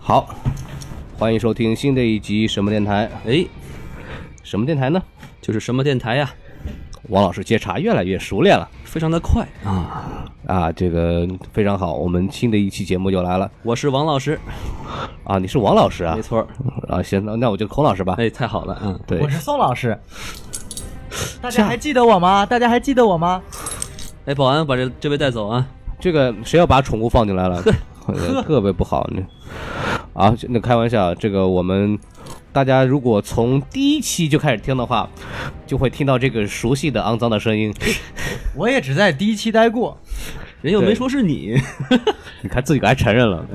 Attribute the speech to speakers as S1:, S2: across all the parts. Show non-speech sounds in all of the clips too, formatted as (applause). S1: 好，欢迎收听新的一集什么电台？
S2: 哎，
S1: 什么电台呢？
S2: 就是什么电台呀、
S1: 王老师接茬越来越熟练了
S2: 非常的快啊！
S1: 啊，这个非常好，我们新的一期节目就来了
S2: 我是王老师，
S1: 啊！你是王老师啊
S2: 没？错儿，
S1: 啊，行，那那我就孔老师吧。
S2: 哎，太好了，嗯，
S1: 对
S3: 我，是宋老师。大家还记得我吗？大家还记得我吗？
S2: 哎，保安把这这位带走啊！
S1: 这个谁要把宠物放进来了？呃特别不好呢。啊，那开玩笑，这个我们大家如果从第一期就开始听的话，就会听到这个熟悉的肮脏的声音。
S3: 我也只在第一期待过。
S2: 人又
S1: 对
S2: 没说是你，
S1: 你看自己还承认了。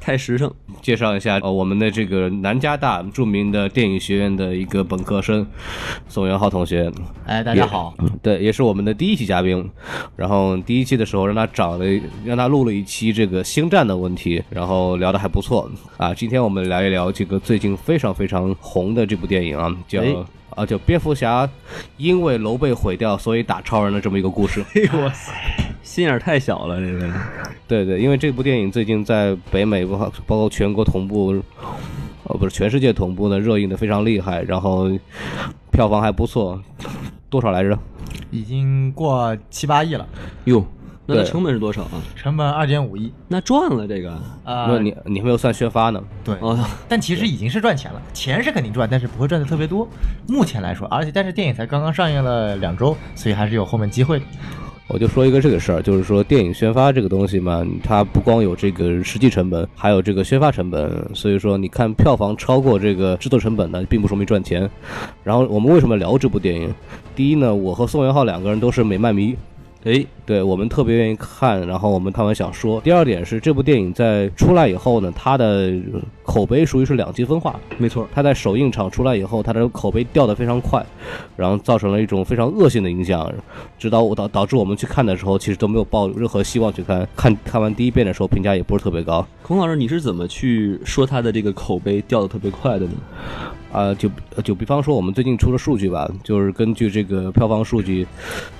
S2: 太实诚。
S1: 介绍一下，呃，我们的这个南加大著名的电影学院的一个本科生宋元浩同学，
S3: 哎，大家好，
S1: 对，也是我们的第一期嘉宾。然后第一期的时候，让他找了，让他录了一期这个星战的问题，然后聊得还不错啊。今天我们聊一聊这个最近非常非常红的这部电影啊，叫。
S2: 哎
S1: 啊，叫蝙蝠侠，因为楼被毁掉，所以打超人的这么一个故事。
S2: 哎呦我操，心眼儿太小了，这个
S1: 对对，因为这部电影最近在北美包括包括全国同步，呃，不是全世界同步呢，热映的非常厉害，然后票房还不错，多少来着？
S3: 已经过七八亿了，
S2: 哟，那它
S1: 对
S2: 成本是多少啊？
S3: 成本二点五亿。
S2: 那赚了这个，
S3: 啊、
S1: 那你你还没有算宣发呢？
S3: 对，
S2: 哦，
S3: 但其实已经是赚钱了，钱是肯定赚，但是不会赚的特别多。目前来说，而且但是电影才刚刚上映了两周，所以还是有后面机会的。
S1: 我就说一个这个事儿，就是说电影宣发这个东西嘛，它不光有这个实际成本，还有这个宣发成本。所以说，你看票房超过这个制作成本呢，并不说明赚钱。然后我们为什么聊这部电影？第一呢，我和宋元浩两个人都是美漫迷，
S2: 哎，
S1: 对我们特别愿意看，然后我们看完想说。第二点是，这部电影在出来以后呢，它的呃口碑属于是两极分化。
S2: 没错儿，
S1: 它在首映场出来以后，它的口碑掉得非常快，然后造成了一种非常恶性的影响，直到我导导致我们去看的时候，其实都没有抱任何希望去看。看看完第一遍的时候，评价也不是特别高。
S2: 孔老师，你是怎么去说他的这个口碑掉的特别快的呢？
S1: 啊、就就比方说我们最近出的数据吧，就是根据这个票房数据，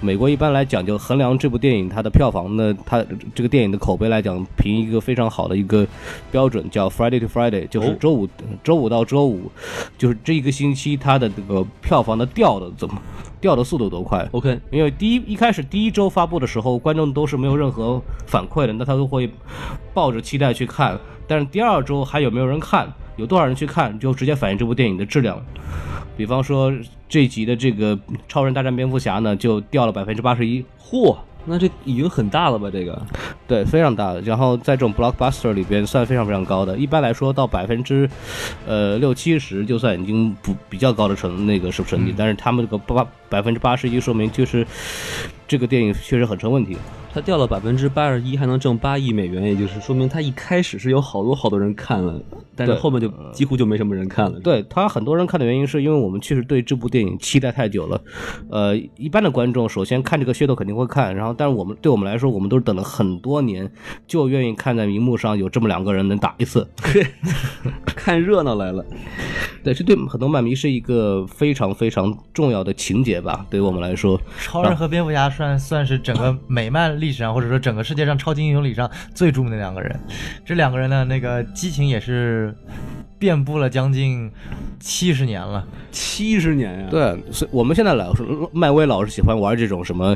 S1: 美国一般来讲就衡量这部电影它的票房呢，它这个电影的口碑来讲，凭一个非常好的一个标准叫 Friday to Friday，就是周五、周五到周五，就是这一个星期它的这个票房的掉的怎么掉的速度多快。
S2: OK，
S1: 因为第一一开始第一周发布的时候，观众都是没有任何反馈的，那他都会抱着期待去看。但是第二周还有没有人看，有多少人去看，就直接反映这部电影的质量。比方说这一集的这个《超人大战蝙蝠侠》呢，就掉了百分之八十一，
S2: 嚯，那这已经很大了吧？这个
S1: 对，非常大的。然后在这种 blockbuster 里边算非常非常高的，一般来说到百分之呃六七十就算已经不比较高的成那个是成绩，但是他们这个八百分之八十一，说明就是这个电影确实很成问题。
S2: 他掉了百分之八十一，还能挣八亿美元，也就是说明他一开始是有好多好多人看了，但是
S1: 对呃
S2: 后面就几乎就没什么人看了。
S1: 对他很多人看的原因，是因为我们确实对这部电影期待太久了。呃，一般的观众首先看这个噱头肯定会看，然后，但是我们对我们来说，我们都是等了很多年，就愿意看在荧幕上有这么两个人能打一次。
S2: 看热闹来了。
S1: 对，这对很多漫迷是一个非常非常重要的情节吧，对于我们来说。
S3: 超人和蝙蝠侠算算是整个美漫历史上，或者说整个世界上超级英雄历史上最著名的两个人。这两个人呢，那个激情也是遍布了将近七十年了。
S2: 七十年呀、
S1: 对，所以我们现在老是漫威老是喜欢玩这种什么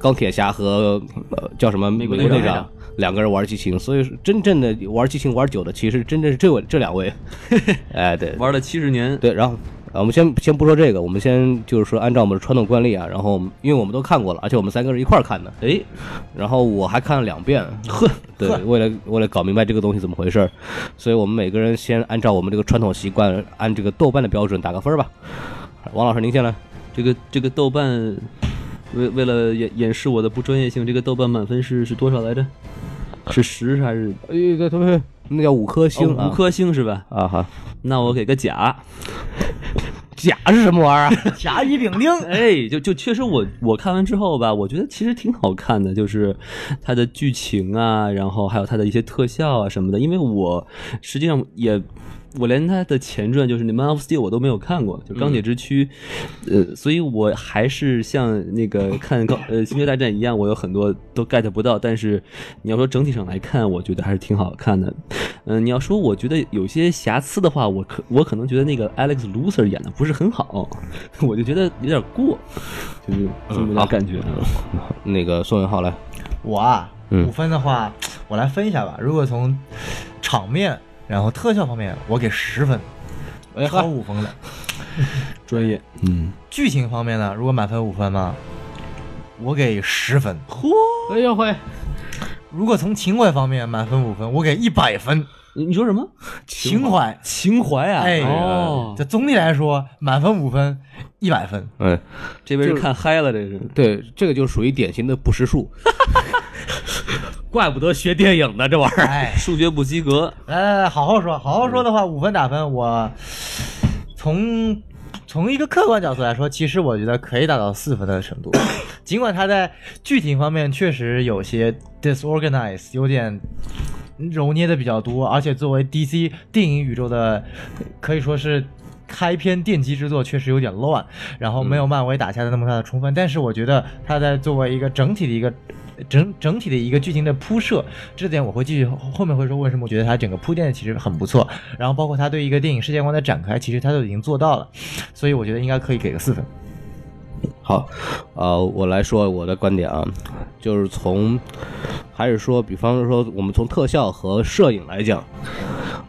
S1: 钢铁侠和、呃、叫什么美国
S2: 队长
S1: 队长两个人玩激情，所以说真正
S2: (laughs)
S1: 的玩激情玩久的，其实真正是这位这两位。哎，对，
S2: 玩了七十年，
S1: 对，然后啊，我们先先不说这个，我们先就是说按照我们的传统惯例啊，然后我们因为我们都看过了，而且我们三个人一块儿看的，
S2: 哎，
S1: 然后我还看了两遍，
S2: (laughs) 呵，
S1: 对，为了为了搞明白这个东西怎么回事儿，所以我们每个人先按照我们这个传统习惯，按这个豆瓣的标准打个分儿吧。王老师，您先来。
S2: 这个这个豆瓣，为为了掩掩饰我的不专业性，这个豆瓣满分是是多少来着？是十还是
S1: 哎，对对对，那叫五颗呃星
S2: 哦
S1: 啊，
S2: 五颗星是吧？
S1: 啊哈，
S2: 那我给个甲。
S1: 甲是什么玩意儿啊？
S3: 甲乙丙丁，
S2: (laughs) 哎，就就确实我我看完之后吧，我觉得其实挺好看的，就是它的剧情啊，然后还有它的一些特效啊什么的。因为我实际上也，我连它的前传就是《Man of Steel》我都没有看过，就《钢铁之躯》呃，所以我还是像那个 (laughs) 看钢呃《星球大战》一样，我有很多都 get 不到。但是你要说整体上来看，我觉得还是挺好看的。嗯、你要说我觉得有些瑕疵的话，我可我可能觉得那个 Alex Luthor 演的不是很好， (laughs) 我就觉得有点过，就是这么点感觉。
S1: (laughs) 那个宋元浩来，
S3: 我啊，
S1: 嗯
S3: 五分的话，我来分一下吧。如果从场面，然后特效方面，我给十分，超五分的。
S2: 专业，
S1: 嗯，
S3: 剧情方面呢，如果满分五分嘛，我给十分。
S1: 哎呦喂，
S3: 如果从情怀方面满分五分，我给一百分。
S2: 你你说什么？
S3: 情怀，
S2: 情怀啊！
S3: 哎
S2: 哦，
S3: 这总体来说满分五分，一百分。
S1: 哎，
S2: 这边是看嗨了，这是。
S1: 对，这个就属于典型的不识数， (laughs) 怪不得学电影呢，这玩意儿。
S3: 哎，
S2: 数学不及格，
S3: 来来来，好好说，好好说的话，五分打分，我从从一个客观角度来说，其实我觉得可以达到四分的程度， (coughs) 尽管它在剧情方面确实有些 disorganized，有点。嗯揉捏的比较多，而且作为 DC 电影宇宙的，可以说是开篇奠基之作，确实有点乱，然后没有漫威打下的那么大的冲分，但是我觉得它在作为一个整体的一个整整体的一个剧情的铺设，这点我会继续后后面会说为什么我觉得它整个铺垫的其实很不错，然后包括它对一个电影世界观的展开，其实它都已经做到了，所以我觉得应该可以给个四分。
S1: 好，呃，我来说我的观点啊，就是从，还是说，比方说，我们从特效和摄影来讲，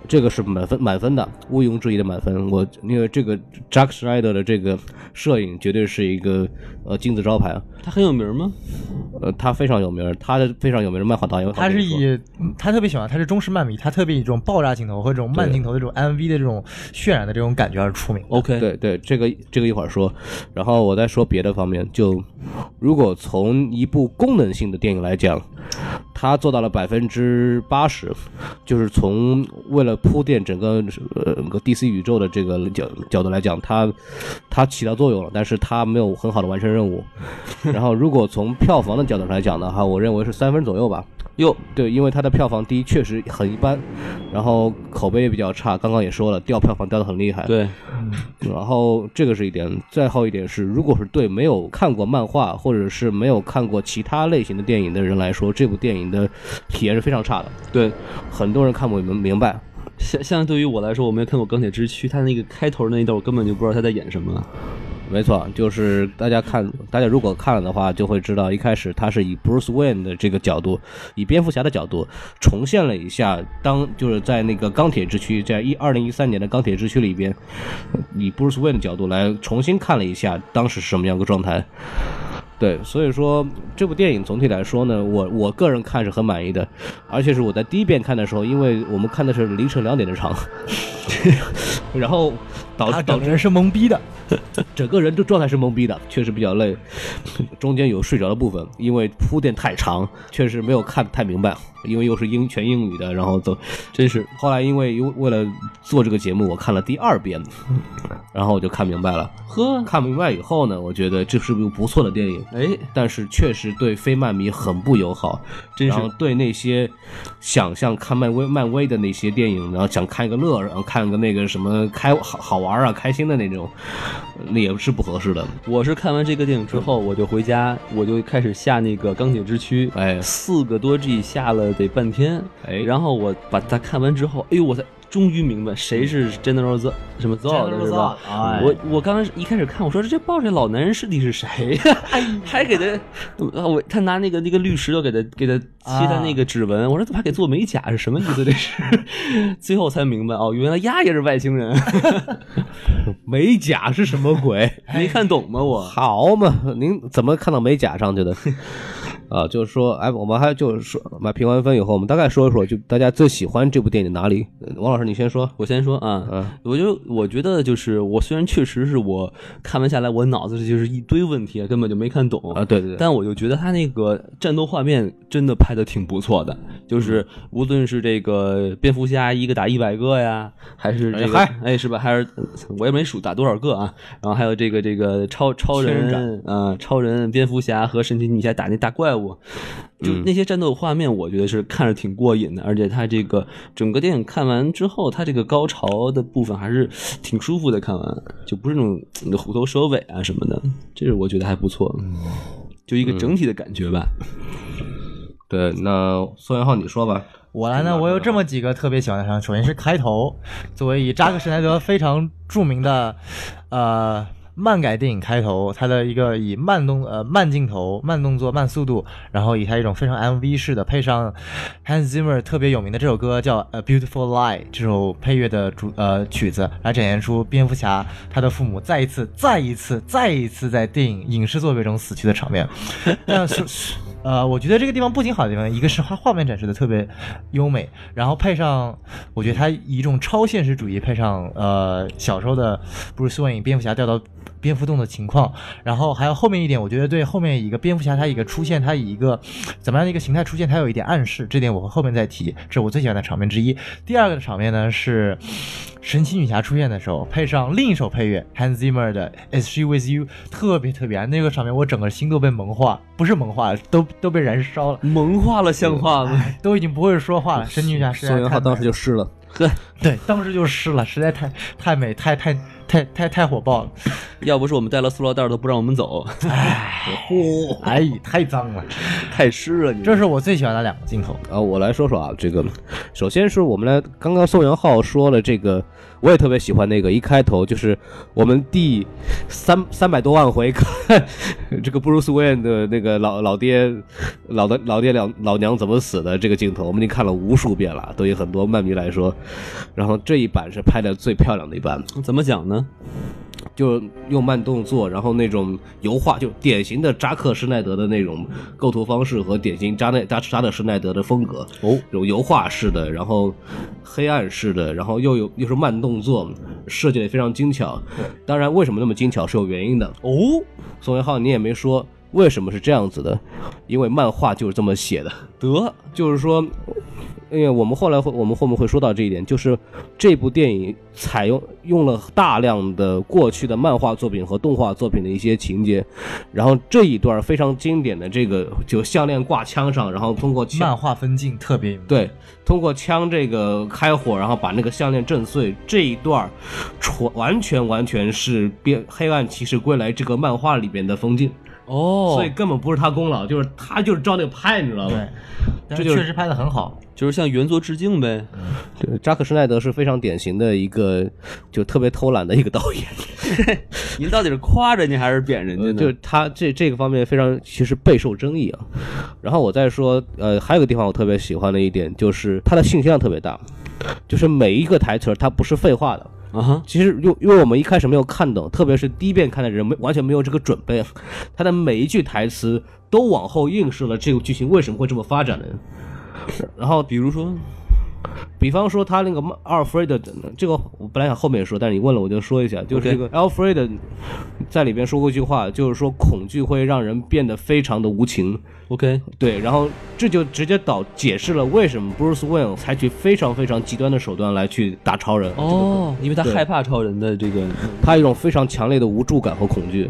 S1: 这个是满分满分的，毋庸置疑的满分。我因为这个 Jack Schneider 的这个摄影绝对是一个呃金字招牌啊，
S2: 他很有名吗？
S1: 呃，他非常有名儿，他的非常有名的漫画导演，
S3: 他是
S1: 我跟你说
S3: 以嗯他特别喜欢，他是中式漫迷，他特别以这种爆炸镜头和这种慢镜头的这种 MV 的这种渲染的这种感觉而出名。
S2: OK，
S1: 对对，这个这个一会儿说，然后我再说别的方面。就如果从一部功能性的电影来讲，它做到了百分之八十，就是从为了铺垫整个呃整个 DC 宇宙的这个角角度来讲，它它起到作用了，但是它没有很好的完成任务。 (laughs) 然后如果从票房的角度来讲的话，我认为是三分左右吧。
S2: 哟，
S1: 对，因为它的票房第一确实很一般，然后口碑也比较差，刚刚也说了，掉票房掉的很厉害。
S2: 对，
S1: 然后这个是一点，再后一点是，如果是对没有看过漫画或者是没有看过其他类型的电影的人来说，这部电影的体验是非常差的，
S2: 对，
S1: 很多人看不明明白。
S2: 像像对于我来说，我没有看过《钢铁之躯》，他那个开头那一段，我根本就不知道他在演什么。
S1: 没错，就是大家看，大家如果看了的话，就会知道一开始他是以 Bruce Wayne 的这个角度，以蝙蝠侠的角度重现了一下当就是在那个钢铁之躯，在一二零一三年的钢铁之躯里边，以 Bruce Wayne 的角度来重新看了一下当时是什么样一个状态。对，所以说这部电影总体来说呢，我我个人看是很满意的，而且是我在第一遍看的时候，因为我们看的是凌晨两点的场， (laughs) 然后导
S3: 他
S1: 导
S3: 整个人是懵逼的，
S1: 整个人的状态是懵逼的，确实比较累， (laughs) 中间有睡着的部分，因为铺垫太长，确实没有看太明白，因为又是英全英语的，然后走，真是后来因为因为为了做这个节目，我看了第二遍，然后我就看明白了。
S2: 呵，
S1: 看明白以后呢，我觉得这是部不错的电影，
S2: 哎，
S1: 但是确实对非漫迷很不友好，
S2: 真是
S1: 然后对那些想像看漫威漫威的那些电影，然后想看个乐儿，然后看个那个什么开好好玩啊、开心的那种，那也是不合适的。
S2: 我是看完这个电影之后，我就回家，我就开始下那个《钢铁之躯》，
S1: 哎
S2: 四个多 G 下了得半天，
S1: 哎
S2: 然后我把它看完之后，哎呦，我才终于明白谁是 General Z 什么 Zod 的是吧？
S3: 哎
S2: 我我刚开始一开始看，我说这抱这老男人是底是谁呀？ (laughs) 还给他，啊我他拿那个那个绿石头给他给他贴他那个指纹，我说怎么还给做美甲是什么意思？这是， (laughs) 最后才明白哦，原来丫也是外星人，
S1: 美甲是什么鬼？
S2: (laughs) 没看懂吗？我
S1: 好嘛，您怎么看到美甲上去的？ (laughs) 啊，就是说，哎，我们还就是说，买评完分以后，我们大概说一说，就大家最喜欢这部电影哪里？呃王老师，你先说。
S2: 我先说啊，我就我觉得就是我虽然确实是我看完下来，我脑子里就是一堆问题，根本就没看懂
S1: 啊，对对对，
S2: 但我就觉得他那个战斗画面真的拍的挺不错的，就是无论是这个蝙蝠侠一个打一百个呀，还是这个
S1: 哎
S2: 哎是吧？还是我也没数打多少个啊。然后还有这个这个超超
S1: 仙人
S2: 人，呃，超人、蝙蝠侠和神奇女侠打那大怪物，就
S1: 嗯
S2: 那些战斗画面，我觉得是看着挺过瘾的。而且他这个整个电影看完之后，他这个高潮的部分还是挺舒服的，看完就不是那种嗯虎头蛇尾啊什么的，这是我觉得还不错。就一个整体的感觉吧。
S1: 对，那宋元浩你说吧。
S3: 我来呢，我有这么几个特别喜欢的场景。首先是开头，作为以扎克施耐德非常著名的，呃。漫改电影开头，它的一个以慢动呃慢镜头、慢动作、慢速度，然后以它一种非常 MV 式的，配上 Hans Zimmer 特别有名的这首歌叫《A Beautiful Lie》这首配乐的主呃曲子，来展现出蝙蝠侠他的父母再一次、再一次、再一次在电影影视作品中死去的场面。 (laughs) 但是，呃，我觉得这个地方不仅好的地方，一个是它画面展示的特别优美，然后配上，我觉得它以一种超现实主义配上呃小时候的布鲁斯韦恩蝙蝠侠掉到蝙蝠洞的情况，然后还有后面一点，我觉得对后面一个蝙蝠侠他一个出现，他以一个怎么样的一个形态出现，他有一点暗示，这点我会后面再提，这是我最喜欢的场面之一。第二个场面呢是神奇女侠出现的时候，配上另一首配乐 Hans Zimmer 的《Is She With You》，特别特别爱那个场面，我整个心都被萌化，不是萌化，都都被燃烧了，
S2: (laughs) 萌化了，像话吗？
S3: 都已经不会说话了。神奇女侠实在
S1: 宋元
S3: 太 (laughs)
S1: 浩当时
S3: 美了
S1: 就湿
S2: (laughs)
S1: 了。
S3: 对，当时就湿了，实在太太美，太太太太太火爆了，
S2: 要不是我们带了塑料袋儿都不让我们走， (laughs)
S3: 哎，太脏了。
S2: 太湿了你。
S3: 这是我最喜欢的两个镜头。
S1: 啊，我来说说啊，这个， (laughs) 首先是我们来，刚刚宋元浩说了这个，我也特别喜欢那个一开头就是我们第三三百多万回看 (laughs) 这个布鲁斯韦恩的那个老老爹老的老爹两老娘怎么死的这个镜头，我们已经看了无数遍了，对于很多漫迷来说，然后这一版是拍的最漂亮的一版，
S2: 怎么讲呢？
S1: 就用慢动作，然后那种油画，就典型的扎克施耐德的那种构图方式和典型扎内扎扎克施耐德的风格。哦，有油画式的，然后黑暗式的，然后又有又是慢动作，设计的非常精巧。当然，为什么那么精巧是有原因的。
S2: 哦，
S1: 宋元浩，你也没说为什么是这样子的，因为漫画就是这么写的。
S2: 得
S1: 就是说，因为我们后来会，我们后面会说到这一点，就是这部电影采用用了大量的过去的漫画作品和动画作品的一些情节，然后这一段非常经典的这个就项链挂枪上，然后通过枪
S3: 漫画分镜特别有名
S1: 对，通过枪这个开火，然后把那个项链震碎，这一段儿纯完全完全是变《黑暗骑士归来》这个漫画里边的风景，
S2: 哦，
S1: 所以根本不是他功劳，就是他就是照那个拍，你知道吗？
S3: 对，但
S1: 这
S3: 是
S1: 就是
S3: 确实拍的很好。
S2: 就是向原作致敬呗。
S1: 对，扎克施耐德是非常典型的一个就特别偷懒的一个导演，
S2: 您到底是夸人家还是贬人家呢？
S1: 就是他这这个方面非常其实备受争议啊。然后我再说，呃，还有个地方我特别喜欢的一点就是他的信息量特别大，就是每一个台词儿它不是废话的。
S2: 啊哈，
S1: 其实因因为我们一开始没有看懂，特别是第一遍看的人没完全没有这个准备， (laughs) 他的每一句台词都往后映射了这个剧情为什么会这么发展的。然后
S2: 比如说，
S1: 比方说他那个阿尔弗瑞德，这个我本来想后面说，但是你问了我就说一下，就是这个 a l f r e d 在里边说过一句话，就是说恐惧会让人变得非常的无情，
S2: OK，
S1: 对，然后这就直接导解释了为什么 Bruce Wayne 采取非常非常极端的手段来去打超人，
S2: 哦，因为他
S1: 对
S2: 害怕超人的这个，
S1: 他有一种非常强烈的无助感和恐惧。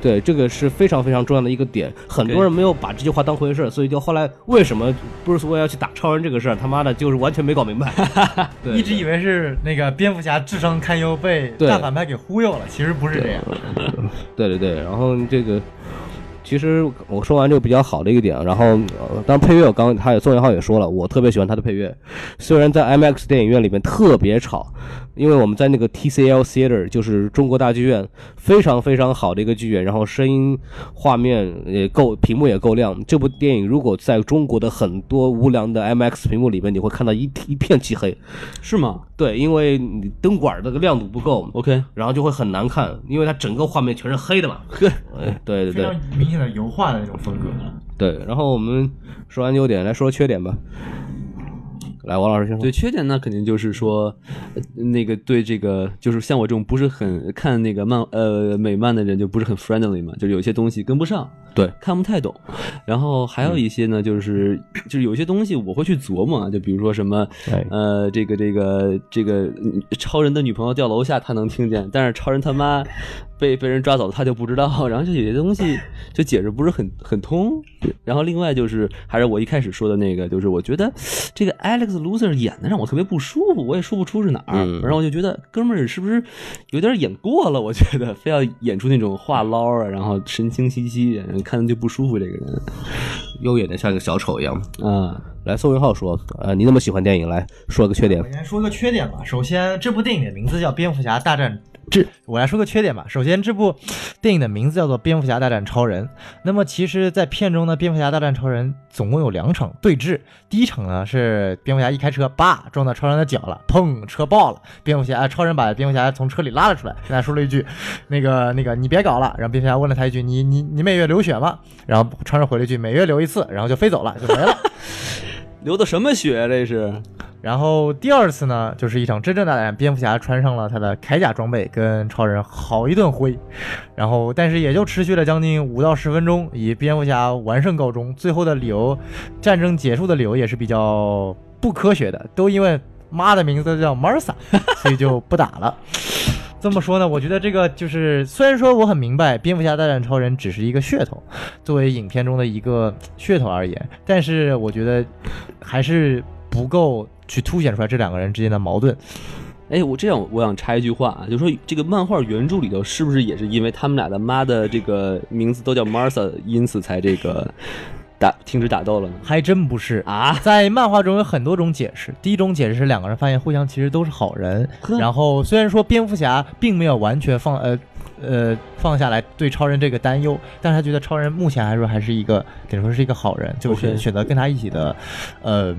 S1: 对，这个是非常非常重要的一个点，很多人没有把这句话当回事儿，所以就后来为什么 Bruce Wayne 要去打超人这个事儿，他妈的就是完全没搞明白。对
S3: 一直以为是那个蝙蝠侠智商堪忧被
S1: 对
S3: 大反派给忽悠了，其实不是这样。
S1: 对对对，然后这个。其实我说完这个比较好的一个点，然后呃当然配乐我刚他也宋元浩也说了，我特别喜欢他的配乐，虽然在 IMAX 电影院里面特别吵，因为我们在那个 TCL Theater 就是中国大剧院非常非常好的一个剧院，然后声音、画面也够，屏幕也够亮。这部电影如果在中国的很多无良的 IMAX 屏幕里面，你会看到一一片漆黑，
S2: 是吗
S1: 对，因为你灯管儿的亮度不够。
S2: ？OK，
S1: 然后就会很难看，因为它整个画面全是黑的嘛。哎对对
S3: 非
S1: 对，
S3: 常明显的油画的那种风格。
S1: 对，然后我们说完优点，来说缺点吧。来，王老师先说
S2: 对。缺点那肯定就是说，呃那个对这个就是像我这种不是很看那个漫呃美漫的人就不是很 friendly 嘛，就是有些东西跟不上，
S1: 对，
S2: 看不太懂。然后还有一些呢，就是就是有些东西我会去琢磨啊，就比如说什么
S1: 哎
S2: 呃这个这个这个嗯超人的女朋友掉楼下他能听见，但是超人他妈被被人抓走了他就不知道， (laughs) 然后就有些东西就解释不是很很通。然后另外就是还是我一开始说的那个，就是我觉得这个 Alex Loser 演的让我特别不舒服，我也说不出是哪儿，
S1: 嗯
S2: 然后我就觉得哥们儿是不是有点演过了？我觉得非要演出那种话唠啊，然后神经兮兮，然后看着就不舒服这个人
S1: 优点的像一个小丑一样。
S2: 啊。
S1: 来，宋元浩说，呃，你那么喜欢电影，来说个缺点
S3: 我。先说个缺点吧。首先，这部电影的名字叫《蝙蝠侠大战》。这我来说个缺点吧。首先，这部电影的名字叫做《蝙蝠侠大战超人》。那么，其实，在片中呢，蝙蝠侠大战超人总共有两场对峙。第一场呢是蝙蝠侠一开车，叭撞到超人的脚了，砰，车爆了。蝙蝠侠、呃超人把蝙蝠侠从车里拉了出来，跟他说了一句：“那个那个，你别搞了。”然后蝙蝠侠问了他一句：“你你你每月流血吗？”然后超人回了一句：“每月流一次。”然后就飞走了，就没了。
S2: 流的什么血啊？这是
S3: 然后第二次呢，就是一场真正大战，蝙蝠侠穿上了他的铠甲装备，跟超人好一顿挥，然后但是也就持续了将近五到十分钟，以蝙蝠侠完胜告终。最后的理由，战争结束的理由也是比较不科学的，都因为妈的名字都叫 Martha，所以就不打了。这么说呢，我觉得这个就是，虽然说我很明白蝙蝠侠大战超人只是一个噱头，作为影片中的一个噱头而言，但是我觉得还是不够去凸显出来这两个人之间的矛盾。
S2: 哎，我这样我想插一句话啊，就说这个漫画原著里头是不是也是因为他们俩的妈的这个名字都叫 Martha，因此才这个打停止打斗了呢？
S3: 还真不是
S2: 啊，
S3: (laughs) 在漫画中有很多种解释，第一种解释是两个人发现互相其实都是好人，
S2: 呵
S3: 然后虽然说蝙蝠侠并没有完全放呃呃放下来对超人这个担忧，但是他觉得超人目前来说还是一个等于说是一个好人，就是
S2: OK
S3: 选择跟他一起的，呃。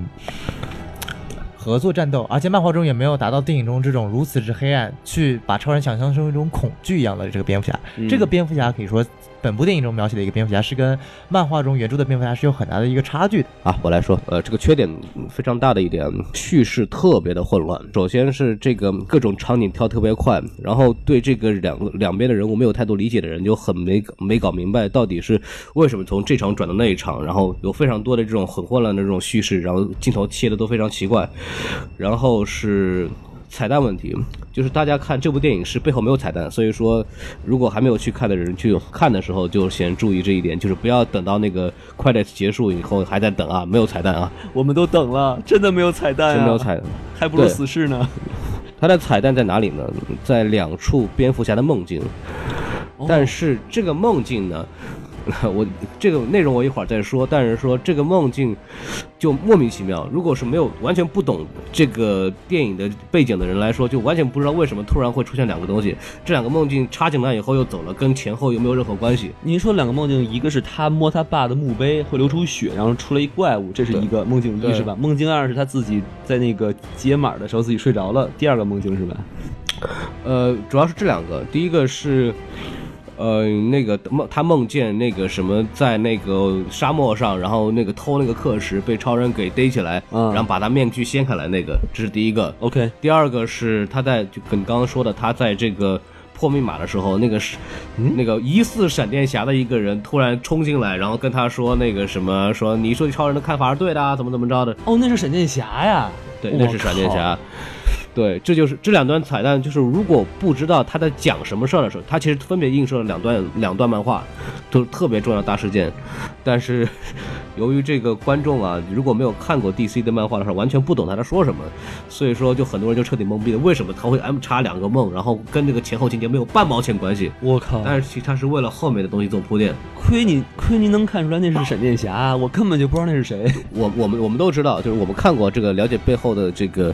S3: 合作战斗，而且漫画中也没有达到电影中这种如此之黑暗，去把超人想象成一种恐惧一样的这个蝙蝠侠。
S2: 嗯
S3: 这个蝙蝠侠可以说，本部电影中描写的一个蝙蝠侠是跟漫画中原著的蝙蝠侠是有很大的一个差距的。
S1: 啊，我来说，呃，这个缺点嗯非常大的一点，叙事特别的混乱。首先是这个各种场景跳特别快，然后对这个两个两边的人物没有太多理解的人，就很没没搞明白到底是为什么从这场转到那一场，然后有非常多的这种很混乱的这种叙事，然后镜头切的都非常奇怪，然后是。彩蛋问题，就是大家看这部电影是背后没有彩蛋，所以说如果还没有去看的人去看的时候，就先注意这一点，就是不要等到那个 credits 结束以后还在等啊，没有彩蛋啊，
S2: 我们都等了，真的没有彩蛋、啊，
S1: 真没有彩蛋。
S2: 还不如
S1: 对
S2: 死侍呢。
S1: 它的彩蛋在哪里呢？在两处蝙蝠侠的梦境，但是这个梦境呢， (laughs) 我这个内容我一会儿再说。但是说这个梦境就莫名其妙，如果是没有完全不懂这个电影的背景的人来说，就完全不知道为什么突然会出现两个东西。这两个梦境插进来以后又走了，跟前后又没有任何关系。
S2: 您说两个梦境，一个是他摸他爸的墓碑会流出血，然后出来一怪物，这是一个梦境一
S1: 对
S2: 是吧？梦境二是他自己在那个解码的时候自己睡着了，第二个梦境是吧？
S1: 呃，主要是这两个，第一个是。呃，那个梦，他梦见那个什么，在那个沙漠上，然后那个偷那个刻石，被超人给逮起来，
S2: 嗯
S1: 然后把他面具掀开来，那个这是第一个。
S2: OK，
S1: 第二个是他在就跟刚刚说的，他在这个破密码的时候，那个是、那个疑似闪电侠的一个人突然冲进来，然后跟他说那个什么，说你说超人的看法是对的啊，怎么怎么着的，
S2: 哦，那是闪电侠呀，
S1: 对，
S2: 我
S1: 那是闪电
S2: 靠
S1: 侠。对，这就是这两段彩蛋，就是如果不知道他在讲什么事儿的时候，他其实分别映射了两段两段漫画，都是特别重要的大事件。但是由于这个观众啊，如果没有看过 DC 的漫画的话，完全不懂他在说什么，所以说就很多人就彻底懵逼了。为什么他会安插两个梦，然后跟这个前后情节没有半毛钱关系？
S2: 我靠！
S1: 但是其实他是为了后面的东西做铺垫。
S2: 亏你亏你能看出来那是闪电侠，我根本就不知道那是谁。
S1: 我我们我们都知道，就是我们看过这个了解背后的这个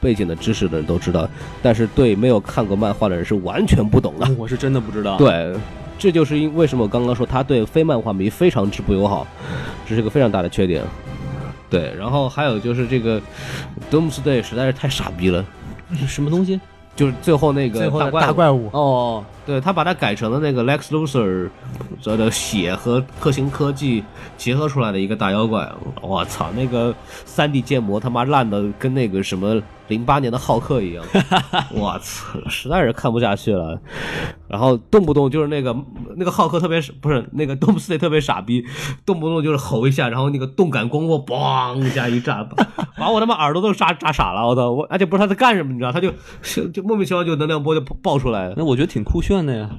S1: 背景的知识的人都知道，但是对没有看过漫画的人是完全不懂的。
S2: (laughs) 我是真的不知道。，
S1: 对，这就是因为什么我刚刚说他对非漫画迷非常之不友好，这是个非常大的缺点。对，然后还有就是这个 Doomsday 实在是太傻逼了，
S2: 什么东西？
S1: 就是最后那个
S3: 最后
S1: 大
S3: 的
S1: 怪
S3: 大
S1: 物
S3: 怪物，
S2: 哦，
S1: 对他把它改成了那个 Lex Luthor 的血和特型科技结合出来的一个大妖怪，我操，那个三 D 建模他妈烂的跟那个什么零八年的浩克一样，我操，实在是看不下去了。然后动不动就是那个那个浩克特别是不是那个 Doomsday 特别傻逼，动不动就是吼一下，然后那个动感光波嘣一下一炸，把把我他妈耳朵都炸炸傻了，我操！我而且不知道他在干什么，你知道，他就就就莫名其妙就能量波就爆出来了。
S2: 那我觉得挺酷炫的呀。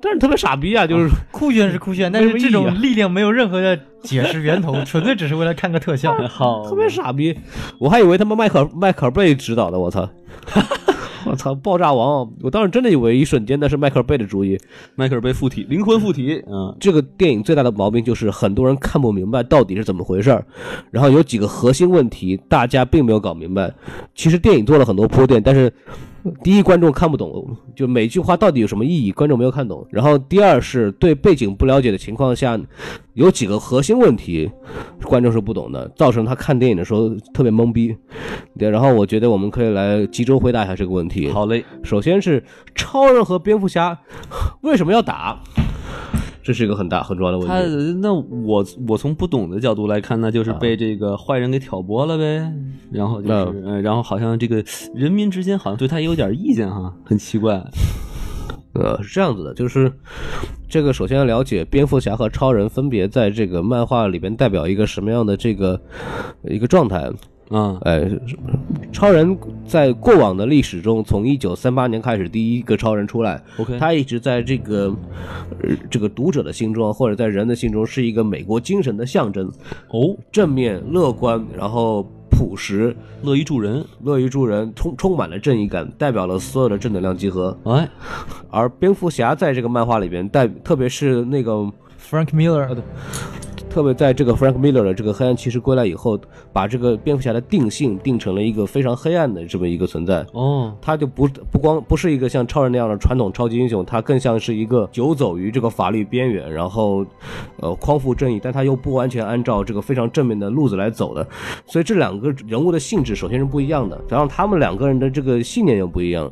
S1: 但是特别傻逼啊，就是、
S3: 酷炫是酷炫，
S1: 没
S3: 但
S1: 什
S3: 是
S1: 么
S3: 这
S1: 意义
S3: 种
S1: 啊
S3: 力量没有任何的解释源 (laughs) 头，纯粹只是为了看个特效。
S2: 好，
S1: 特别傻逼。我还以为他妈迈克尔迈克尔贝执导的，我操！我操，爆炸王！我当时真的以为一瞬间那是迈克尔贝的主意。
S2: 迈克尔被附体，灵魂附体。嗯，
S1: 这个电影最大的毛病就是很多人看不明白到底是怎么回事儿，然后有几个核心问题大家并没有搞明白。其实电影做了很多铺垫，但是第一观众看不懂，就每句话到底有什么意义，观众没有看懂。然后第二是对背景不了解的情况下，有几个核心问题观众是不懂的，造成他看电影的时候特别懵逼。对，然后我觉得我们可以来集中回答一下这个问题。
S2: 好嘞，
S1: 首先是超人和蝙蝠侠 (laughs) 为什么要打？这是一个很大很重要的问
S2: 他
S1: 题。
S2: 那我我从不懂的角度来看，那就是被这个坏人给挑拨了呗。然后就是，呃然后好像这个人民之间好像对他也有点意见哈，很奇怪。
S1: 呃，是这样子的，就是这个首先要了解蝙蝠侠和超人分别在这个漫画里边代表一个什么样的这个一个状态。
S2: 嗯，
S1: 呃，超人在过往的历史中，从一九三八年开始，第一个超人出来
S2: OK
S1: 他一直在这个、呃这个读者的心中，或者在人的心中，是一个美国精神的象征，
S2: 哦，
S1: 正面、乐观，然后朴实，
S2: 乐于助人。
S1: 乐于助人，充充满了正义感，代表了所有的正能量集合。
S2: 哎，
S1: 而蝙蝠侠在这个漫画里边代，特别是那个，
S3: Frank Miller，
S1: 特别在这个 Frank Miller 的这个黑暗骑士归来以后，把这个蝙蝠侠的定性定成了一个非常黑暗的这么一个存在。
S2: 哦，
S1: 他就不不光不是一个像超人那样的传统超级英雄，他更像是一个游走于这个法律边缘，然后，呃，匡扶正义，但他又不完全按照这个非常正面的路子来走的，所以这两个人物的性质首先是不一样的，然后他们两个人的这个信念又不一样。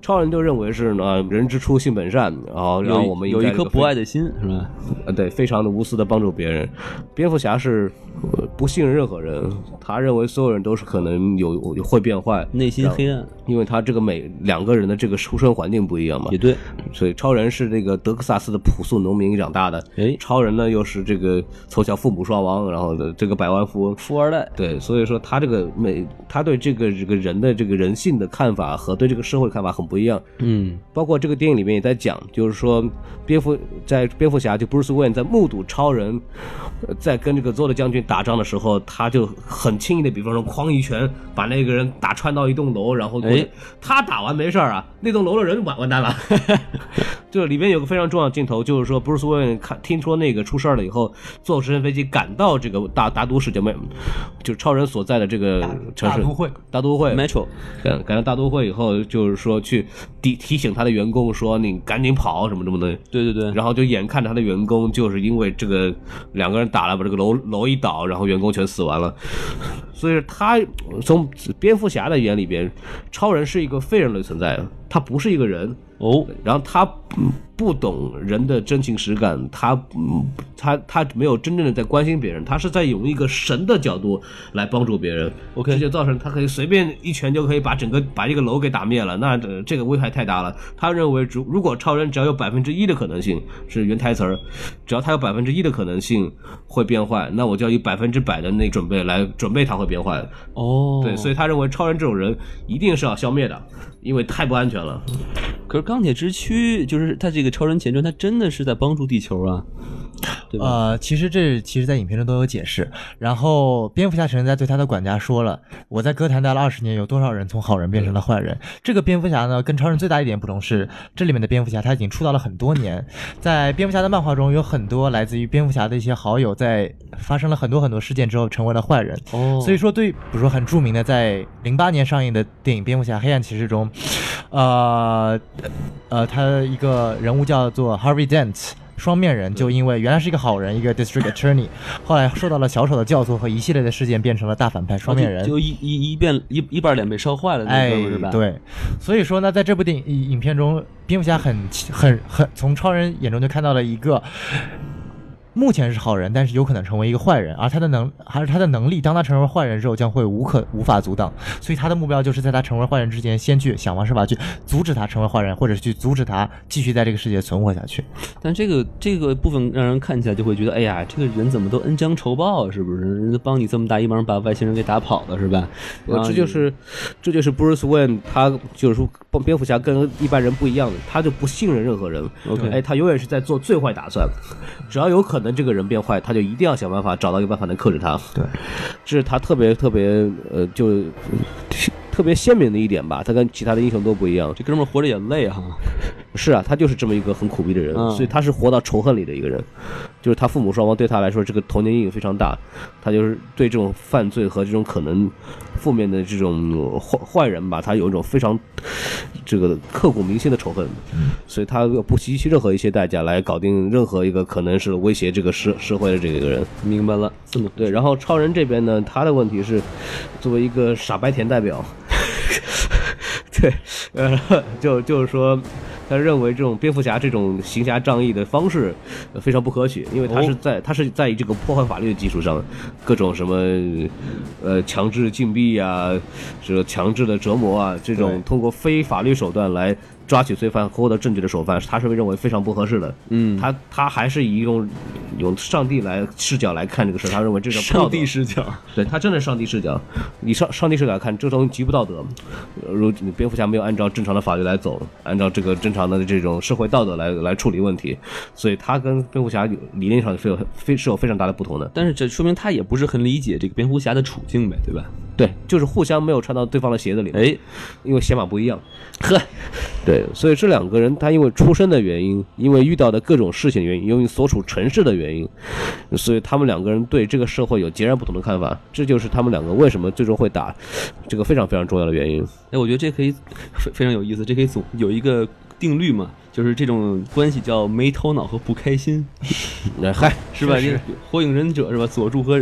S1: 超人就认为是呢，人之初性本善，然后然后我们
S2: 有有一颗博爱
S1: 的，
S2: 的心是吧？
S1: 呃，对，非常的无私的帮助别人。蝙蝠侠是、呃不信任任何人，他认为所有人都是可能有有会变坏，
S2: 内心黑暗
S1: 因为他这个每两个人的这个出生环境不一样嘛
S2: 也，对。
S1: 所以超人是这个德克萨斯的朴素农民长大的，
S2: 哎
S1: 超人呢又是这个从小父母双亡，然后的这个百万富翁，
S2: 富二代，
S1: 对，所以说他这个每他对这个这个人的这个人性的看法和对这个社会的看法很不一样，
S2: 嗯，
S1: 包括这个电影里面也在讲，就是说蝙蝠在蝙蝠侠就 Bruce Wayne 在目睹超人呃在跟这个 Zod 将军打仗的时候，他就很轻易的，比方说哐一拳把那个人打穿到一栋楼，然后
S2: 哎
S1: 他打完没事儿啊，那栋楼的人完完蛋了。就是里面有个非常重要的镜头，就是说 Bruce Wayne 看听说那个出事儿了以后，坐直升飞机赶到这个大大都市就没，就是超人所在的这个城市
S3: 大都会，
S1: 大都会
S2: Metro
S1: 赶赶到大都会以后，就是说去提提醒他的员工说你赶紧跑什么什么的，
S2: 对对对，
S1: 然后就眼看着他的员工就是因为这个两个人打了，把这个楼楼一倒，然后员工全死完了。所以他从蝙蝠侠的眼里边，超人是一个非人类存在，他不是一个人，
S2: 哦，
S1: 然后他嗯不懂人的真情实感，他嗯他他没有真正的在关心别人，他是在用一个神的角度来帮助别人。
S2: OK
S1: 这就造成他可以随便一拳就可以把整个把一个楼给打灭了，那这这个危害太大了。他认为如如果超人只要有百分之一的可能性是原台词儿，只要他有百分之一的可能性会变坏，那我就要以百分之百的那准备来准备他会变坏。
S2: 哦，
S1: 对，所以他认为超人这种人一定是要消灭的，因为太不安全了。
S2: 可是钢铁之躯就是他这个超人前传，他真的是在帮助地球啊，对吧？
S3: 呃，其实这其实，在影片中都有解释。然后，蝙蝠侠神在对他的管家说了：“我在哥谭待了二十年，有多少人从好人变成了坏人？”这个蝙蝠侠呢，跟超人最大一点不同是，这里面的蝙蝠侠他已经出道了很多年，在蝙蝠侠的漫画中，有很多来自于蝙蝠侠的一些好友，在发生了很多很多事件之后，成为了坏人。
S2: 哦，
S3: 所以说，对，比如说很著名的，在零八年上映的电影《蝙蝠侠：黑暗骑士》中，呃，呃，他一个人物叫做 Harvey Dent。双面人就因为原来是一个好人，一个 district attorney，后来受到了小丑的教唆和一系列的事件，变成了大反派双面人。
S2: 啊就就一一一遍一一半脸被烧坏了那
S3: 哎
S2: 哥们儿是吧？，
S3: 对，所以说呢，在这部电影影片中，蝙蝠侠很很很从超人眼中就看到了一个。目前是好人，但是有可能成为一个坏人，而他的能，而他的能力，当他成为坏人之后，将会无可无法阻挡。所以他的目标就是在他成为坏人之前，先去想方设法去阻止他成为坏人，或者是去阻止他继续在这个世界存活下去。
S2: 但这个这个部分让人看起来就会觉得，哎呀，这个人怎么都恩将仇报，啊是不是？人家帮你这么大一忙，把外星人给打跑了，是吧？啊然后
S1: 呃这就是，这就是 Bruce Wayne，他就是说蝙蝠侠跟一般人不一样的，他就不信任任何人。
S2: OK
S1: 哎，他永远是在做最坏打算， (laughs) 只要有可能这个人变坏，他就一定要想办法找到一个办法能克制他。
S3: 对，
S1: 这是他特别特别呃，就特别鲜明的一点吧。他跟其他的英雄都不一样。
S2: 这哥们儿活着也累哈、
S1: 是啊，他就是这么一个很苦逼的人，
S2: 嗯
S1: 所以他是活到仇恨里的一个人。就是他父母双方对他来说，这个童年阴影非常大，他就是对这种犯罪和这种可能负面的这种坏坏人吧，他有一种非常这个刻骨铭心的仇恨，
S2: 嗯
S1: 所以他不惜任何一些代价来搞定任何一个可能是威胁这个社社会的这个人。
S2: 明白了，这么
S1: 对，然后超人这边呢，他的问题是作为一个傻白甜代表， (laughs) 对，呃，就就是说，他认为这种蝙蝠侠这种行侠仗义的方式、呃非常不可取，因为他
S2: 哦
S1: 是在、他是在这个破坏法律的基础上，各种什么呃强制禁闭啊，这个强制的折磨啊，这种通过非法律手段来。抓取罪犯、获得证据的手段，他是被认为非常不合适的。嗯，他他还是以一种用上帝来视角来看这个事儿，他认为这是不道德
S2: 上帝视角，
S1: 对他真的是上帝视角，以上上帝视角看，这东西极不道德。呃如蝙蝠侠没有按照正常的法律来走，按照这个正常的这种社会道德来来处理问题，所以他跟蝙蝠侠有理念上是有非是有非常大的不同的。
S2: 但是这说明他也不是很理解这个蝙蝠侠的处境呗，对吧？
S1: 对，就是互相没有穿到对方的鞋子里，
S2: 哎，
S1: 因为鞋码不一样。呵， (laughs) 对，所以这两个人他因为出身的原因，因为遇到的各种事情的原因，由于所处城市的原因，所以他们两个人对这个社会有截然不同的看法。这就是他们两个为什么最终会打，这个非常非常重要的原因。
S2: 哎，我觉得这可以非非常有意思，这可以总有一个定律嘛，就是这种关系叫没头脑和不开心，
S1: 那哎嗨，
S2: 是吧？这火影忍者是吧？佐助和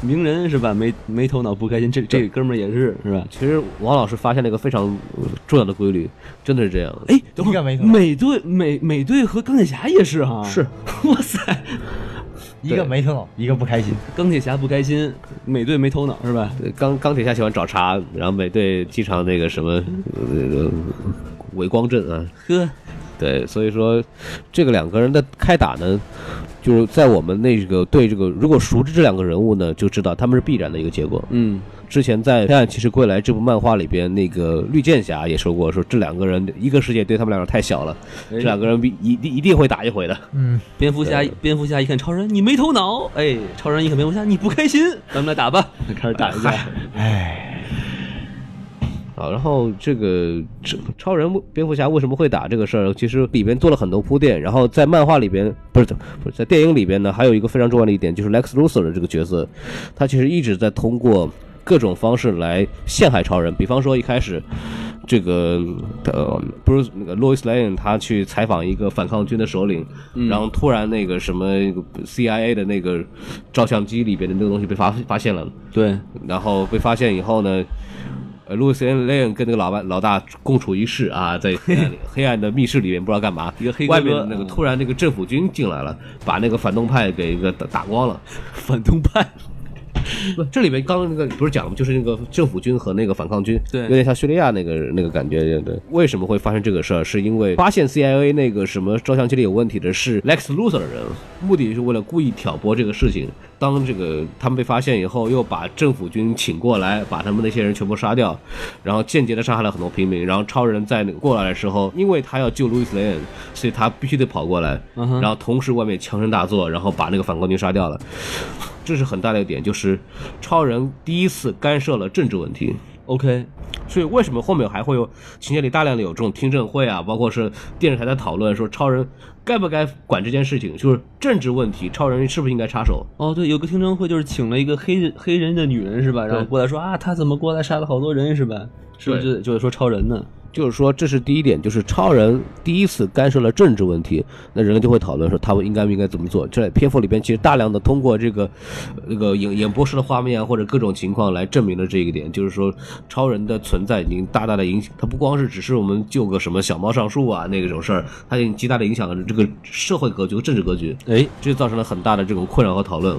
S2: 鸣人是吧？没没头脑不开心，这这哥们儿也是是吧？
S1: 其实王老师发现了一个非常呃重要的规律，真的是这样。
S2: 哎，
S3: 一
S2: 等会
S3: 个
S2: 儿
S3: 没头脑
S2: 美队美美队和钢铁侠也是哈，
S1: 是，
S2: (laughs) 哇塞，
S3: 一个没头脑，一个不开心。
S2: 钢铁侠不开心，美队没头脑是吧？
S1: 对钢钢铁侠喜欢找茬，然后美队经常那个什么那个伪光正啊，
S2: 呵，
S1: 对，所以说这个两个人的开打呢，就是在我们那个对这个如果熟知这两个人物呢，就知道他们是必然的一个结果。
S2: 嗯，
S1: 之前在《黑暗骑士归来》这部漫画里边，那个绿箭侠也说过，说这两个人一个世界对他们两个太小了，这两个人必一定一定会打一回的。
S3: 嗯，
S2: 蝙蝠侠
S1: 对
S2: 蝙蝠侠一看超人，你没头脑，哎，超人一看蝙蝠侠，你不开心，咱们来打吧，开始打一架。
S3: 哎，
S1: 啊，然后这个超超人蝙蝠侠为什么会打这个事儿，其实里边做了很多铺垫。然后在漫画里边，不是不是在电影里边呢，还有一个非常重要的一点就是 Lex Luthor 的这个角色，他其实一直在通过各种方式来陷害超人。比方说一开始，这个呃 Bruce 那个 Lois Lane 他去采访一个反抗军的首领，然后突然那个什么 CIA 的那个照相机里边的那个东西被发发现了。
S2: 对，
S1: 然后被发现以后呢，呃路易斯 N 雷恩跟那个老板老大共处一室啊，
S2: (laughs)
S1: 在黑暗里黑暗的密室里面不知道干嘛，
S2: 一个黑哥
S1: 外
S2: 哥
S1: 面那个
S2: 嗯
S1: 突然那个政府军进来了，把那个反动派给一个打打光了。
S2: 反动派，嗯
S1: 不，这里面刚刚那个不是讲了吗？就是那个政府军和那个反抗军，
S2: 对
S1: 有点像叙利亚那个那个感觉。对，为什么会发生这个事儿？是因为发现 CIA 那个什么照相机里有问题的是 Lex Luthor 的人，目的是为了故意挑拨这个事情。当这个他们被发现以后，又把政府军请过来，把他们那些人全部杀掉，然后间接的杀害了很多平民。然后超人在那个过来的时候，因为他要救路易斯雷恩，所以他必须得跑过来，
S2: 嗯哼
S1: 然后同时外面枪声大作，然后把那个反抗军杀掉了。这是很大的一点，就是超人第一次干涉了政治问题。
S2: OK，
S1: 所以为什么后面还会有情节里大量的有这种听证会啊，包括是电视台在讨论说超人该不该管这件事情，就是政治问题，超人是不是应该插手？
S2: 哦，对，有个听证会就是请了一个黑人黑人的女人是吧？然后
S1: 对
S2: 过来说啊，她怎么过来杀了好多人是吧？是不是
S1: 对
S2: 就就是说超人呢？
S1: 就是说这是第一点，就是超人第一次干涉了政治问题，那人类就会讨论说他们应该不应该怎么做。这篇幅里边其实大量的通过这个呃那个演演播室的画面啊，或者各种情况来证明了这一点，就是说超人的存在已经大大的影响，他不光是只是我们救个什么小猫上树啊那种事儿，他已经极大的影响了这个社会格局、和政治格局。
S2: 哎，
S1: 这就造成了很大的这种困扰和讨论。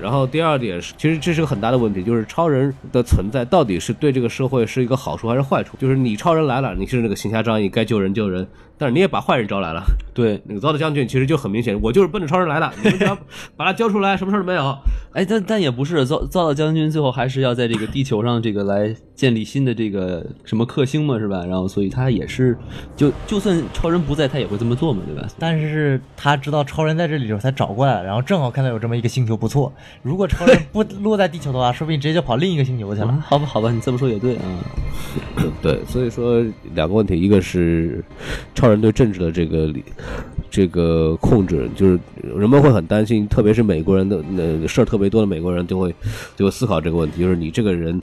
S1: 然后第二点是，其实这是个很大的问题，就是超人的存在到底是对这个社会是一个好处还是坏处？就是你超人来了，你是那个行侠仗义，该救人救人，但是你也把坏人招来了。
S2: 对，
S1: 那个糟的将军其实就很明显，我就是奔着超人来的，你们只要把他交出来，什么事儿都没有。
S2: 哎，但但也不是，造造到将军最后还是要在这个地球上这个来建立新的这个什么克星嘛，是吧？然后所以他也是，就就算超人不在，他也会这么做嘛，对吧？
S3: 但是是他知道超人在这里的时候才找过来，然后正好看到有这么一个星球不错。如果超人不落在地球的话， (laughs) 说不定直接就跑另一个星球去
S2: 啊
S3: 了。
S2: 好吧，好吧，你这么说也对啊。
S1: 对，所以说两个问题，一个是超人对政治的这个理这个控制，就是人们会很担心，特别是美国人的呃事儿特别多的美国人就会就会思考这个问题，就是你这个人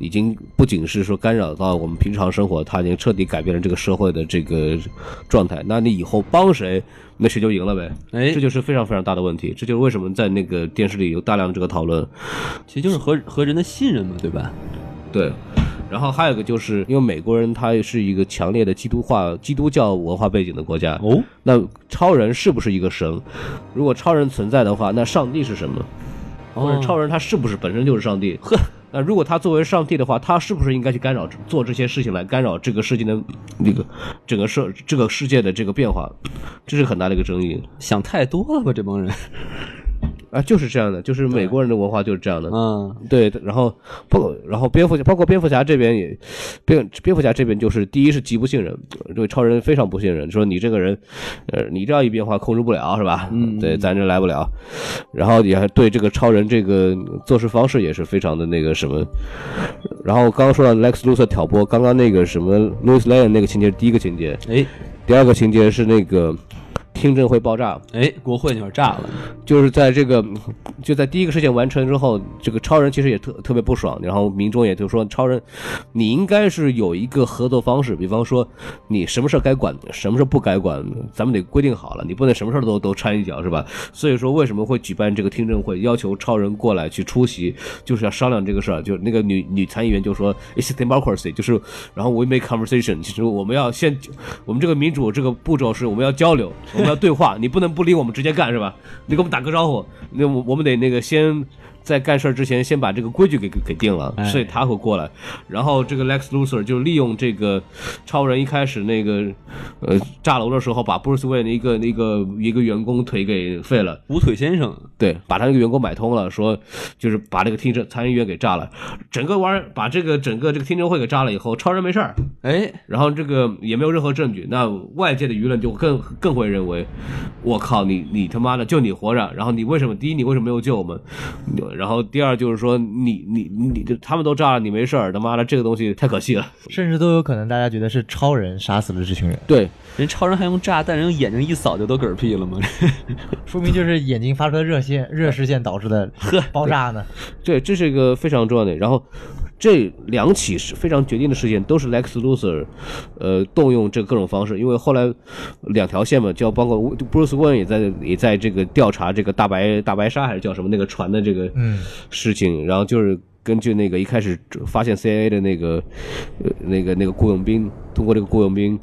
S1: 已经不仅是说干扰到我们平常生活，他已经彻底改变了这个社会的这个状态，那你以后帮谁，那谁就赢了呗。
S2: 哎
S1: 这就是非常非常大的问题，这就是为什么在那个电视里有大量的这个讨论。
S2: 其实就是和和人的信任嘛，对吧？
S1: 对，然后还有一个就是因为美国人他也是一个强烈的基督化、基督教文化背景的国家。
S2: 哦，
S1: 那超人是不是一个神？如果超人存在的话，那上帝是什么？或者超人他是不是本身就是上帝？呵， (laughs) 那如果他作为上帝的话，他是不是应该去干扰做这些事情来干扰这个世界的那个整个社这个世界的这个变化？这是很大的一个争议
S2: 想太多了吧，这帮人。
S1: 啊，就是这样的，就是美国人的文化就是这样的。
S2: 嗯，
S1: 对，然后不，然后蝙蝠侠，包括蝙蝠侠这边也，蝙蝙蝠侠这边就是第一是极不信任，对超人非常不信任，说你这个人，呃，你这样一变化控制不了是吧？嗯，对，咱这来不了。然后也还对这个超人这个做事方式也是非常的那个什么。然后刚刚说到 Lex Luthor 挑拨，刚刚那个什么 Louis Lane 那个情节是第一个情节，
S2: 哎
S1: 第二个情节是那个听证会爆炸。
S2: 哎，国会那会儿炸了，
S1: 就是在这个，就在第一个事件完成之后，这个超人其实也特特别不爽，然后民众也就说超人，你应该是有一个合作方式，比方说你什么事儿该管，什么事儿不该管，咱们得规定好了，你不能什么事儿都都掺一脚，是吧？所以说为什么会举办这个听证会，要求超人过来去出席，就是要商量这个事儿。就是那个女女参议员就说，It's democracy，就是然后 we make conversation，其实我们要先，我们这个民主这个步骤是我们要交流，我们要对话，你不能不理我们直接干是吧？你给我们打个招呼，那我我们得那个先。在干事儿之前，先把这个规矩给给给定了，所以他会过来。然后这个 Lex Luthor 就利用这个超人一开始那个呃炸楼的时候，把 Bruce Wayne 的一个那个一个员工腿给废了，
S2: 无腿先生。
S1: 对，把他那个员工买通了，说就是把这个听证参议院给炸了，整个玩儿把这个整个这个听证会给炸了以后，超人没事儿，
S2: 哎，
S1: 然后这个也没有任何证据，那外界的舆论就更更会认为，我靠你你他妈的就你活着，然后你为什么第一你为什么没有救我们，然后第二就是说你你你你他们都炸了你没事儿，他妈的这个东西太可惜了，
S3: 甚至都有可能大家觉得是超人杀死了这群人，
S1: 对，
S2: 人超人还用炸弹，人用眼睛一扫就都嗝屁了吗？
S3: 说明就是眼睛发出的热线、热视线导致的爆炸
S2: (laughs)
S3: 呢。
S1: 对，这是一个非常重要的。然后这两起是非常决定的事件，都是 Lex Luthor，呃，动用这各种方式，因为后来两条线嘛，就包括 Bruce Wayne 也在也在这个调查这个大白大白鲨还是叫什么那个船的这个
S3: 嗯
S1: 事情，然后就是。根据那个一开始发现 CIA 的那个呃那个那个雇佣兵，通过这个雇佣兵，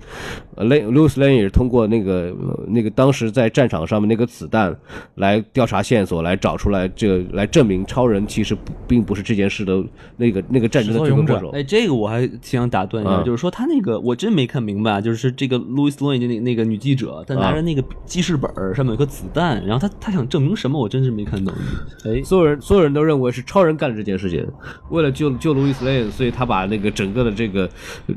S1: 呃，Lane Louis Lane 也是通过那个、呃那个当时在战场上面那个子弹来调查线索，来找出来这个来证明超人其实不并不是这件事的那个那个战争的罪魁祸首。
S2: 哎，这个我还挺想打断一下，
S1: 嗯
S2: 就是说他那个我真没看明白啊，就是这个 Louis Lane 就那那个女记者，她拿着那个记事本儿上面有个子弹，然后她她想证明什么，我真是没看懂。哎，
S1: 所有人所有人都认为是超人干了这件事情，为了救救路易斯 lane，所以他把那个整个的这个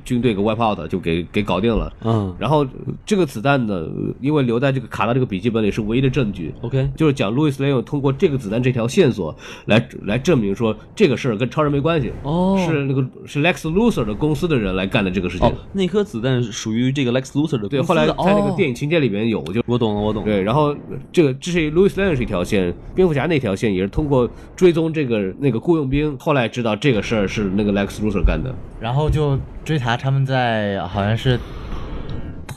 S1: 军队给 wipe out 就给给搞定了。
S2: 嗯
S1: 然后这个子弹呢，因为留在这个卡到这个笔记本里是唯一的证据。
S2: ，OK，
S1: 就是讲路易斯雷恩通过这个子弹这条线索来来证明说这个事儿跟超人没关系，
S2: 哦
S1: 是那个是 Lex Luthor 的公司的人来干的这个事情。
S2: 哦，那颗子弹属于这个 Lex Luthor 的公司的，哦
S1: 对，后来在那个电
S2: 影，
S1: 影情节里面有，就
S2: 我懂了，我懂了。
S1: 对，然后这个这是 Louis Lane 是一条线，蝙蝠侠那条线也是通过追踪这个那个雇佣兵，后来知道这个事儿是那个 Lex Luthor 干的。
S3: 然后就追查他们在好像是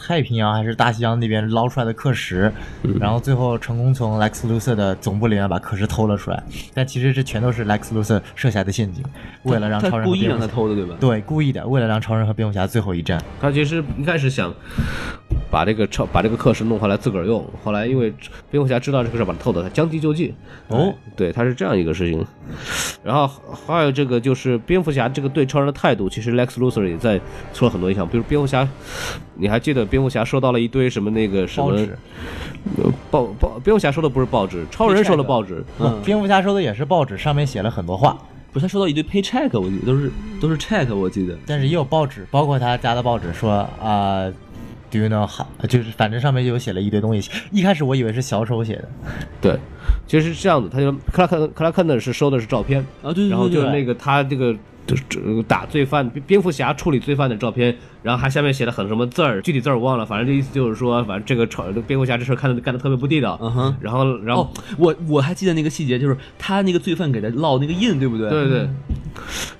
S3: 太平洋还是大西洋那边捞出来的氪石，
S2: 嗯
S3: 然后最后成功从 Lex Luthor 的总部里面把氪石偷了出来。但其实这全都是 Lex Luthor 设下的陷阱，为了让
S2: 他
S3: 超人
S2: 故
S3: 和
S2: 意
S3: 蝙
S2: 让
S3: 蝠
S2: 他
S3: 侠
S2: 偷的，对吧？
S3: 对故意的，为了让超人和蝙蝠侠最后一战。
S1: 他其实一开始想把这个超把这个课室弄回来自个儿用，后来因为蝙蝠侠知道这个事儿，把他偷走，他将计就计。
S3: 哦，
S1: 对，他是这样一个事情。然后还有这个就是蝙蝠侠这个对超人的态度，其实 Lex Luthor 也在受了很多影响。比如蝙蝠侠，你还记得蝙蝠侠收到了一堆什么那个什么
S3: 报纸
S1: 呃报报蝙蝠侠收的不是报纸，超人收的报纸。
S2: 嗯，
S3: 哦蝙蝠侠收的也是报纸，上面写了很多话，
S2: 不是他收到一堆 paycheck，我记得都是都是 check，我记得。
S3: 但是也有报纸，包括他家的报纸说啊、d o you know how？就是反正上面有写了一堆东西。一开始我以为是小丑写的，
S1: 对，其实是这样子，他就克拉克克拉克呢是收的是照片，
S2: 啊，对对对对，
S1: 然后就是那
S2: 个
S1: 个他这个就是这打罪犯蝙蝠侠处理罪犯的照片，然后还下面写了很什么字儿，具体字儿我忘了，反正这意思就是说，反正这个超蝙蝠侠这事儿看的干的特别不地道。
S2: 嗯哼。
S1: 然后，然后
S2: 哦，我我还记得那个细节，就是他那个罪犯给他烙那个印，对不对？
S1: 对对，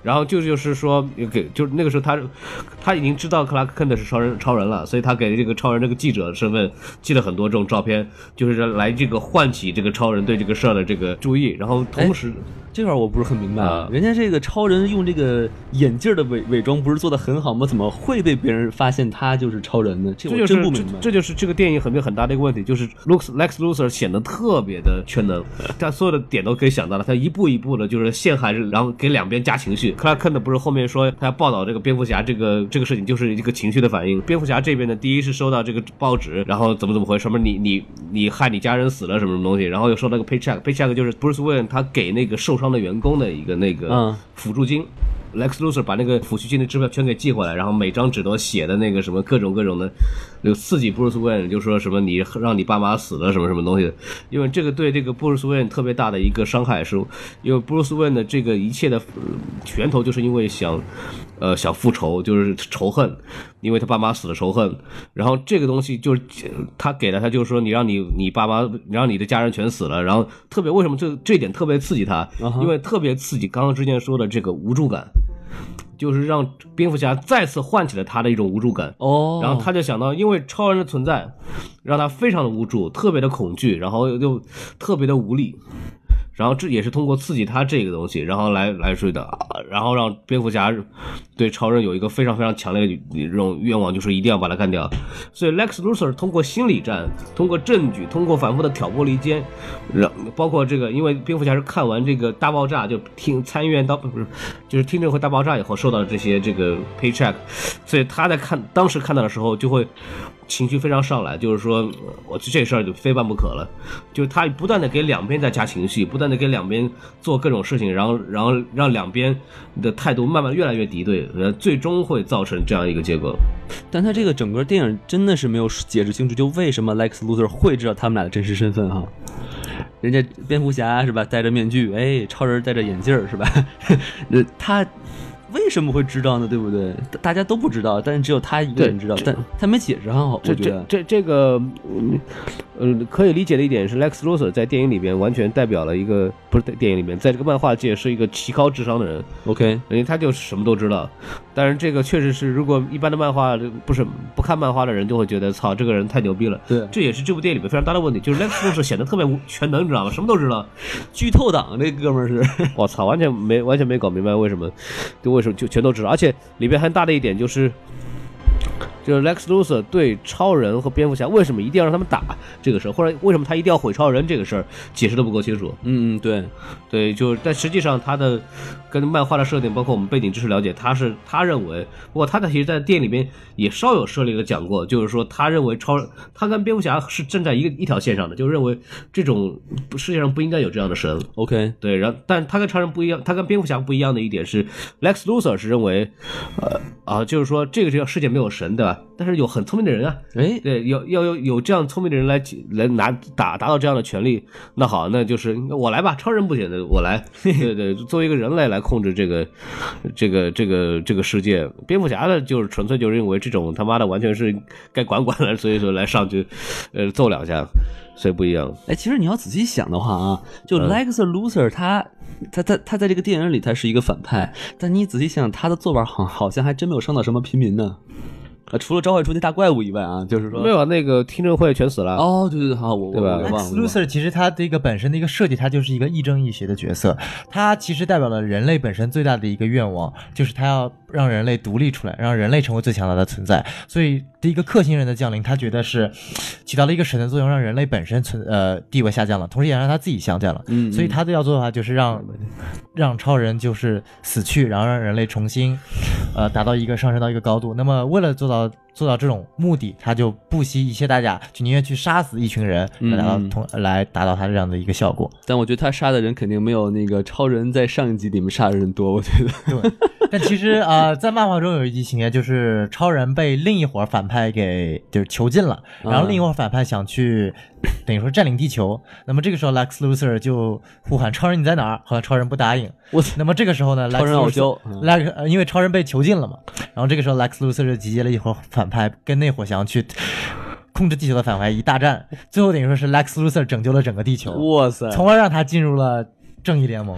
S1: 然后就就是说，给就是那个时候他他已经知道克拉克肯特是超人超人了，所以他给这个超人这个记者的身份寄了很多这种照片，就是来这个唤起这个超人对这个事儿的这个注意，然后
S2: 哎
S1: 同时。
S2: 这块儿我不是很明白，
S1: 啊
S2: 人家这个超人用这个眼镜的伪伪装不是做的很好吗？怎么会被别人发现他就是超人呢？这
S1: 这
S2: 我
S1: 就是
S2: 真不
S1: 这
S2: 明白。
S1: 这就是这个电影很很大的一个问题，就是 Lux Lex Luthor 显得特别的全能，他所有的点都可以想到了，他一步一步的就是陷害，然后给两边加情绪。克拉克呢不是后面说他要报道这个蝙蝠侠这个这个事情，就是一个情绪的反应。蝙蝠侠这边呢，第一是收到这个报纸，然后怎么怎么回事，什么你你你害你家人死了什么什么东西，然后又收到个 paycheck，paycheck 就是 Bruce Wayne 他给那个受伤的员工的一个那个
S2: 嗯
S1: 辅助金。Lex Luthor 把那个抚恤金的支票全给寄回来，然后每张纸都写的那个什么各种各种的，有刺激 Bruce Wayne，就说什么你让你爸妈死了什么什么东西的，因为这个对这个 Bruce Wayne 特别大的一个伤害是，因为 Bruce Wayne 的这个一切的呃源头就是因为想，呃想复仇，就是仇恨，因为他爸妈死了仇恨，然后这个东西就是呃他给了他就是说你让你你爸妈你让你的家人全死了，然后特别为什么这这一点特别刺激他，因为特别刺激刚刚之前说的这个无助感。就是让蝙蝠侠再次唤起了他的一种无助感。
S2: 哦，
S1: 然后他就想到，因为超人的存在，让他非常的无助，特别的恐惧，然后又特别的无力。然后这也是通过刺激他这个东西，然后来来说的、啊然后让蝙蝠侠对超人有一个非常非常强烈的这种愿望，就是一定要把他干掉。所以 Lex Luthor 通过心理战，通过证据，通过反复的挑拨离间，让包括这个，因为蝙蝠侠是看完这个大爆炸，就听参议院大不是就是听证会大爆炸以后受到的这些这个 paycheck，所以他在看当时看到的时候就会情绪非常上来，就是说呃我这事儿就非办不可了。就是他不断的给两边在加情绪，不断的给两边做各种事情，然后然后让两边的态度慢慢越来越敌对，呃，最终会造成这样一个结果。
S2: 但他这个整个电影真的是没有解释清楚，就为什么 Lex Luthor 会知道他们俩的真实身份哈？人家蝙蝠侠是吧，戴着面具，哎，超人戴着眼镜儿是吧？ (laughs) 呃，他为什么会知道呢？对不对？大大家都不知道，但是只有他一个人知道，但他没解释哈，我
S1: 这
S2: 觉
S1: 这
S2: 得。
S1: 这这个，嗯呃，可以理解的一点是，Lex Luthor 在电影里边完全代表了一个，不是在电影里面，在这个漫画界是一个极高智商的人，
S2: OK，
S1: (laughs) 人家他就什么都知道。但是这个确实是，如果一般的漫画不是不不看漫画的人就会觉得，操，这个人太牛逼了。
S2: 对
S1: 这也是这部电影里面非常大的问题，就是 Lex Luthor 显得特别无全能，你知道吗？什么都知道。
S2: 剧透党这哥们儿是，
S1: 我操，完全没完全没搞明白为什么，就为什么就全都知道，而且里边很大的一点就是。就是 Lex Luthor 对超人和蝙蝠侠为什么一定要让他们打这个事儿，或者为什么他一定要毁超人这个事儿，解释的不够清楚。
S2: 嗯嗯对，
S1: 对，就是但实际上他的跟漫画的设定，包括我们背景知识了解，他是他认为，不过他在其实，在店里面也稍有涉猎的讲过，就是说他认为超他跟蝙蝠侠是站在一个一条线上的，就认为这种世界上不应该有这样的神，
S2: OK，
S1: 对，然后但他跟超人不一样，他跟蝙蝠侠不一样的一点是，Lex Luthor 是认为，呃啊，就是说这个这个世界没有神，对吧？但是有很聪明的人啊，
S2: 哎，
S1: 对，有要有有这样聪明的人来来拿打达到这样的权利，那好，那就是我来吧，超人不行的，我
S2: (laughs)
S1: 来，对对，作为一个人类来控制这个这个这个这个世界。蝙蝠侠呢，就是纯粹就认为这种他妈的完全是该管管了，所以说来上去，呃，揍两下，所以不一样。
S2: 哎，其实你要仔细想的话啊，就
S1: 嗯
S2: Lex Luthor 他、他他他在这个电影里他是一个反派，但你仔细想，他的做法好好像还真没有伤到什么平民呢，啊，除了召唤出那大怪物以外啊，就是说
S1: 没，有啊那个听证会全死了。
S2: 哦，对对对，好，我我
S1: 对吧
S2: 我忘了
S3: Lex
S2: 我忘了，
S3: Luthor 其实他的一个本身的一个设计，他就是一个亦正亦邪的角色。他其实代表了人类本身最大的一个愿望，就是他要让人类独立出来，让人类成为最强大的存在。所以，第一个克星人的降临，他觉得是起到了一个神的作用，让人类本身存呃地位下降了，同时也让他自己下降了。
S2: 嗯
S3: 所以他的要做的话，就是让让超人就是死去，然后让人类重新呃达到一个上升到一个高度。那么，为了做到做到这种目的，他就不惜一切代价，就宁愿去杀死一群人，来达到
S2: 嗯
S3: 同来达到他这样的一个效果。
S2: 但我觉得他杀的人肯定没有那个超人在上一集里面杀的人多，我觉
S1: (laughs)
S2: 得。
S3: 对，但其实呃，在漫画中有一集情节，就是超人被另一伙反派给就是囚禁了，然后另一伙反派想去等于说占领地球，那么这个时候 Lex Luthor 就呼喊超人你在哪儿？好像超人不答应，
S2: 我操，
S3: 那么这个时候呢，
S2: 超人
S3: Lex
S2: 傲娇嗯
S3: Luthor- Lex 呃因为超人被囚禁了嘛，然后这个时候 Lex Luthor 就集结了一伙反派，跟那伙想要去控制地球的反派一大战，最后等于说是 Lex Luthor 拯救了整个地球，
S2: 哇塞，
S3: 从而让他进入了正义联盟。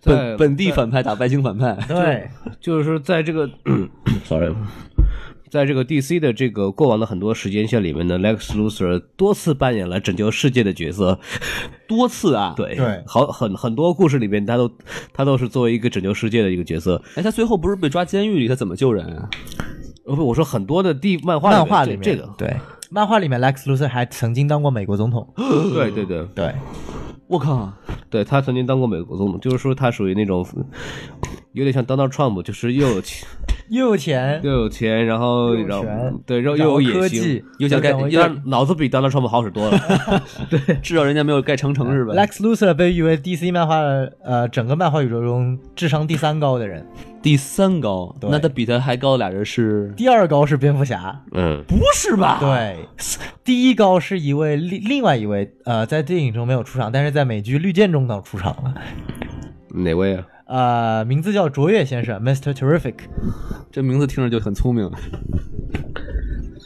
S1: 在
S2: 本本地反派打外星反派，
S3: 对，
S1: 就是说在
S2: (coughs)
S1: 这个，sorry，在这个 DC 的这个过往的很多时间线里面呢，Lex Luthor 多次扮演了拯救世界的角色，
S2: 多次啊。，
S1: 对，
S3: 对
S1: 好很很多故事里面他都他都是作为一个拯救世界的一个角色。
S2: 哎，他最后不是被抓监狱里，他怎么救人啊？
S1: 呃不，我说很多的地漫画
S3: 漫画里
S1: 里
S3: 面
S1: 这这个，
S3: 对，漫画里面 Lex Luthor 还曾经当过美国总统。
S1: 对对对
S3: 对，
S2: 我靠，
S1: 对，他曾经当过美国总统，就是说他属于那种有点像 Donald Trump，就是又有钱
S3: 又有钱，
S1: 又有钱，然后
S3: 又有
S1: 然后
S3: 权
S1: 对，然后
S3: 掌
S1: 又有
S3: 握
S1: 野
S3: 科
S1: 心
S3: 技，
S2: 又想干
S3: 掌握
S2: 又
S1: 但脑子比 Donald Trump 好使多了。
S2: 至少人家没有盖长城是吧？
S3: Lex Luthor 被誉为 DC 漫画呃整个漫画宇宙中智商第三高的人，
S2: 第三高，
S3: 对
S2: 那他比他还高的俩人是？
S3: 第二高是蝙蝠侠，
S1: (laughs) 嗯，
S2: 不是吧？
S3: 对，第一高是一位另另外一位呃在电影中没有出场，但是在美剧《绿箭》中倒出场了，
S1: 哪位啊？
S3: 呃，名字叫卓越先生 Mr. Terrific，
S2: 这名字听着就
S3: (laughs)
S2: 很聪明，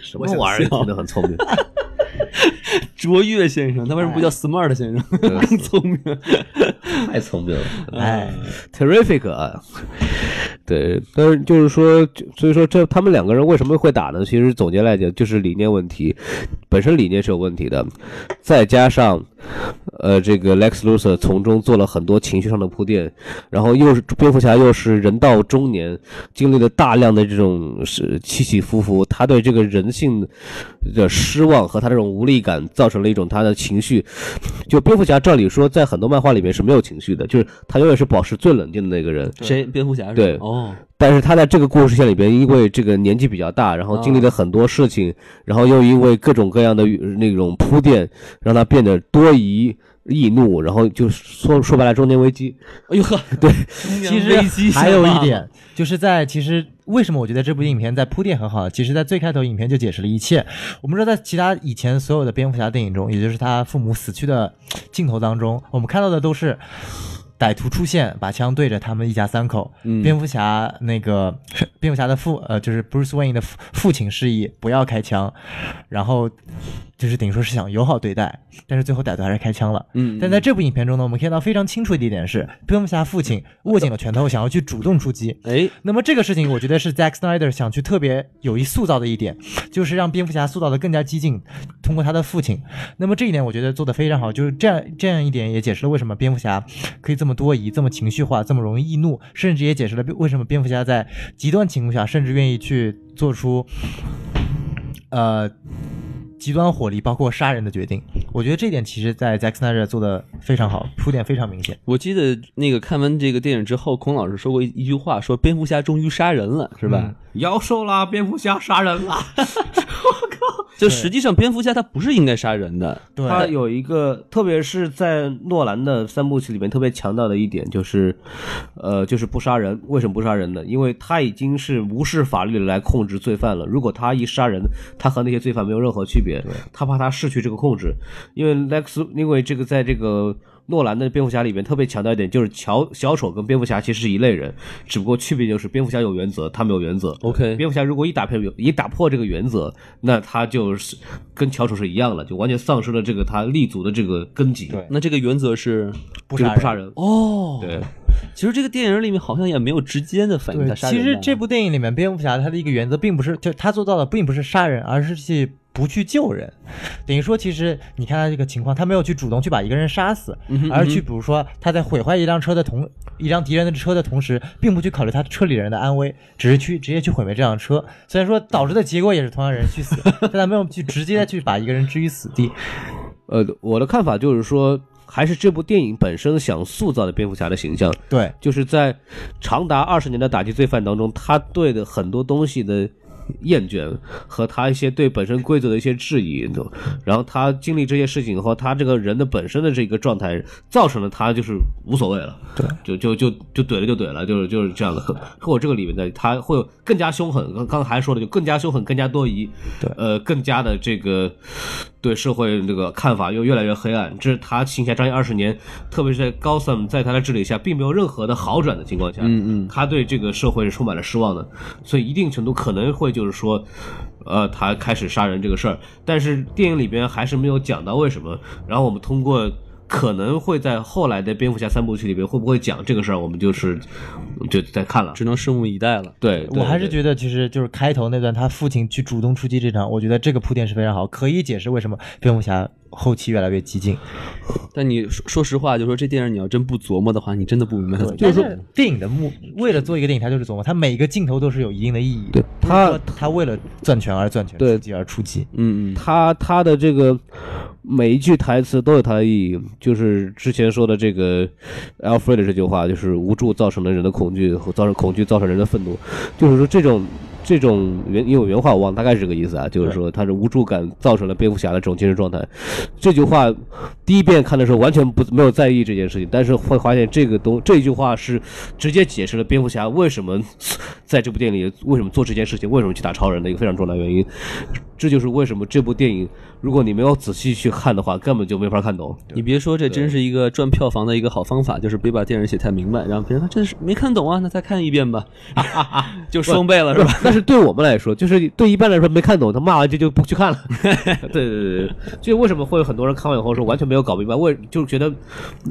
S1: 什么玩意儿？听得很聪 (laughs) 明。
S2: 卓越先生，他为什么
S3: 哎
S2: 不叫 Smart 先生？ (laughs) 更聪明。
S1: 太聪明了
S3: 哎，
S1: ，terrific 啊！对，但是就是说，就所以说这他们两个人为什么会打呢？其实总结来讲，就是理念问题，本身理念是有问题的，再加上，呃，这个 Lex Luthor 从中做了很多情绪上的铺垫，然后又是蝙蝠侠又是人到中年，经历了大量的这种是起起伏伏，他对这个人性的失望和他这种无力感，造成了一种他的情绪就蝙蝠侠，照理说在很多漫画里面是没有情绪的，就是他永远是保持最冷静的那个人。
S2: 谁？蝙蝠侠是吧？
S1: 对
S2: 哦，
S1: 但是他在这个故事线里边，因为这个年纪比较大，然后经
S4: 哦
S1: 历了很多事情，然后又因为各种各样的呃那种铺垫，让他变得多疑易怒，然后就说说白了中年危机。
S2: 哎呦呵，
S1: (laughs) 对，
S3: 其实还有一，点，就是在其实为什么我觉得这部影片在铺垫很好？其实，在最开头影片就解释了一切。我们说，在其他以前所有的蝙蝠侠电影中，也就是他父母死去的镜头当中，我们看到的都是。歹徒出现，把枪对着他们一家三口。蝙蝠侠那个蝙蝠侠的父呃，就是 Bruce Wayne 的父父亲示意不要开枪，然后就是等于说是想友好对待，但是最后歹徒还是开枪了。
S2: 嗯，
S3: 但在这部影片中呢，我们看到非常清楚的一点是，蝙蝠侠父亲握紧了拳头，想要去主动出击。
S2: 哎，
S3: 那么这个事情，我觉得是 Zack Snyder 想去特别有意塑造的一点，就是让蝙蝠侠塑造的更加激进，通过他的父亲。那么这一点，我觉得做得非常好，就是这样这样一点也解释了为什么蝙蝠侠可以这么多疑、这么情绪化、这么容易易怒，甚至也解释了为什么蝙蝠侠在极端情况下甚至愿意去做出，呃。极端火力，包括杀人的决定，我觉得这点其实，在 Zack Snyder 做的非常好，铺垫非常明显，
S2: 我记得那个看完这个电影之后，孔老师说过一一句话，说蝙蝠侠终于杀人了，是吧？
S3: 嗯
S4: 妖兽啦，蝙蝠侠杀人啦，
S2: 就实际上蝙蝠侠他不是应该杀人的，
S3: 对，
S1: 他有一个，特别是在诺兰的三部曲里面特别强调的一点就是，呃，就是不杀人。为什么不杀人呢？因为他已经是无视法律来控制罪犯了。如果他一杀人，他和那些罪犯没有任何区别。他怕他失去这个控制，因为 Lex，因为这个在这个。诺兰的蝙蝠侠里面特别强调一点，就是乔小丑跟蝙蝠侠其实是一类人，只不过区别就是蝙蝠侠有原则，他没有原则。
S2: OK
S1: 蝙蝠侠如果一打破一打破这个原则，那他就是跟乔楚是一样了，就完全丧失了这个他立足的这个根基。
S3: 对
S2: 那这个原则是
S3: 不
S1: 就是不
S3: 杀人。
S1: 杀人。
S2: 哦，
S1: 对，
S2: 其实这个电影里面好像也没有直接的反映
S3: 对，
S2: 他杀
S3: 其
S2: 人的。
S3: 实这部电影里面，蝙蝠侠他的一个原则并不是，就他做到的并不是杀人，而是去不去救人。等于说，其实你看他这个情况，他没有去主动去把一个人杀死，
S2: 嗯
S3: 而是去比如说他在毁坏一辆车的同一辆敌人的车的同时，并不去考虑他车里人的安危，只是去直接去毁灭这辆车。虽然说导致的结果也是同样人去
S2: (laughs)
S3: 死，但他没有去直接去把一个人置于死地。
S1: 呃，我的看法就是说，还是这部电影本身想塑造的蝙蝠侠的形象，
S3: 对，
S1: 就是在长达二十年的打击罪犯当中，他对的很多东西的厌倦和他一些对本身规则的一些质疑，都然后他经历这些事情以后，他这个人的本身的这个状态，造成了他就是无所谓了，对，就就就就怼了就怼了，就是就是这样的。 (laughs) 和我这个里面的他会有更加凶狠，刚刚才还说的就更加凶狠，更加多疑，
S3: 对
S1: 呃，更加的这个对社会这个看法又越来越黑暗，这是他行侠仗义二十年，特别是在高 m 在他的治理下，并没有任何的好转的情况下，嗯嗯，他对这个社会是充满了失望的，所以一定程度可能会就是说，呃，他开始杀人这个事儿，但是电影里边还是没有讲到为什么，然后我们通过。可能会在后来的蝙蝠侠三部曲里边会不会讲这个事儿，我们就是就在看了。
S2: 只能拭目以待了。
S1: 对，对
S3: 我还是
S1: 对
S3: 觉得，其实就是开头那段他父亲去主动出击这场，我觉得这个铺垫是非常好，可以解释为什么蝙蝠侠后期越来越激进。
S2: 但你说说实话，就说这电影你要真不琢磨的话，你真的不明白它怎么。
S3: 就是说，电影的目为了做一个电影，他就是琢磨，他每一个镜头都是有一定的意义。
S1: 对
S3: 不是
S1: 他
S3: 说他为了攥拳而攥拳，
S1: 对
S3: 出击而出击。
S2: 嗯嗯，
S1: 他他的这个每一句台词都有它的意义，就是之前说的这个 Alfred 这句话，就是无助造成了人的恐惧，造成恐惧造成人的愤怒，就是说这种这种原因为原话我忘了，大概是这个意思啊，就是说他是无助感造成了蝙蝠侠的这种精神状态。这句话第一遍看的时候完全不没有在意这件事情，但是会发现这个东这句话是直接解释了蝙蝠侠为什么在这部电影里为什么做这件事情，为什么去打超人的一个非常重要的原因。这就是为什么这部电影，如果你没有仔细去看的话，根本就没法看懂。
S2: 你别说，这真是一个赚票房的一个好方法，就是别把电影写太明白，然后别人看这是没看懂啊，那再看一遍吧，就双倍了 (laughs) 是吧？
S1: 但是对我们来说，就是对一般来说没看懂，他骂完这就不去看
S2: (laughs)
S1: 了。对对对对，就为什么会有很多人看完以后说完全没有搞明白，为就是觉得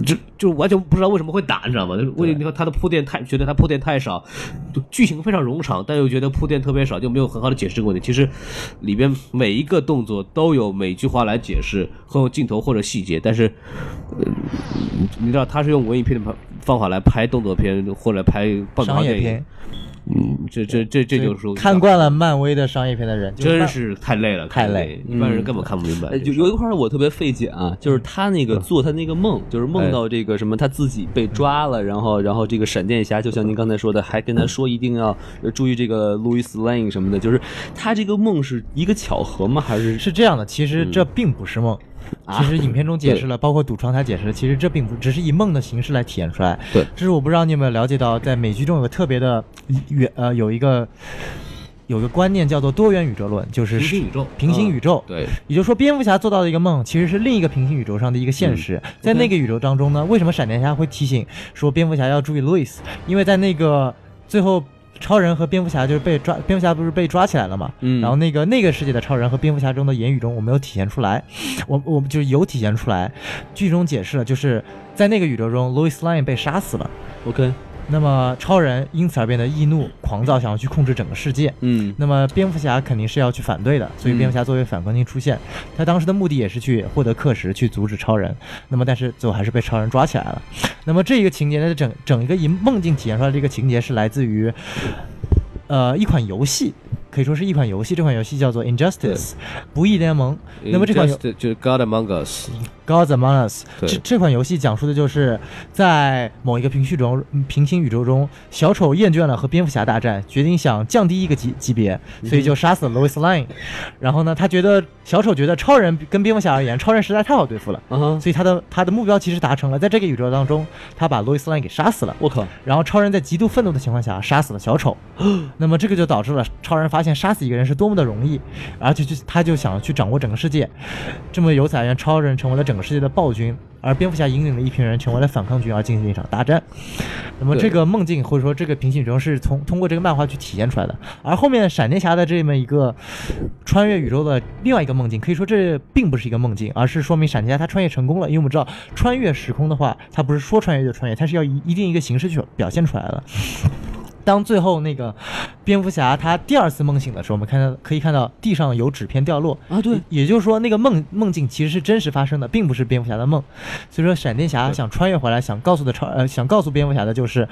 S1: 就就完全不知道为什么会打，你知道吗？就是为你看他的铺垫太，觉得他铺垫太少，就剧情非常冗长，但又觉得铺垫特别少，就没有很好的解释这个问题。其实里边每一个动作都有每句话来解释，和用镜头或者细节，但是。呃你知道他是用文艺片的方法来拍动作片，或者拍半
S3: 商
S1: 导
S3: 业
S1: 电
S3: 片
S1: 影，，嗯，这这这这就是说
S3: 看惯了漫威的商业片的人，就是
S1: 真
S3: 漫
S1: 是太累了，
S3: 太
S1: 看
S3: 累嗯
S1: 一般人根本看不明白
S2: 哎，
S1: 这事
S2: 有
S1: 儿。
S2: 有一块儿我特别费解啊，就是他那个做他那个梦，就是梦到这个什么他自己被抓了，然后然后这个闪电侠就像您刚才说的，还跟他说一定要呃注意这个 Louis Lane 什么的，就是他这个梦是一个巧合吗？还是
S3: 是这样的，其
S1: 嗯
S3: 实这并不是梦。
S1: 啊
S3: 其实影片中解释了，包括赌窗他解释了，其实这并不只是以梦的形式来体现出来。
S1: 对，
S3: 这是我不知道你有没有了解到，在美剧中有个特别的原呃有一个有个观念叫做多元宇宙论，就是
S1: 平行宇宙嗯
S3: 平行宇宙。
S1: 对，
S3: 也就是说，蝙蝠侠做到的一个梦，其实是另一个平行宇宙上的一个现实。在那个宇宙当中呢，为什么闪电侠会提醒说蝙蝠侠要注意路易斯？因为在那个最后。超人和蝙蝠侠就是被抓，蝙蝠侠不是被抓起来了嘛？
S2: 嗯
S3: 然后那个那个世界的超人和蝙蝠侠中的言语中，我没有体现出来，我我们就是有体现出来。剧中解释了，就是在那个宇宙中，Lois Lane 被杀死了，
S2: OK，
S3: 那么超人因此而变得易怒、狂躁，想要去控制整个世界。
S2: 嗯
S3: 那么蝙蝠侠肯定是要去反对的，所以
S2: 嗯
S3: 蝙蝠侠作为反抗军出现，他当时的目的也是去获得克时，去阻止超人。那么但是最后还是被超人抓起来了。那么这一个情节呢，整整一个以梦境体现出来的这个情节是来自于，呃，一款游戏。可以说是一款游戏，这款游戏叫做《Injustice》，不义联盟。那么这款游
S1: Injustice- 就是 God Among Us，
S3: 《Gods Among Us》
S1: 对
S3: 这这款游戏讲述的就是在某一个平序中嗯平行宇宙中，小丑厌倦了和蝙蝠侠大战，决定想降低一个级级别，所以就杀死了 Lois Lane。然后呢，他觉得小丑觉得超人跟蝙蝠侠而言，超人实在太好对付了，
S2: 啊哈，
S3: 所以他的他的目标其实达成了，在这个宇宙当中，他把 Lois Lane 给杀死了。
S2: 我靠，
S3: 然后超人在极度愤怒的情况下杀死了小丑， (gasps) 那么这个就导致了超人发现杀死一个人是多么的容易，而且就他就想要去掌握整个世界，这么由此而言，超人成为了整个世界的暴君，而蝙蝠侠引领了一群人成为了反抗军，而进行了一场大战。那么
S1: 对
S3: 这个梦境或者说这个平行宇宙是从通过这个漫画去体现出来的，而后面闪电侠的这么一个穿越宇宙的另外一个梦境，可以说这并不是一个梦境，而是说明闪电侠他穿越成功了。因为我们知道穿越时空的话，它不是说穿越就穿越，它是要以一定一个形式去表现出来的。当最后那个蝙蝠侠他第二次梦醒的时候，我们看到可以看到地上有纸片掉落
S2: 啊对
S3: 也也就是说那个梦梦境其实是真实发生的，并不是蝙蝠侠的梦。所以说闪电侠想穿越回来，想告诉的超呃想告诉蝙蝠侠的就是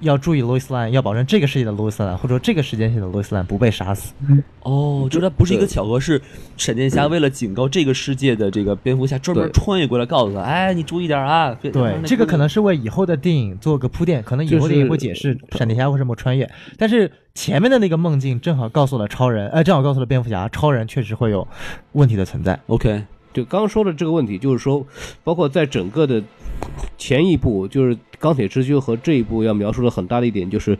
S3: 要注意 Lois Lane，要保证这个世界的 Lois Lane 或者说这个时间线的 Lois Lane 不被杀死。
S2: 哦，就它不是一个巧合，是闪电侠为了警告这个世界的这个蝙蝠侠，专门
S1: 对
S2: 穿越过来告诉他，哎，你注意点啊。别
S3: 对，这个可能是为以后的电影做个铺垫，可能以后的电影会解释闪电侠为什么穿越，但是前面的那个梦境正好告诉了超人，呃，正好告诉了蝙蝠侠，超人确实会有问题的存在。
S2: OK，
S1: 就刚刚说的这个问题，就是说，包括在整个的前一部，就是《钢铁之躯》和这一部要描述的很大的一点，就是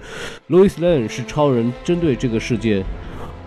S1: Lois Lane 是超人针对这个世界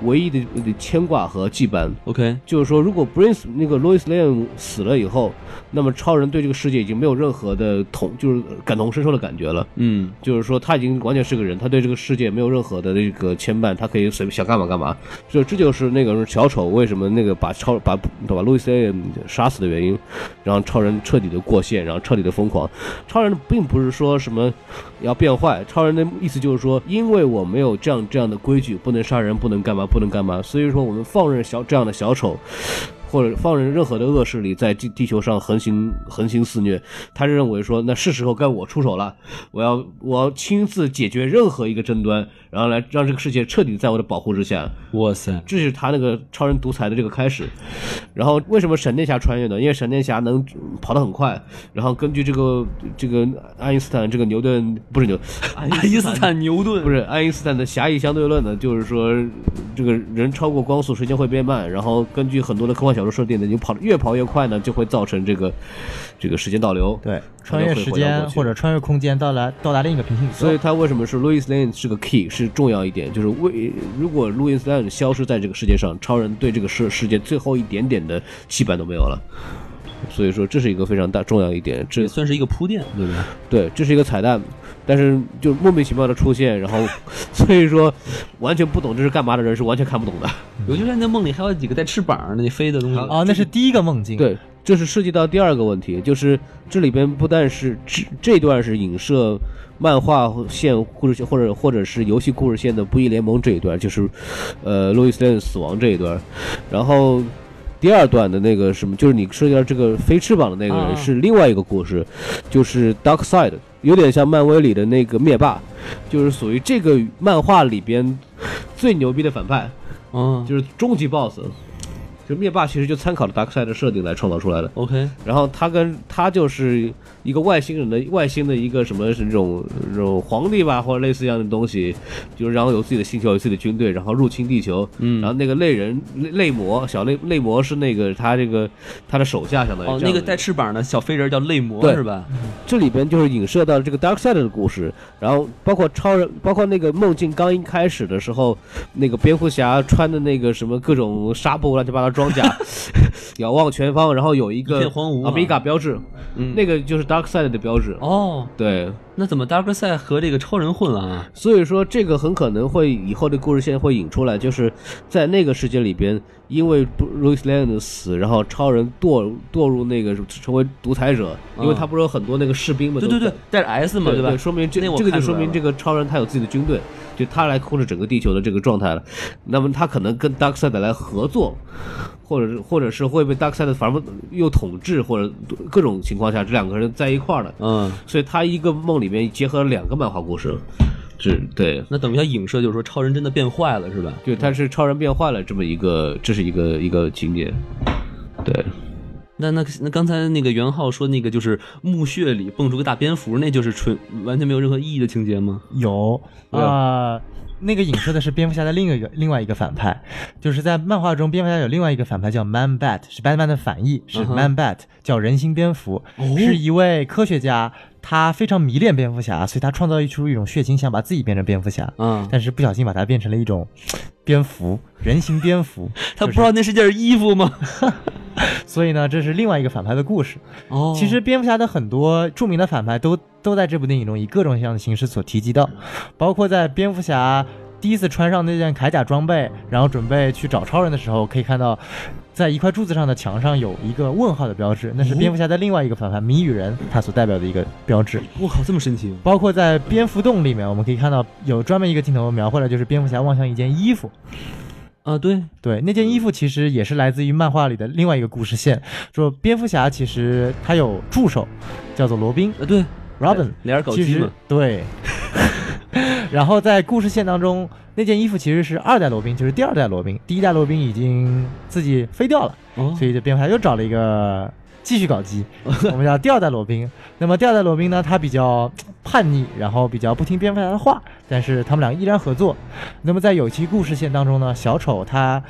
S1: 唯一的的牵挂和羁绊。
S2: OK，
S1: 就是说，如果 Prince 那个 Lois Lane 死了以后，那么超人对这个世界已经没有任何的同，就是感同身受的感觉了。
S2: 嗯，
S1: 就是说，他已经完全是个人，他对这个世界没有任何的这个牵绊，他可以随便想干嘛干嘛。就这就是那个小丑为什么那个把超把把路易斯杀死的原因，然后超人彻底的过线，然后彻底的疯狂。超人并不是说什么要变坏，超人的意思就是说，因为我没有这样这样的规矩，不能杀人，不能干嘛，不能干嘛，所以说我们放任小这样的小丑。或者放任任何的恶势力在地地球上横行横行肆虐，他认为说，那是时候该我出手了，我要我要亲自解决任何一个争端，然后来让这个世界彻底在我的保护之下。
S2: 哇塞，
S1: 这是他那个超人独裁的这个开始。然后为什么闪电侠穿越呢？因为闪电侠能跑得很快。然后根据这个这个爱因斯坦这个牛顿不是牛爱
S2: 爱因哎斯坦牛顿
S1: 不是爱因斯坦的狭义相对论呢，就是说这个人超过光速时间会变慢，然后根据很多的科幻小说设定呢，你跑得越跑越快呢，就会造成这个这个时间倒流。
S3: 对，穿越时间或者穿越空间到达到达另一个平行宇宙。
S1: 所以他为什么是 Louis Lane 是个 key 是重要一点，就是为如果 Louis Lane 消失在这个世界上，超人对这个世世界最后一点点的羁绊都没有了。所以说这是一个非常大重要一点，这
S2: 也算是一个铺垫，对吧？
S1: 对这是一个彩蛋，但是就莫名其妙的出现，然后 (laughs) 所以说完全不懂这是干嘛的人是完全看不懂的。
S2: 尤其是那梦里还有几个带翅膀的那飞的东西。
S3: 哦，那是第一个梦境。，
S1: 对，这是涉及到第二个问题，就是这里边不但是这这段是影射漫画线故事线，或者或者是游戏故事线的《不义联盟》这一段，就是呃路易斯 i 死亡这一段，然后。第二段的那个什么，就是你涉及到这个飞翅膀的那个
S2: 啊
S1: 人是另外一个故事，就是 Dark Side，有点像漫威里的那个灭霸，就是属于这个漫画里边最牛逼的反派。
S2: 嗯
S1: 就是终极 BOSS，就灭霸其实就参考了 Dark Side 的设定来创造出来的。
S2: ，OK，
S1: 然后他跟他就是一个外星人的外星的一个什么是那种那种皇帝吧，或者类似一样的东西，就是然后有自己的星球，有自己的军队，然后入侵地球。嗯，然后那个类人类类魔小类类魔是那个他这个他的手下，相当于
S2: 哦，
S1: 这
S2: 那
S1: 样
S2: 个
S1: 的
S2: 带翅膀的小飞人叫泪魔
S1: 对嗯
S2: 是吧？
S1: 这里边就是影射到这个 Dark Side 的故事，然后包括超人，包括那个梦境刚一开始的
S2: (laughs)
S1: 时候，那个蝙蝠侠穿的那个什么各种纱布乱七八糟装甲，遥望全方，然后有一
S2: 一
S1: 个
S2: 片荒芜啊
S1: 阿米嘎标志，
S2: 嗯
S1: 那个就是 Dark Side 的标志。
S2: 哦，
S1: 对，
S2: 那怎么 Dark Side 和这个超人混了啊？
S1: 所以说这个很可能会以后的故事线会引出来，就是在那个世界里边，因为 Bruce l a n e 的死，然后超人堕堕入那个成为独裁者，因为他不是有很多那个士兵嘛，
S2: 嗯对
S1: 都
S2: 对对，带着 S 嘛，
S1: 对
S2: 吧？
S1: 说明这
S2: 那我
S1: 这个就
S2: 看出
S1: 说
S2: 来
S1: 明
S2: 了
S1: 这个超人他有自己的军队，就他来控制整个地球的这个状态了。那么他可能跟 Darkseid 来合作，或者是或者是会被 Darkseid 反正又统治，或者各种情况下这两个人在一块儿了。
S2: 嗯，
S1: 所以他一个梦里面结合了两个漫画故事，这对。
S2: 那等于它影射就是说超人真的变坏了是吧？
S1: 对，他是超人变坏了这么一个，这是一个一个情节，对，
S2: 那那那刚才那个袁浩说那个就是墓穴里蹦出个大蝙蝠，那就是纯完全没有任何意义的情节吗？
S3: 有
S2: 对
S3: 啊、那个影射的是蝙蝠侠的另一个另外一个反派，就是在漫画中，蝙蝠侠有另外一个反派叫 Man Bat，是 Batman 的反义，是
S2: 嗯哼哦
S3: Man Bat，、叫人形蝙蝠，是一位科学家，他非常迷恋蝙蝠侠，所以他创造出一种血清，想把自己变成蝙蝠侠，
S2: 啊、
S3: 但是不小心把它变成了一种蝙蝠，人形蝙蝠， (laughs)
S2: 他不知道那是件衣服吗？
S3: 所以呢，这是另外一个反派的故事。
S2: (laughs) 哦
S3: 其实蝙蝠侠的很多著名的反派都都在这部电影中以各种各样的形式所提及到，包括在蝙蝠侠第一次穿上那件铠甲装备，然后准备去找超人的时候，可以看到。在一块柱子上的墙上有一个问号的标志，那是蝙蝠侠的另外一个反派谜语人他所代表的一个标志。
S2: 我靠，这么神奇！啊
S3: 包括在蝙蝠洞里面，我们可以看到有专门一个镜头描绘了，就是蝙蝠侠望向一件衣服，
S2: 啊，对，
S3: 对，那件衣服其实也是来自于漫画里的另外一个故事线，说蝙蝠侠其实他有助手，叫做罗宾
S2: 啊对
S3: （Robin），
S2: 俩人搞
S3: 嗯其
S2: 基
S3: 实
S2: 嘛，
S3: 对。 (laughs) 然后在故事线当中，那件衣服其实是二代罗宾，就是第二代罗宾，第一代罗宾已经自己飞掉了，
S2: 哦
S3: 所以这蝙蝠侠又找了一个继续搞
S2: (laughs)
S3: 基，我们叫第二代罗宾。那么第二代罗宾呢，他比较叛逆，然后比较不听蝙蝠侠的话，但是他们俩依然合作。那么在有期故事线当中呢，小丑他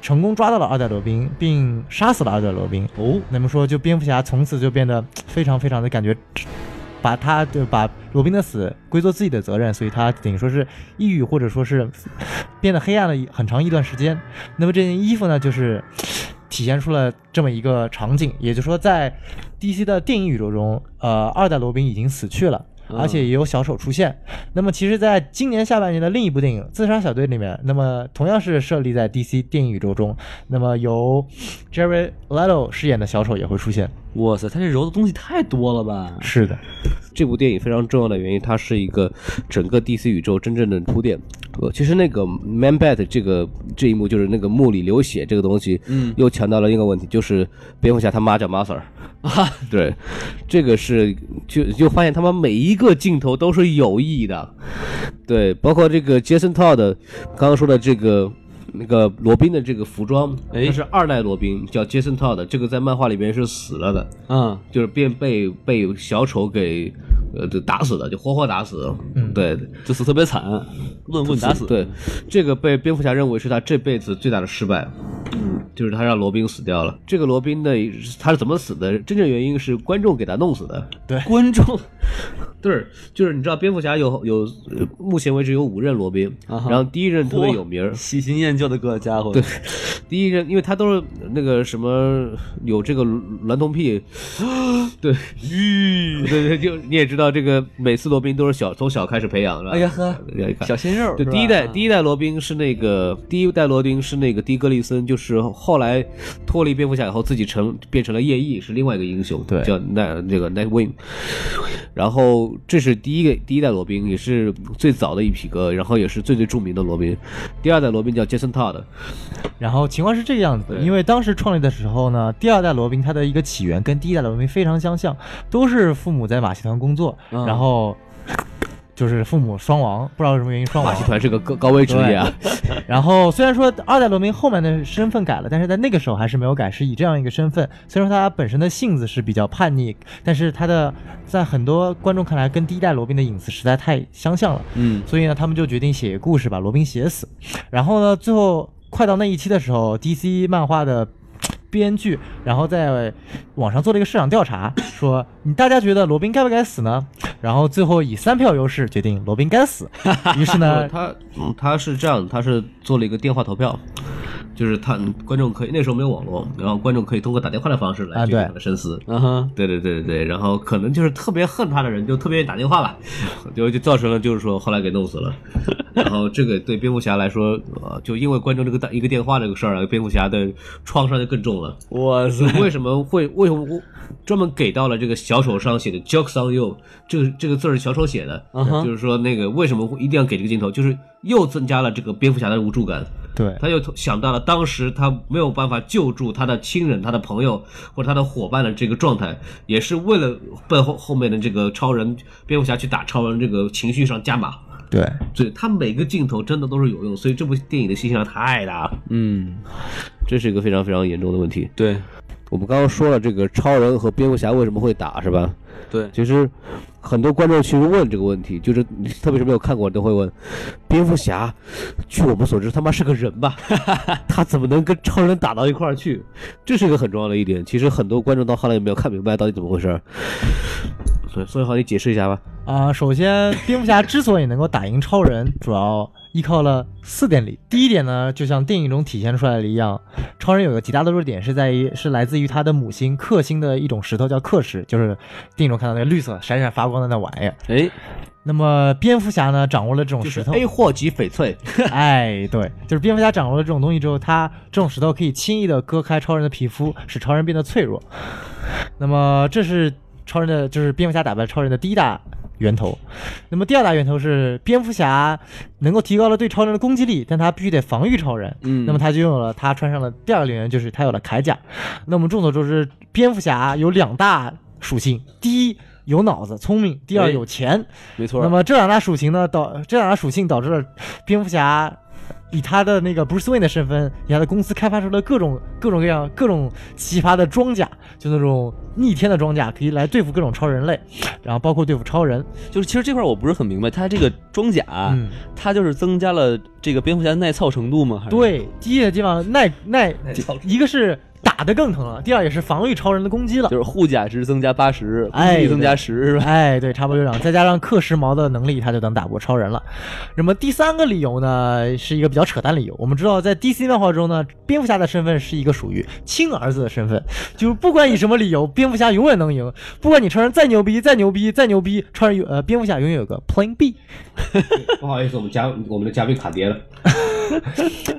S3: 成功抓到了二代罗宾，并杀死了二代罗宾。
S2: 哦，
S3: 那么说，就蝙蝠侠从此就变得非常非常的感觉，把他就把罗宾的死归作自己的责任，所以他等于说是抑郁或者说是变得黑暗了一很长一段时间。那么这件衣服呢，就是体现出了这么一个场景，也就是说，在 DC 的电影宇宙中，呃，二代罗宾已经死去了。
S2: 嗯
S3: 而且也有小丑出现。那么，其实，在今年下半年的另一部电影《自杀小队》里面，那么同样是设立在 DC 电影宇宙中，那么由 Jerry Leto 饰演的小丑也会出现。
S2: 哇塞，他这揉的东西太多了
S3: (laughs)
S2: 吧？
S3: 是的，
S1: 这部电影非常重要的原因，它是一个整个 DC 宇宙真正的铺垫。呃，其实那个 Man Bat 这个这一幕就是那个墓里流血这个东西，
S2: 嗯
S1: 又强调了一个问题，就是蝙蝠侠他妈叫 Mother 啊， (laughs) 对，这个是就就发现他们每一个镜头都是有意义的，对，包括这个 Jason Todd 刚刚说的这个。那个罗宾的这个服装，
S2: 哎
S1: 那是二代罗宾，叫 Jason Todd，这个在漫画里边是死了的。
S2: 嗯，
S1: 就是便被被小丑给呃就打死的，就活活打死。
S3: 嗯
S1: 对，
S2: 就死特别惨，论棍打死。
S1: 对，这个被蝙蝠侠认为是他这辈子最大的失败。就是他让罗宾死掉了。这个罗宾呢，他是怎么死的？真正原因是观众给他弄死的。
S2: 观众
S1: 对，就是你知道蝙蝠侠有有，呃目前为止有五任罗宾，
S2: 啊哈
S1: 然后第一任特别有名儿，
S2: 喜新厌旧的个家伙，对，
S1: 第一任因为他都是那个什么有这个娈童
S2: (gasps)
S1: 癖，对，
S2: 吁，
S1: (laughs) 对对，就你也知道，这个每次罗宾都是小从小开始培养的。
S2: 哎呀呵，
S1: 要一看
S2: 小鲜肉，
S1: 对，
S2: 是吧嗯
S1: 第一代第一代罗宾是那个第一代罗宾是那个迪格利森，就是后来脱离蝙蝠侠以后，自己成变成了夜翼，是另外一个英雄，
S3: 对
S1: 叫奈这个 Nightwing。然后这是第一个第一代罗宾，也是最早的一匹哥，然后也是最最著名的罗宾。第二代罗宾叫 Jason Todd，
S3: 然后情况是这个样子的，
S1: 对
S3: 因为当时创立的时候呢，第二代罗宾他的一个起源跟第一代罗宾非常相像，都是父母在马戏团工作，
S2: 嗯
S3: 然后就是父母双亡，不知道什么原因双
S1: 马
S3: 亡
S1: 戏。团是个高高危职业啊，
S3: 然后虽然说二代罗宾后面的身份改了，但是在那个时候还是没有改，是以这样一个身份。虽然说他本身的性子是比较叛逆，但是他的在很多观众看来跟第一代罗宾的影子实在太相像了。
S2: 嗯，
S3: 所以呢，他们就决定写一个故事把罗宾写死。然后呢，最后快到那一期的时候，DC 漫画的编剧，然后在网上做了一个市场调查，说你大家觉得罗宾该不该死呢？然后最后以三票优势决定罗宾该死。于是呢，
S1: 嗯他他是这样，他是做了一个电话投票，就是他嗯观众可以那时候没有网络，然后观众可以通过打电话的方式来
S3: 啊
S1: 去给
S3: 对
S1: 他的深思。
S2: 啊哈，
S1: 对对对对对，然后可能就是特别恨他的人就特别打电
S2: (laughs)
S1: 话吧，就就造成了就是说后来给弄死了。然后这个对蝙蝠侠来说，呃，就因为观众这个打一个电话这个事儿啊，蝙蝠侠的创伤就更重了。
S2: 哇塞，
S1: 为什么会为什么我专门给到了这个小丑上写的 “jokes on you” 这个这个字儿是小丑写的
S2: 嗯哼
S1: 就是说那个为什么会一定要给这个镜头，就是又增加了这个蝙蝠侠的无助感。
S3: 对，
S1: 他又想到了当时他没有办法救助他的亲人、他的朋友或者他的伙伴的这个状态，也是为了背后后面的这个超人蝙蝠侠去打超人这个情绪上加码。
S3: 对，
S1: 所以他每个镜头真的都是有用，所以这部电影的信息量太大了，
S2: 嗯，
S1: 这是一个非常非常严重的问题。
S2: 对
S1: 我们刚刚说了这个超人和蝙蝠侠为什么会打，是吧？
S2: 对，
S1: 其实很多观众其实问这个问题，就是 (laughs) 特别是没有看过的都会问：蝙蝠侠，据我们所知，他妈是个人吧？他怎么能跟超人打到一块儿去？这是一个很重要的一点。其实很多观众到后来也没有看明白到底怎么回事儿。所以，所以好，你解释一下吧。
S3: 啊、首先，蝙蝠侠之所以能够打赢超人，主要依靠了四点力。第一点呢，就像电影中体现出来的一样，超人有个极大的弱点是在于是来自于他的母星克星的一种石头，叫克石，就是电影中看到那个绿色闪闪发光的那玩意儿。
S2: 哎，
S3: 那么蝙蝠侠呢，掌握了这种
S1: 就是
S3: 石头，
S1: A 货及翡翠，
S2: (laughs)
S3: 哎，对，就是蝙蝠侠掌握了这种东西之后，他这种石头可以轻易的割开超人的皮肤，使超人变得脆弱。那么这是超人的，就是蝙蝠侠打败超人的第一大源头。那么第二大源头是蝙蝠侠能够提高了对超人的攻击力，但他必须得防御超人。
S2: 嗯
S3: 那么他就拥有了他穿上了第二个领域，就是他有了铠甲。那我们众所周知，蝙蝠侠有两大属性，第一有脑子聪明，第
S2: 哎
S3: 二有钱。
S2: 没错，
S3: 那么这两大属性呢，导这两大属性导致了 (laughs) 蝙蝠侠以他的那个 Bruce Wayne 的身份，以他的公司开发出了各种各种各样各种奇葩的装甲，就那种逆天的装甲，可以来对付各种超人类，然后包括对付超人。
S2: 就是其实这块儿我不是很明白，它这个装甲，
S3: 嗯，
S2: 它就是增加了这个蝙蝠侠的耐操程度吗？还是，
S3: 对，第一个地方耐耐
S1: 操，
S3: 一个是打得更疼了，第二也是防御超人的攻击了
S2: 就。是护甲值增加八十，
S3: 哎
S2: 攻击力增加十是吧？
S3: 哎，对，差不多就这样。再加上克时髦的能力，他就能打过超人了。那么第三个理由呢，是一个比较扯淡理由。我们知道，在 DC 漫画中呢，蝙蝠侠的身份是一个属于亲儿子的身份，就是不管以什么理由，蝙蝠侠永远能赢。不管你超人再牛逼、再牛逼、再牛逼，超人有呃，蝙蝠侠永远有个 Plan B。
S1: (laughs) 不好意思，我们嘉我们的嘉宾卡碟了。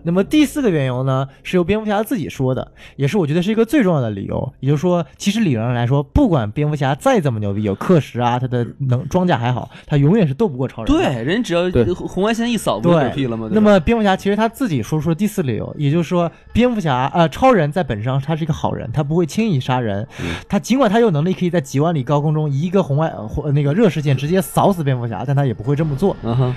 S3: 那么第四个缘由呢，是由蝙蝠侠自己说的，也是我觉得是一个最重要的理由。也就是说，其实理论上来说，不管蝙蝠侠再怎么牛逼，有克时啊，他的能装甲还好，他永远是斗不过超人的。
S2: 对，人只要
S1: 对
S2: 红外线一扫，不就嗝屁
S3: 对
S2: 了吗？，对
S3: 那
S2: 吧
S3: 么蝙蝠侠其实他自己说出了第四理由，也就是说，蝙蝠侠呃，超人在本质上他是一个好人，他不会轻易杀人。
S2: 嗯
S3: 他尽管他有能力可以在几万里高空中一个红外呃或那个热视线直接扫死蝙蝠侠，但他也不会这么做。
S2: 嗯哼，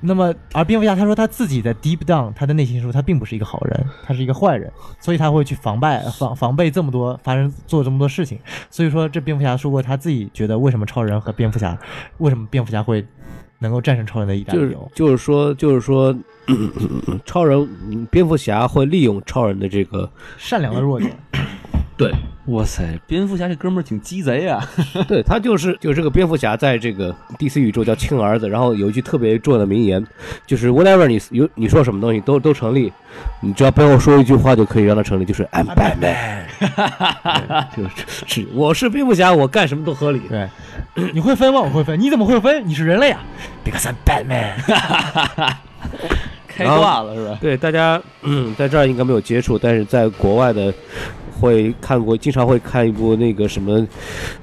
S3: 那么而蝙蝠侠他说他自己的 deep down，他的内心说他并不是一个好人，他是一个坏人，所以他会去防备防防备这么多发生做这么多事情。所以说这蝙蝠侠说过他自己觉得为什么超人和蝙蝠侠为什么蝙蝠侠会能够战胜超人的一大
S1: 就
S3: 理
S1: 是
S3: 由。
S1: 就是说就是说， (coughs) 超人蝙蝠侠会利用超人的这个
S3: 善良的弱点，
S1: 对
S2: 哇塞，蝙蝠侠这哥们儿挺鸡贼啊！
S1: (laughs) 对他就是就是这个蝙蝠侠在这个 DC 宇宙叫亲儿子，然后有一句特别重要的名言，就是 whatever 你有你说什么东西都都成立，你只要背后说一句话就可以让它成立，就是 I'm Batman，对
S2: (laughs)
S1: 就是是我是蝙蝠侠，我干什么都合理。
S3: 对， (clears throat) 你会分吗？我会分。你怎么会分？你是人类啊！Because I'm
S1: (laughs)
S3: Batman。
S2: 开挂了是吧？
S1: 对大家，嗯，在这儿应该没有接触，但是在国外的会看过，经常会看一部那个什么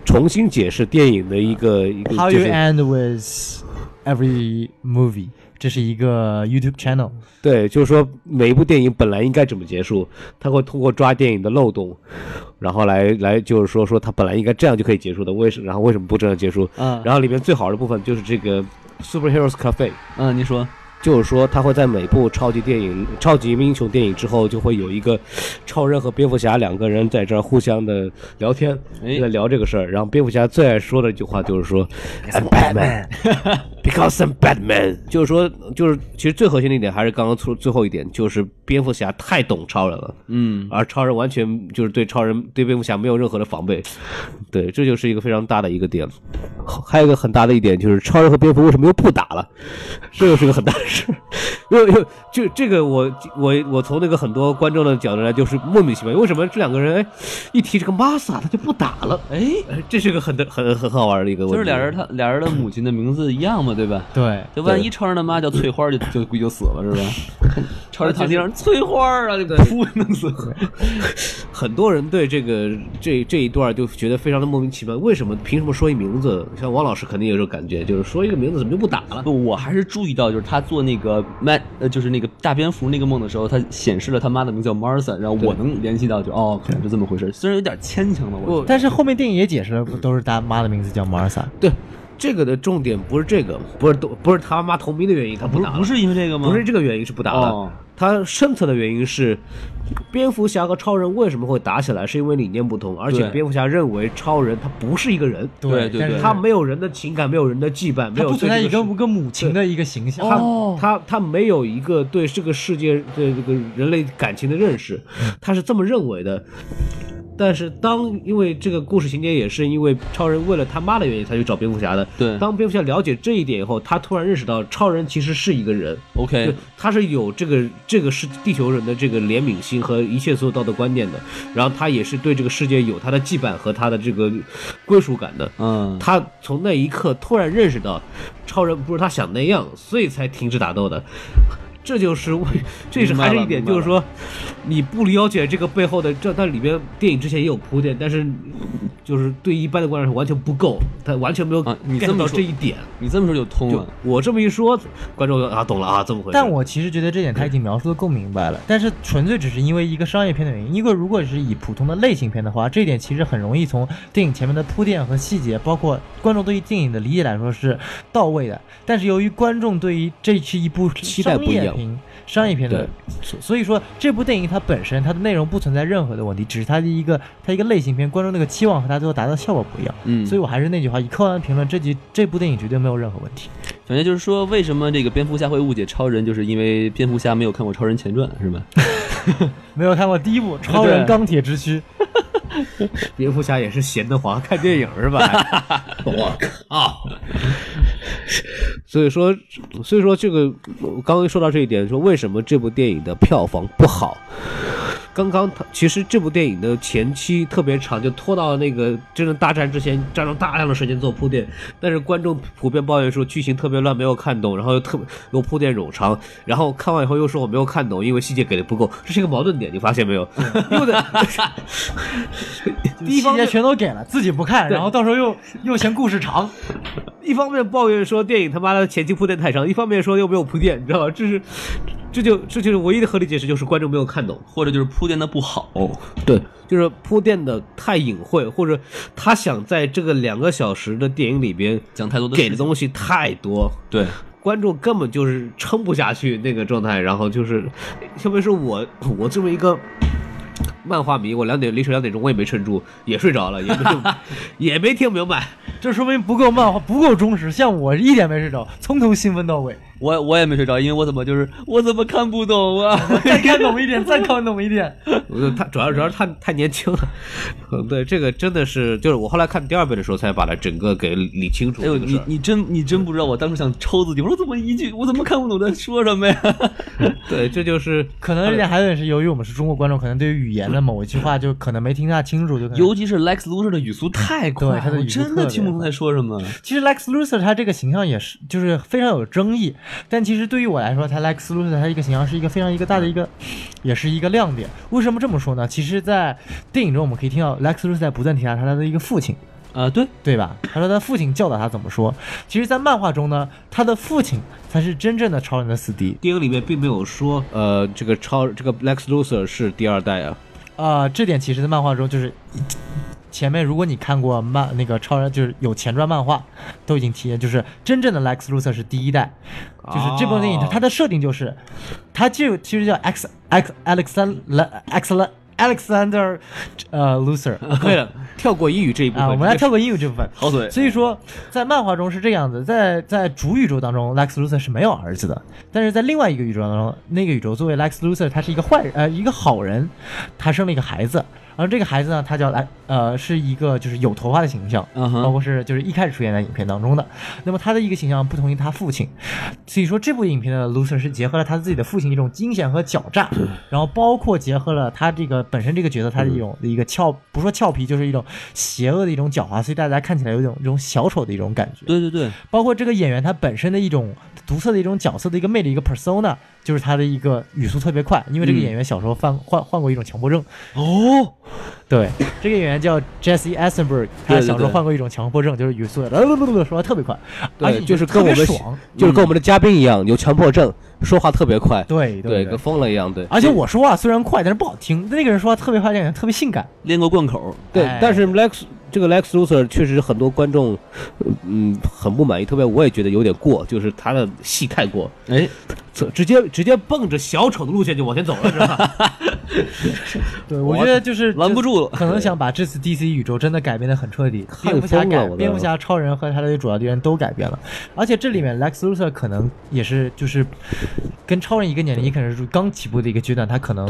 S1: 重新解释电影的一个一个
S3: How
S1: 就
S3: you
S1: 是
S3: end with every movie？这是一个 YouTube channel。
S1: 对，就是说每一部电影本来应该怎么结束，他会通过抓电影的漏洞，然后来来就是说说他本来应该这样就可以结束的，为什然后为什么不这样结束？
S2: 嗯
S1: 然后里面最好的部分就是这个 superheroes cafe，
S2: 嗯，你说，
S1: 就是说他会在每部超级电影、超级英雄电影之后，就会有一个 (sniffs) 超人和蝙蝠侠两个人在这儿互相的聊天，
S2: 哎
S1: 就在聊这个事儿。然后蝙蝠侠最爱说的一句话就是说，I'm Batman。Because (laughs) I'm Batman，就是说，就是其实最核心的一点还是刚刚出最后一点，就是蝙蝠侠太懂超人了，
S2: 嗯，
S1: 而超人完全就是对超人对蝙蝠侠没有任何的防备， (laughs) 对，这就是一个非常大的一个点。还有一个很大的一点就是超人和蝙蝠为什么又不打了，这又是个很大的
S2: 是
S1: 因为因为就这个我我我从那个很多观众的角度来，就是莫名其妙，为什么这两个人哎一提这个 Masa 他就不打了？
S2: 哎，
S1: 哎 (laughs) 这是个很很很好玩的一个问题，
S2: 就是俩人他俩人的母亲的名字一样嘛，对吧？
S3: 对，
S2: 这万一
S1: 对
S2: 超人他妈叫翠花儿就就估计就死了是吧？ (laughs) 超人躺地上，翠花儿啊，就噗弄死了。
S1: 很多人对这个这这一段就觉得非常的莫名其妙，为什么凭什么说一名字？像王老师肯定有这种感觉，就是说一个名字怎么就不打了？
S2: 不，我还是注意到，就是他做那个麦，呃，就是那个大蝙蝠那个梦的时候，他显示了他妈的名字叫 Martha，然后我能联系到就，哦，可能是这么回事，虽然有点牵强吧，我觉得
S3: 但是后面电影也解释了，不都是他妈的名字叫马尔萨？
S1: 对，这个的重点不是这个，不是都不是他妈同名的原因，他不
S2: 不是
S1: 打了，
S2: 不是因为这个吗？
S1: 不是这个原因是不打了。
S2: 哦
S1: 他深层的原因是，蝙蝠侠和超人为什么会打起来，是因为理念不同，而且
S2: 对
S1: 蝙蝠侠认为超人他不是一个人，
S2: 对对
S3: 但
S2: 对
S3: 是
S1: 他没有人的情感，没有人的羁绊，没
S3: 他
S1: 有
S3: 不
S1: 对
S3: 存在
S1: 这
S3: 一个
S1: 世
S3: 一个母亲的一个形象，
S1: 他、
S2: 哦
S1: 他他没有一个对这个世界的这个人类感情的认识，他是这么认为的。但是当因为这个故事情节也是因为超人为了他妈的原因才去找蝙蝠侠的。
S2: 对
S1: 当蝙蝠侠了解这一点以后，他突然认识到超人其实是一个人，
S2: OK，
S1: 对，他是有这个这个是地球人的这个怜悯心和一切所有道德观念的，然后他也是对这个世界有他的羁绊和他的这个归属感的。
S2: 嗯，
S1: 他从那一刻突然认识到，超人不是他想那样，所以才停止打斗的。这就是为，这是
S2: 明白
S1: 还
S2: 了
S1: 是一点，
S2: 明白
S1: 就
S2: 了
S1: 是说，你不了解这个背后的这，但里边电影之前也有铺垫，但是就是对一般的观众是完全不够，他完全没有
S2: 啊你这
S1: get
S2: 么
S1: 到
S2: 一说
S1: 这一点。
S2: 你这么说就通
S1: 就
S2: 了，
S1: 我这么一说，观众就啊懂了啊，这么回事。
S3: 但我其实觉得这点
S1: 嗯
S3: 他已经描述的够明白了，但是纯粹只是因为一个商业片的原因，因为如果是以普通的类型片的话，这一点其实很容易从电影前面的铺垫和细节，包括观众对于电影的理解来说是到位的。但是由于观众对于这是一部
S1: 期待
S3: 商
S1: 不一样
S3: 业片，商业片的，所所以说这部电影它本身它的内容不存在任何的问题，只是它的一个它一个类型片，观众那个期望和它最后达到的效果不一样。
S2: 嗯，
S3: 所以我还是那句话，以客观的评论，这集这部电影绝对没有任何问题。
S2: 反正就是说，为什么这个蝙蝠侠会误解超人，就是因为蝙蝠侠没有看过超人前传，是吧？
S3: 没有看过第一
S1: (laughs)
S3: 部《超人钢铁之躯》。
S1: 蝙蝠侠也是闲得慌，看电影是吧？ (laughs) 我靠！所以说，所以说这个，我刚刚说到这一点，说为什么这部电影的票房不好？刚刚他其实这部电影的前期特别长，就拖到那个真正大战之前，占用大量的时间做铺垫。但是观众普遍抱怨说剧情特别乱，没有看懂，然后又特别又铺垫冗长，然后看完以后又说我没有看懂，因为细节给的不够，这是一个矛盾点，你发现没有？ (laughs) 因为的 (laughs) 第一
S3: 细
S1: 方
S3: 节
S1: 面
S3: 全都给了，自己不看，
S1: 对
S3: 然后到时候又又嫌故事长。
S1: 一方面抱怨说电影他妈的前期铺垫太长，一方面说又没有铺垫，你知道吗？这是，这就这就是唯一的合理解释，就是观众没有看懂。
S2: 或者就是铺垫的不好，
S1: 哦对，就是铺垫的太隐晦，或者他想在这个两个小时的电影里边
S2: 讲太多的
S1: 给的
S2: 事情
S1: 东西太多，
S2: 对，
S1: 观众根本就是撑不下去那个状态，然后就是，特别是我我这么一个。漫画迷，我两点凌晨两点钟我也没撑住，也睡着了，也没听 (laughs) 也没听明白。
S3: 这说明不够漫画，不够忠实。像我一点没睡着，从头兴奋到尾。
S2: 我我也没睡着，因为我怎么就是我怎么看不懂啊？ (laughs)
S3: 再看懂一点，再看懂
S1: (laughs)
S3: 一点。
S1: 我就他主要主要是太太年轻了， (laughs) 嗯，对，这个真的是就是我后来看第二遍的时候才把它整个给理清楚
S2: 哎呦，
S1: 这个事
S2: 你
S1: 儿。
S2: 你真你真不知道，我当时想抽自己，我说怎么一句我怎么看不懂在说什么呀？
S1: 对，这就是
S3: 可能这点还有点是由于我们是中国观众，可能对于语言的某一句话就可能没听太清楚，就可能
S2: (laughs) 尤其是 Lex Luthor 的语速太快
S3: 对他
S2: 了，
S3: 的
S2: 我
S3: 语速
S2: 真的
S3: 特别
S2: 听不懂在说什 (laughs) 么。
S3: 其实 Lex Luthor 他这个形象也是，就是非常有争议。但其实对于我来说，他 Lex Luthor 他这个形象是一个非常一个大的一个，也是一个亮点。为什么这么说呢？其实，在电影中我们可以听到 Lex Luthor 在不断提到他的一个父亲，
S2: 啊，对，
S3: 对吧？他说他父亲教导他怎么说。其实，在漫画中呢，他的父亲才是真正的超人的死敌
S1: 电影里面并没有说，呃，这个超这个 Lex Luthor 是第二代啊，
S3: 啊、这点其实，在漫画中就是前面，如果你看过漫那个超人，就是有前传漫画，都已经提，就是真正的 Lex Luthor 是第一代，就是这部电影它
S1: 哦
S3: 它的设定就是，它就其实叫 X X Alexander X Alexander 呃 Luthor
S1: 可以 (laughs) 了，跳过英语这一部分。
S3: 啊，我们来跳过英语这
S1: (laughs)
S3: 部分。
S2: 好嘴
S3: 所以说，在漫画中是这样子，在在主宇宙当中，Lex Luthor 是没有儿子的，但是在另外一个宇宙当中，那个宇宙作为 Lex Luthor，他是一个坏人，呃，一个好人，他生了一个孩子，然后这个孩子呢，他叫来呃是一个就是有头发的形象，
S2: 嗯哼
S3: 包括是就是一开始出现在影片当中的。那么他的一个形象不同于他父亲，所以说这部影片的 Luther 是结合了他自己的父亲一种惊险和狡诈，然后包括结合了他这个本身这个角色他的一种一个俏不说俏皮，就是一种邪恶的一种狡猾，所以大家看起来有一种这种小丑的一种感觉。
S1: 嗯
S2: 对对对，
S3: 包括这个演员他本身的一种独特的一种角色的一个魅力，一个 persona，就是他的一个语速特别快，因为这个
S2: 嗯
S3: 演员小时候犯患患过一种强迫症，
S2: 哦，
S3: 对，这个演员叫 Jesse Eisenberg，他
S2: 对对
S3: 小时候
S2: 对
S3: 患过一种强迫症，就是语速呃不不不不说话特别快，而且
S1: 对，就是
S3: 你觉
S1: 跟
S3: 得
S1: 我
S3: 特别
S1: 们
S3: 爽，
S1: 就是跟我们的嘉宾一样，有强迫症，说话特别哎快，
S3: 对
S1: 对，
S3: 对
S1: 跟。疯了一样，对。
S3: 而且我说话虽然快，但是不好听。那个人说话特别快，那个人特别性感。
S2: 练过贯口，
S1: 对
S3: 哎，
S1: 但是 Lex 这个 Lex Luthor 确实很多观众，嗯，很不满意，特别我也觉得有点过，就是他的戏太过，
S2: 哎，
S1: 直接直接蹦着小丑的路线就往前走了，是吧？
S3: 对，我觉得就是
S2: 拦不，住了。
S3: 可能想把这次 DC 宇宙真的改编的很彻底，
S1: 太
S3: 蝙蝠侠
S1: 疯了
S3: 改
S1: 我、的
S3: 蝙蝠侠、超人和他的主要敌人都改变了，而且这里面 Lex Luthor 可能也是就是跟超人一个年龄，也可能是刚起步的一个阶段，他可能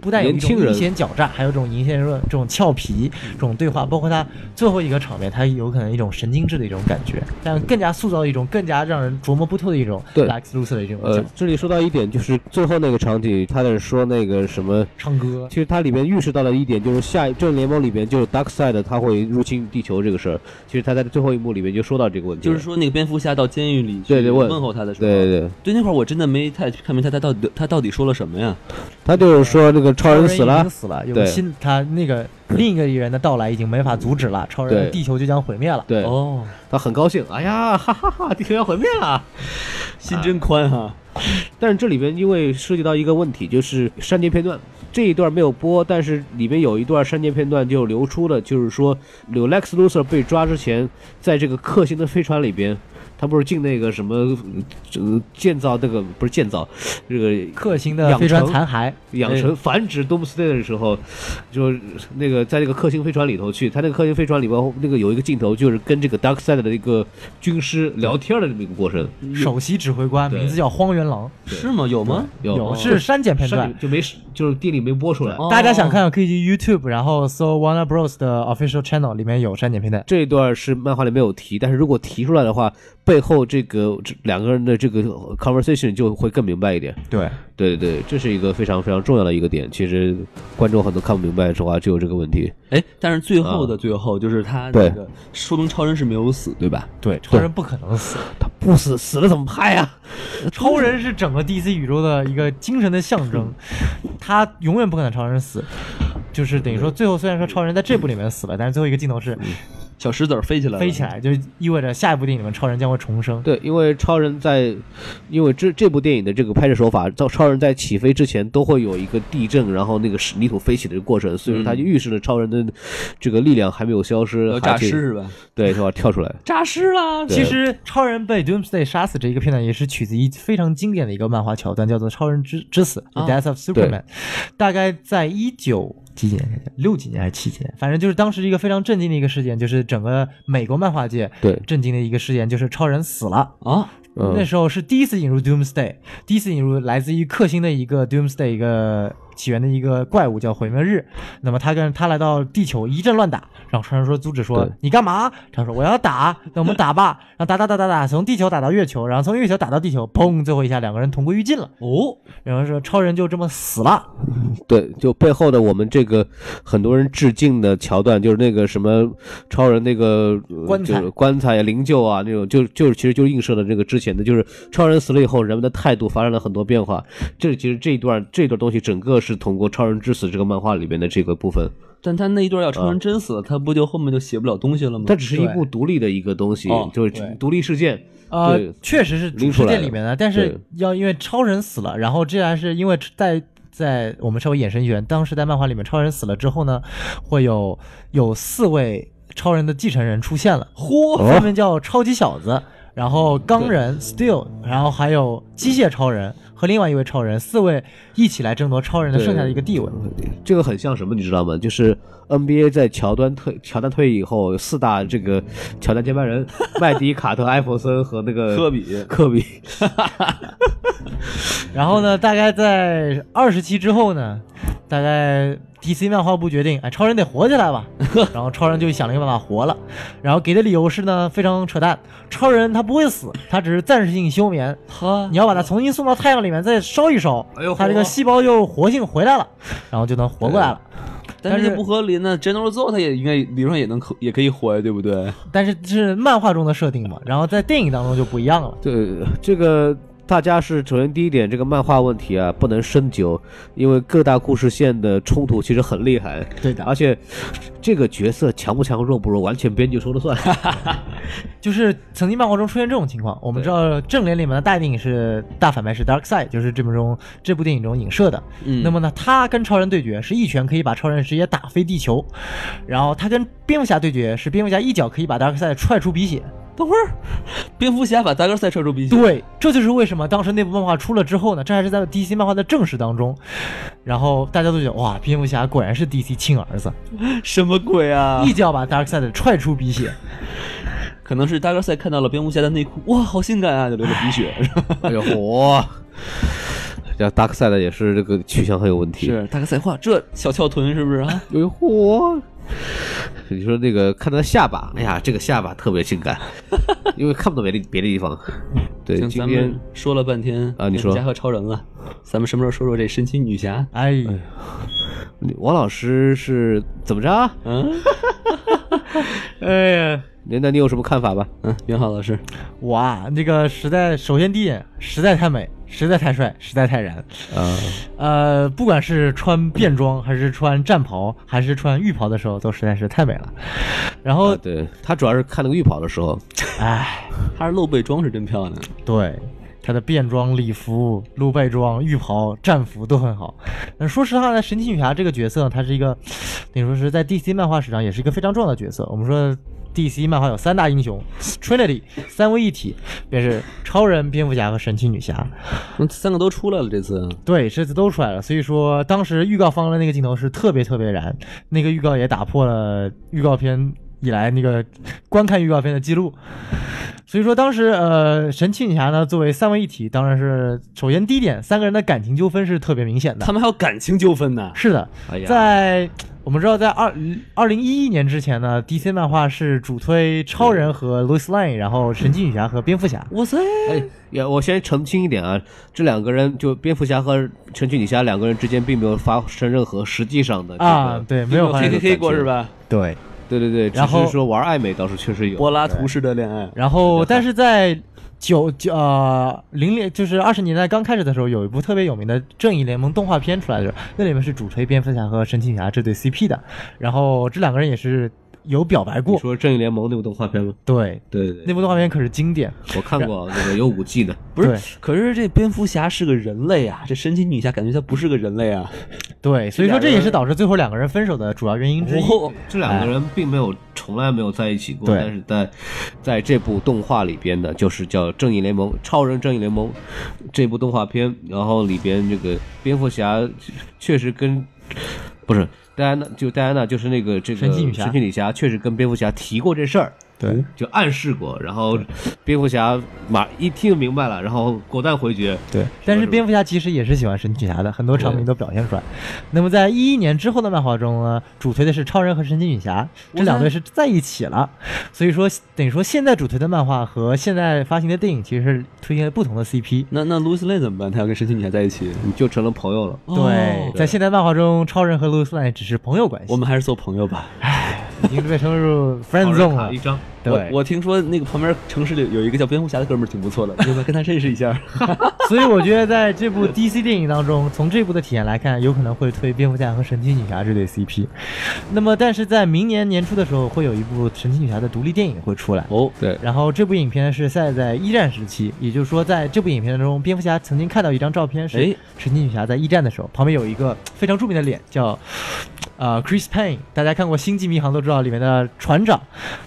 S3: 不但有一种
S1: 年轻人
S3: 阴险狡诈，还有这种阴险论、这种俏皮、这种对话，包括他最后一个场面，他有可能一种神经质的一种感觉，但更加塑造一种更加让人琢磨不透的一种
S1: 对
S3: Lex Luthor 的这种
S1: 呃
S3: 讲，
S1: 这里说到一点，就是最后那个场景，他在说那个什么。
S3: 唱歌
S1: 其。实它里面预示到了一点，就是下一正义联盟里面就是 Dark Side 他会入侵地球这个事儿。其实他在最后一幕里面就说到这个问题
S2: 就
S1: 了，
S2: 是说，那个蝙蝠侠到监狱里去
S1: 对对问
S2: 问候他的时候，
S1: 对对对，
S2: 对那块儿我真的没太看明白他到底他到底说了什么呀？
S1: 他就是说那个超人死
S3: 已
S1: 了
S3: 经，死了，有个
S1: 对
S3: 新他那个另一个人的到来已经没法阻止了，超人
S1: 对
S3: 地球就将毁灭了。
S1: 对，
S2: 哦，
S1: 他很高兴，哎呀，哈哈哈地球要毁灭了。
S2: 心真宽啊哈。
S1: 但是这里边因为涉及到一个问题，就是删节片段这一段没有播，但是里面有一段删节片段就流出了，就是说柳 Lex Luthor 被抓之前，在这个克星的飞船里边，他不是进那个什么，呃，建造那个不是建造，这个
S3: 克星的飞船残骸，
S1: 养成繁殖 Doomsday 的时候，就是那个在那个克星飞船里头去，他那个克星飞船里边那个有一个镜头，就是跟这个 Dark Side 的一个军师聊天的这么一个过程，
S3: 首席指挥官
S1: 对
S3: 名字叫荒原狼，
S2: 是吗？有吗？
S1: 有哦
S3: 有是删减片
S1: 删
S3: 段
S1: 减。就没就是电影没播出来。
S2: 哦
S3: 大家想看可以去 YouTube，然后搜 Warner Bros 的 official channel，里面有删减片段。
S1: 这一段是漫画里没有提，但是如果提出来的话，背后这个这两个人的这个 conversation 就会更明白一点。
S3: 对，
S1: 对对对，这是一个非常非常重要的一个点。其实观众很多看不明白的话，啊就有这个问题。
S2: 哎，但是最后的最后，就是他那
S1: 对
S2: 个说明超人是没有死，对吧？
S3: 对，超人不可能死，
S1: 他不死死了怎么拍啊呀、
S3: 超人是整个 DC 宇宙的一个精神的象
S1: (laughs)
S3: 征，他永远不可能超人死。就是等于说，最后虽然说超人在这部里面死了，但是最后一个镜头是
S1: 嗯
S2: 小石子儿飞起来了，
S3: 飞起来，就意味着下一部电影里面超人将会重生。
S1: 对，因为超人在，因为这这部电影的这个拍摄手法，到超人在起飞之前都会有一个地震，然后那个是泥土飞起的过程，所以说它就预示着超人的这个力量还没嗯有消失，
S2: 要诈尸
S1: 还可以
S2: 是吧？
S1: 对，他要跳出来。
S2: 诈尸啦！
S1: 对
S3: 啊其实超人被 Doomsday 杀死这一个片段也是取自一非常经典的一个漫画桥段，叫做《超人之之死》
S2: 啊
S3: The Death of Superman》，大概在一九。几几年？六几年还是七几年？反正就是当时一个非常震惊的一个事件，就是整个美国漫画界
S1: 对
S3: 震惊的一个事件，就是超人死了。
S2: 啊，
S1: 嗯
S3: 那时候是第一次引入 Doomsday，第一次引入来自于克星的一个 Doomsday 一个起源的一个怪物叫毁灭日。那么他跟他来到地球一阵乱打，然后超人说阻止说
S1: 对
S3: 你干嘛？他说我要打，那我们打吧。然后打打打打打，从地球打到月球，然后从月球打到地球，砰！最后一下两个人同归于尽了。
S2: 哦，
S3: 然后说超人就这么死了。
S1: 对，就背后的我们这个很多人致敬的桥段，就是那个什么超人那个、呃
S3: 棺材
S1: 就是棺材呀、灵柩啊那种，就就是其实就映射了这个之前的，就是超人死了以后，人们的态度发生了很多变化。这其实这一段这段东西，整个是通过《超人之死》这个漫画里面的这个部分，
S2: 但他那一段要超人真死了，他不就后面就写不了东西了吗？
S1: 它只是一部独立的一个东西
S2: 哦，
S1: 就是
S3: 对
S1: 独立事件。
S3: 呃
S1: 对，
S3: 确实是主
S1: 拎
S3: 世
S1: 出来
S3: 界
S1: 了
S3: 里面的，但是
S1: 对
S3: 要因为超人死了，然后这然是因为在在我们稍微衍生一圈，当时在漫画里面超人死了之后呢，会有有四位超人的继承人出现了，
S2: 嚯
S3: 分别叫超级小子，然后钢人 Steel，然后还有机械超人和另外一位超人，四位一起来争夺超人的
S1: 对
S3: 剩下的一个地位。
S1: 这个很像什么，你知道吗？就是 NBA 在乔丹退乔丹退役以后，四大这个乔丹接班人麦迪、卡特、艾弗森和那个
S2: 科比
S1: 科比。
S3: 然后呢，大概在二十期之后呢，大概 DC 漫画部决定，哎，超人得活起来吧。然后超人就想了一个办法活了，然后给的理由是呢非常扯淡，超人他不会死，他只是暂时性休眠，
S2: 哈
S3: 你，要把它重新送到太阳里面再烧一烧
S4: 哎呦，
S3: 它这个
S4: 嚯
S3: 细胞就活性回来了，然后就能活过来了。但
S2: 但是
S3: 是
S2: 这不合理呢。General Zod 他也应该理论上也能可也可以活呀，对不对？
S3: 但是这是漫画中的设定嘛，然后在电影当中就不一样了。
S1: (laughs) 对，这个大家是首先第一点，这个漫画问题啊不能深究，因为各大故事线的冲突其实很厉害，
S3: 对的
S1: 而且这个角色强不强、弱不弱，完全编剧说了算。
S3: 就是曾经漫画中出现这种情况。我们知道正联里面的大电影是大反派是 Dark Side，就是这部中这部电影中影射的。
S2: 嗯
S3: 那么呢，他跟超人对决是一拳可以把超人直接打飞地球，然后他跟蝙蝠侠对决是蝙蝠侠一脚可以把 Dark Side 踹出鼻血。
S2: 等会儿，蝙蝠侠把大个赛扯出鼻血，
S3: 对，这就是为什么当时那部漫画出了之后呢，这还是在 DC 漫画的正史当中，然后大家都觉得哇，蝙蝠侠果然是 DC 亲儿子，
S2: 什么鬼啊
S3: 一？脚把 Dark Side 踹出鼻血。
S2: 可能是大个赛看到了蝙蝠侠的内裤，哇，好性感啊，就流了鼻血。
S1: (laughs) 哎呦嚯！这达克赛的也是这个去向很有问题。，
S2: 是大个赛，哇，这小翘臀是不是啊？
S1: 哎呦嚯！你说那个看他的下巴，哎呀，这个下巴特别性感，因为看不到别的别的地方。对，
S2: 行，
S1: 今
S2: 咱
S1: 天
S2: 们说了半天
S1: 啊你说
S2: 蝙蝠侠和超人了，咱们什么时候说说这神奇女侠？
S3: 哎，
S1: 王老师是怎么着？啊
S2: 嗯
S3: 哎呀，
S1: 那那你有什么看法吧？
S2: 嗯，袁浩老师，
S3: 哇，那个实在，首先第一眼实在太美，实在太帅，实在太燃。
S1: 啊，
S3: 呃，不管是穿便装，还是穿战袍，还是穿浴袍的时候，都实在是太美了。然后，
S1: 对他主要是看那个浴袍的时候，
S3: 哎，
S2: 她是露背装是真漂亮，
S3: 对，他的便装、礼服、露背装、浴袍、战服都很好。但说实话呢，神奇女侠这个角色，她是一个，等于说是在 DC 漫画史上也是一个非常重要的角色。我们说 DC 漫画有三大英雄 Trinity 三位一体，便是超人、蝙蝠侠和神奇女侠。
S2: 嗯三个都出来了这次。
S3: 对，这次都出来了，所以说当时预告方的那个镜头是特别特别燃，那个预告也打破了预告片以来那个观看预告片的记录。所以说当时呃，神奇女侠呢作为三位一体，当然是首先第一点，三个人的感情纠纷是特别明显的
S2: 他。们还有感情纠纷呢，
S3: 是的，
S1: 哎呀，
S3: 在我们知道，在二二零一一年之前呢，DC 漫画是主推超人和 Lois Lane，然后神奇女侠和蝙蝠侠。
S2: 哇塞！
S1: 哎，也我先澄清一点啊，这两个人就蝙蝠侠和神奇女侠两个人之间并没有发生任何实际上的这个
S3: 啊，，对，没有发
S2: 黑
S3: 现
S2: 黑黑过是吧？
S3: 对。
S1: 对对对，只
S3: 然后
S1: 是说玩暧昧倒是确实有
S2: 柏拉图式的恋爱，
S3: 然后，但是在九九呃零零就是二十年代刚开始的时候，有一部特别有名的《正义联盟》动画片出来的时候，那里面是主推蝙蝠侠和神奇女侠这对 CP 的，然后这两个人也是有表白
S1: 你
S3: 过，
S1: 说《正义联盟》那部动画片吗？
S3: 对，
S1: 对对
S3: 那
S1: 对，
S3: 部动画片可是经典，
S1: 我看过啊那个有五 G 的，
S2: 不是
S3: 对？
S2: 可是这蝙蝠侠是个人类啊，这神奇女侠感觉她不是个人类啊。
S3: 对，所以说这也是导致最后两个人分手的主要原因之一。
S2: 哦，
S1: 这两个人并没有从来没有在一起过，
S3: 哎对
S1: 但是在在这部动画里边呢，就是叫《正义联盟》《超人正义联盟》这部动画片，然后里边这个蝙蝠侠确实跟不是戴安娜，就戴安娜就是那个这个
S3: 神奇女侠
S1: 神奇女侠确实跟蝙蝠侠提过这事儿。
S3: 对，
S1: 就暗示过，然后蝙蝠侠马一听明白了，然后果断回绝。
S3: 对，但是蝙蝠侠其实也是喜欢神奇女侠的，很多场景都表现出来。那么在一一年之后的漫画中呢，主推的是超人和神奇女侠，这两对是在一起了。所以说，等于说现在主推的漫画和现在发行的电影其实是推荐不同的 CP。
S2: 那那 Lucy Lane 怎么办？她要跟神奇女侠在一起？
S1: 你就成了朋友了。
S3: 对，在现代漫画中，超人和露丝兰只是朋友关系，
S2: 我们还是做朋友 (laughs) 吧。
S3: 已经被称入 friend
S1: 好
S3: zone
S1: 人卡
S3: 了
S1: 一。张，
S3: 对
S2: 我，我听说那个旁边城市里有一个叫蝙蝠侠的哥们儿挺不错的， (laughs) 要不要跟他认识一下？
S3: (laughs) 所以我觉得在这部 DC 电影当中，从这部的体验来看，有可能会推蝙蝠侠和神奇女侠这对 CP。那么，但是在明年年初的时候，会有一部神奇女侠的独立电影会出来。
S2: 哦，
S1: 对，
S3: 然后这部影片是在在一战时期，也就是说，在这部影片当中，蝙蝠侠曾经看到一张照片，是
S2: 哎
S3: 神奇女侠在一战的时候，旁边有一个非常著名的脸叫，呃，Chris Pine，大家看过《星际迷航》都知道，里面的船长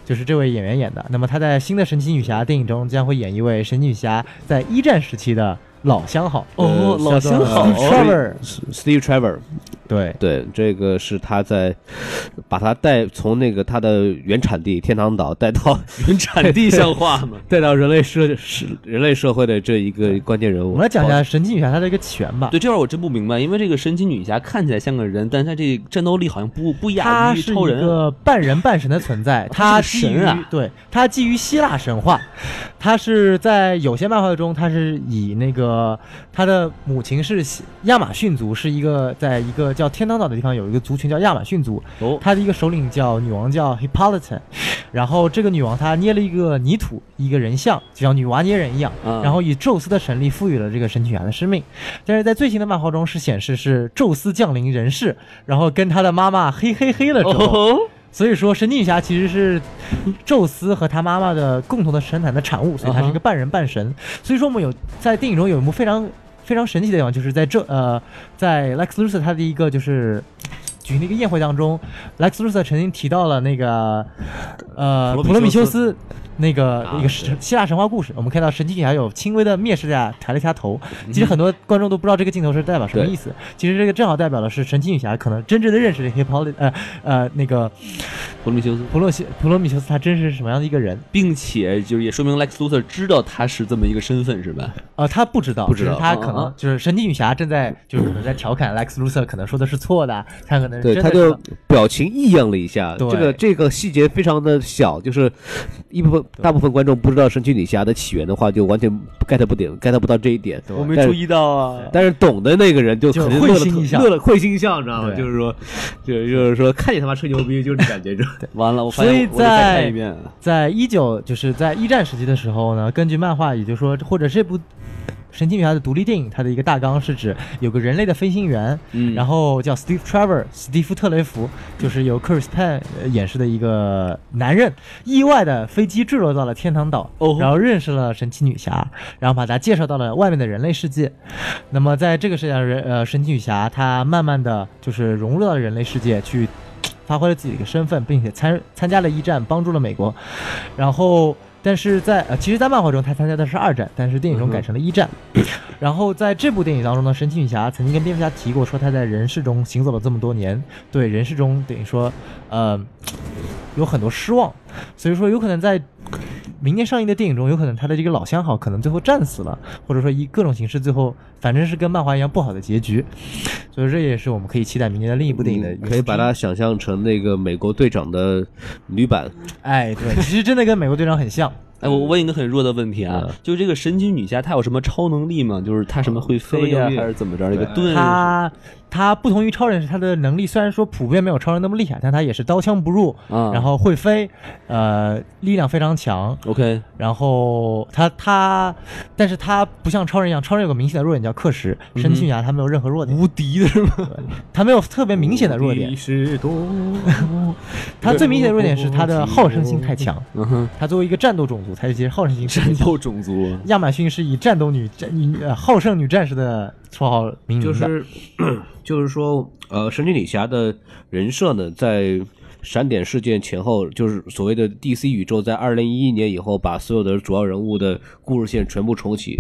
S3: 就是这位演员演的。那么他在新的神奇女侠电影中将会演一位神奇女侠在一战时期的老相好
S2: 哦
S3: 呃
S2: 老相好哦
S3: 叫做 Steve Trevor，
S1: Steve Trevor，
S5: 对，
S1: 对，这个是他在把他带从那个他的原产地天堂岛带到 (laughs)
S2: 原产地像话吗？
S1: 带到人类社是人类社会的这一个关键人物。
S3: 我们来讲一下神奇女侠她的一个起源吧。
S2: (laughs) 对，这块我真不明白，因为这个神奇女侠看起来像个人，但是她这战斗力好像不不亚
S3: 她
S2: 于
S3: 是
S2: 超
S3: 一
S2: 人。啊
S3: 个半人半神的存
S2: (laughs)
S3: 在，
S2: 她
S3: 她
S2: 是
S3: 基于
S2: 神啊
S3: 对，她基于希腊神话，她是在有些漫画中，她是以那个她的母亲是西亚马逊族，是一个在一个叫天堂岛的地方有一个族群叫亚马逊族，
S2: 哦，
S3: 她的一个首领叫女王叫
S2: (laughs)
S3: Hippolyta，然后这个女王她捏了一个泥土一个人像，就像女娲捏人一样，
S2: 嗯
S3: 然后以宙斯的神力赋予了这个神奇女侠的生命。但是在最新的漫画中是显示是宙斯降临人世，然后跟她的妈妈嘿嘿嘿了之后，
S2: 哦，
S3: 所以说神奇女侠其实是宙斯和他妈妈的共同的神坛的产物，所以她是一个半人半神。所以说我们有在电影中有一幕非常非常神奇的地方，就是在这呃，在 Lex Luthor 他的一个就是。举行的一个宴会当中，Lex Luthor 曾经提到了那个，呃，
S1: 普
S3: 普
S1: 罗
S3: 罗
S1: 米
S3: 米
S1: 修
S3: 修
S1: 斯
S3: 斯那个
S2: 啊
S3: 一个神希腊神话故事。我们看到神奇女侠有轻微的蔑视下抬了一下头，其实很多观众都不知道这个镜头是代表什么
S1: 对
S3: 意思。其实这个正好代表的是神奇女侠可能真正的认识了 h i p p o l y 呃呃那个
S2: 普罗米修斯，
S3: 普罗西普罗米修斯他真是什么样的一个人？
S2: 并且就是也说明 Lex Luthor 知道他是这么一个身份，是吧？
S3: 呃，他不知道，
S2: 不知道
S3: 只是他
S2: 嗯
S3: 可
S2: 嗯
S3: 能
S2: 嗯
S3: 就是神奇女侠正在就是可能在调侃 Lex Luthor，可能说的是错的，他可能
S1: 对，
S3: 真
S1: 他
S3: 的
S1: 就是表情异样了一下。
S3: 对
S1: 这个这个细节非常的小，就是一部分大部分观众不知道神奇女侠的起源的话，就完全 get 不点 get 不到这一点。
S2: 我没
S1: 但是
S2: 注意到啊。
S1: 但是懂的那个人就肯定
S3: 就
S1: 乐
S3: 会
S1: 了
S3: 心一笑
S1: 乐了会心一笑，你知道吗？
S3: 对
S1: 就是说，就就是说，看你他妈吹牛逼，就是这感觉，就是
S2: 完了，我发
S3: 所以
S2: 现我得再看
S3: 在
S2: 一遍。
S3: 在一九就是在一战时期的时候呢，根据漫画，也就是说或者这部。神奇女侠的独立电影，它的一个大纲是指有个人类的飞行员，
S2: 嗯
S3: 然后叫 Steve Trevor，史蒂夫特雷弗，就是由 Chris Pine 呃演示的一个男人，意外的飞机坠落到了天堂岛，
S2: 哦
S3: 然后认识了神奇女侠，然后把她介绍到了外面的人类世界。那么在这个世界上，人呃，神奇女侠她慢慢的就是融入到人类世界去。发挥了自己的一个身份，并且参参加了一战，帮助了美国。然后，但是在呃，其实，在漫画中她参加的是二战，但是电影
S1: 嗯
S3: 中改成了一战。然后在这部电影当中呢，神奇女侠曾经跟蝙蝠侠提过，说她在人世中行走了这么多年，对人世中等于说，呃，有很多失望，所以说有可能在明年上映的电影中，有可能她的这个老相好可能最后战死了，或者说以各种形式最后，反正是跟漫画一样不好的结局，所以这也是我们可以期待明年的另一部电影的原因。
S1: 嗯可以把它想象成那个美国队长的女版，
S3: 哎，对，其实真的跟美国队长很像。
S2: 哎，我问一个很弱的问题啊
S1: 嗯，
S2: 就是这个神奇女侠她有什么超能力吗？就是她什么会飞啊
S1: 特
S2: 呀、
S1: 别牛逼
S2: 还 (laughs) 是怎么着？那个盾
S3: 他他不同于超人，是他的能力虽然说普遍没有超人那么厉害，但他也是刀枪不入，
S2: 啊
S3: 然后会飞，呃，力量非常强。
S2: ，OK，
S3: 然后他他，但是他不像超人一样，超人有个明显的弱点叫克时，神奇女侠她没有任何弱点，
S2: 嗯无敌的是吗？
S3: 她没有特别明显的弱点，
S4: 是多，
S3: 她最明显的弱点是她
S2: (laughs)
S3: 的好胜心太强。
S2: 嗯哼，
S3: 她作为一个战斗种族，她其实好胜心特别
S2: 战
S3: 强。
S2: 斗种族，
S3: 亚马逊是以战斗女战以呃好胜女战士的绰号命名
S1: 就
S3: 的，
S1: 是 (clears throat) 就是说，呃，神奇女侠的人设呢，在闪点事件前后，就是所谓的 DC 宇宙，在二零一一年以后，把所有的主要人物的故事线全部重启，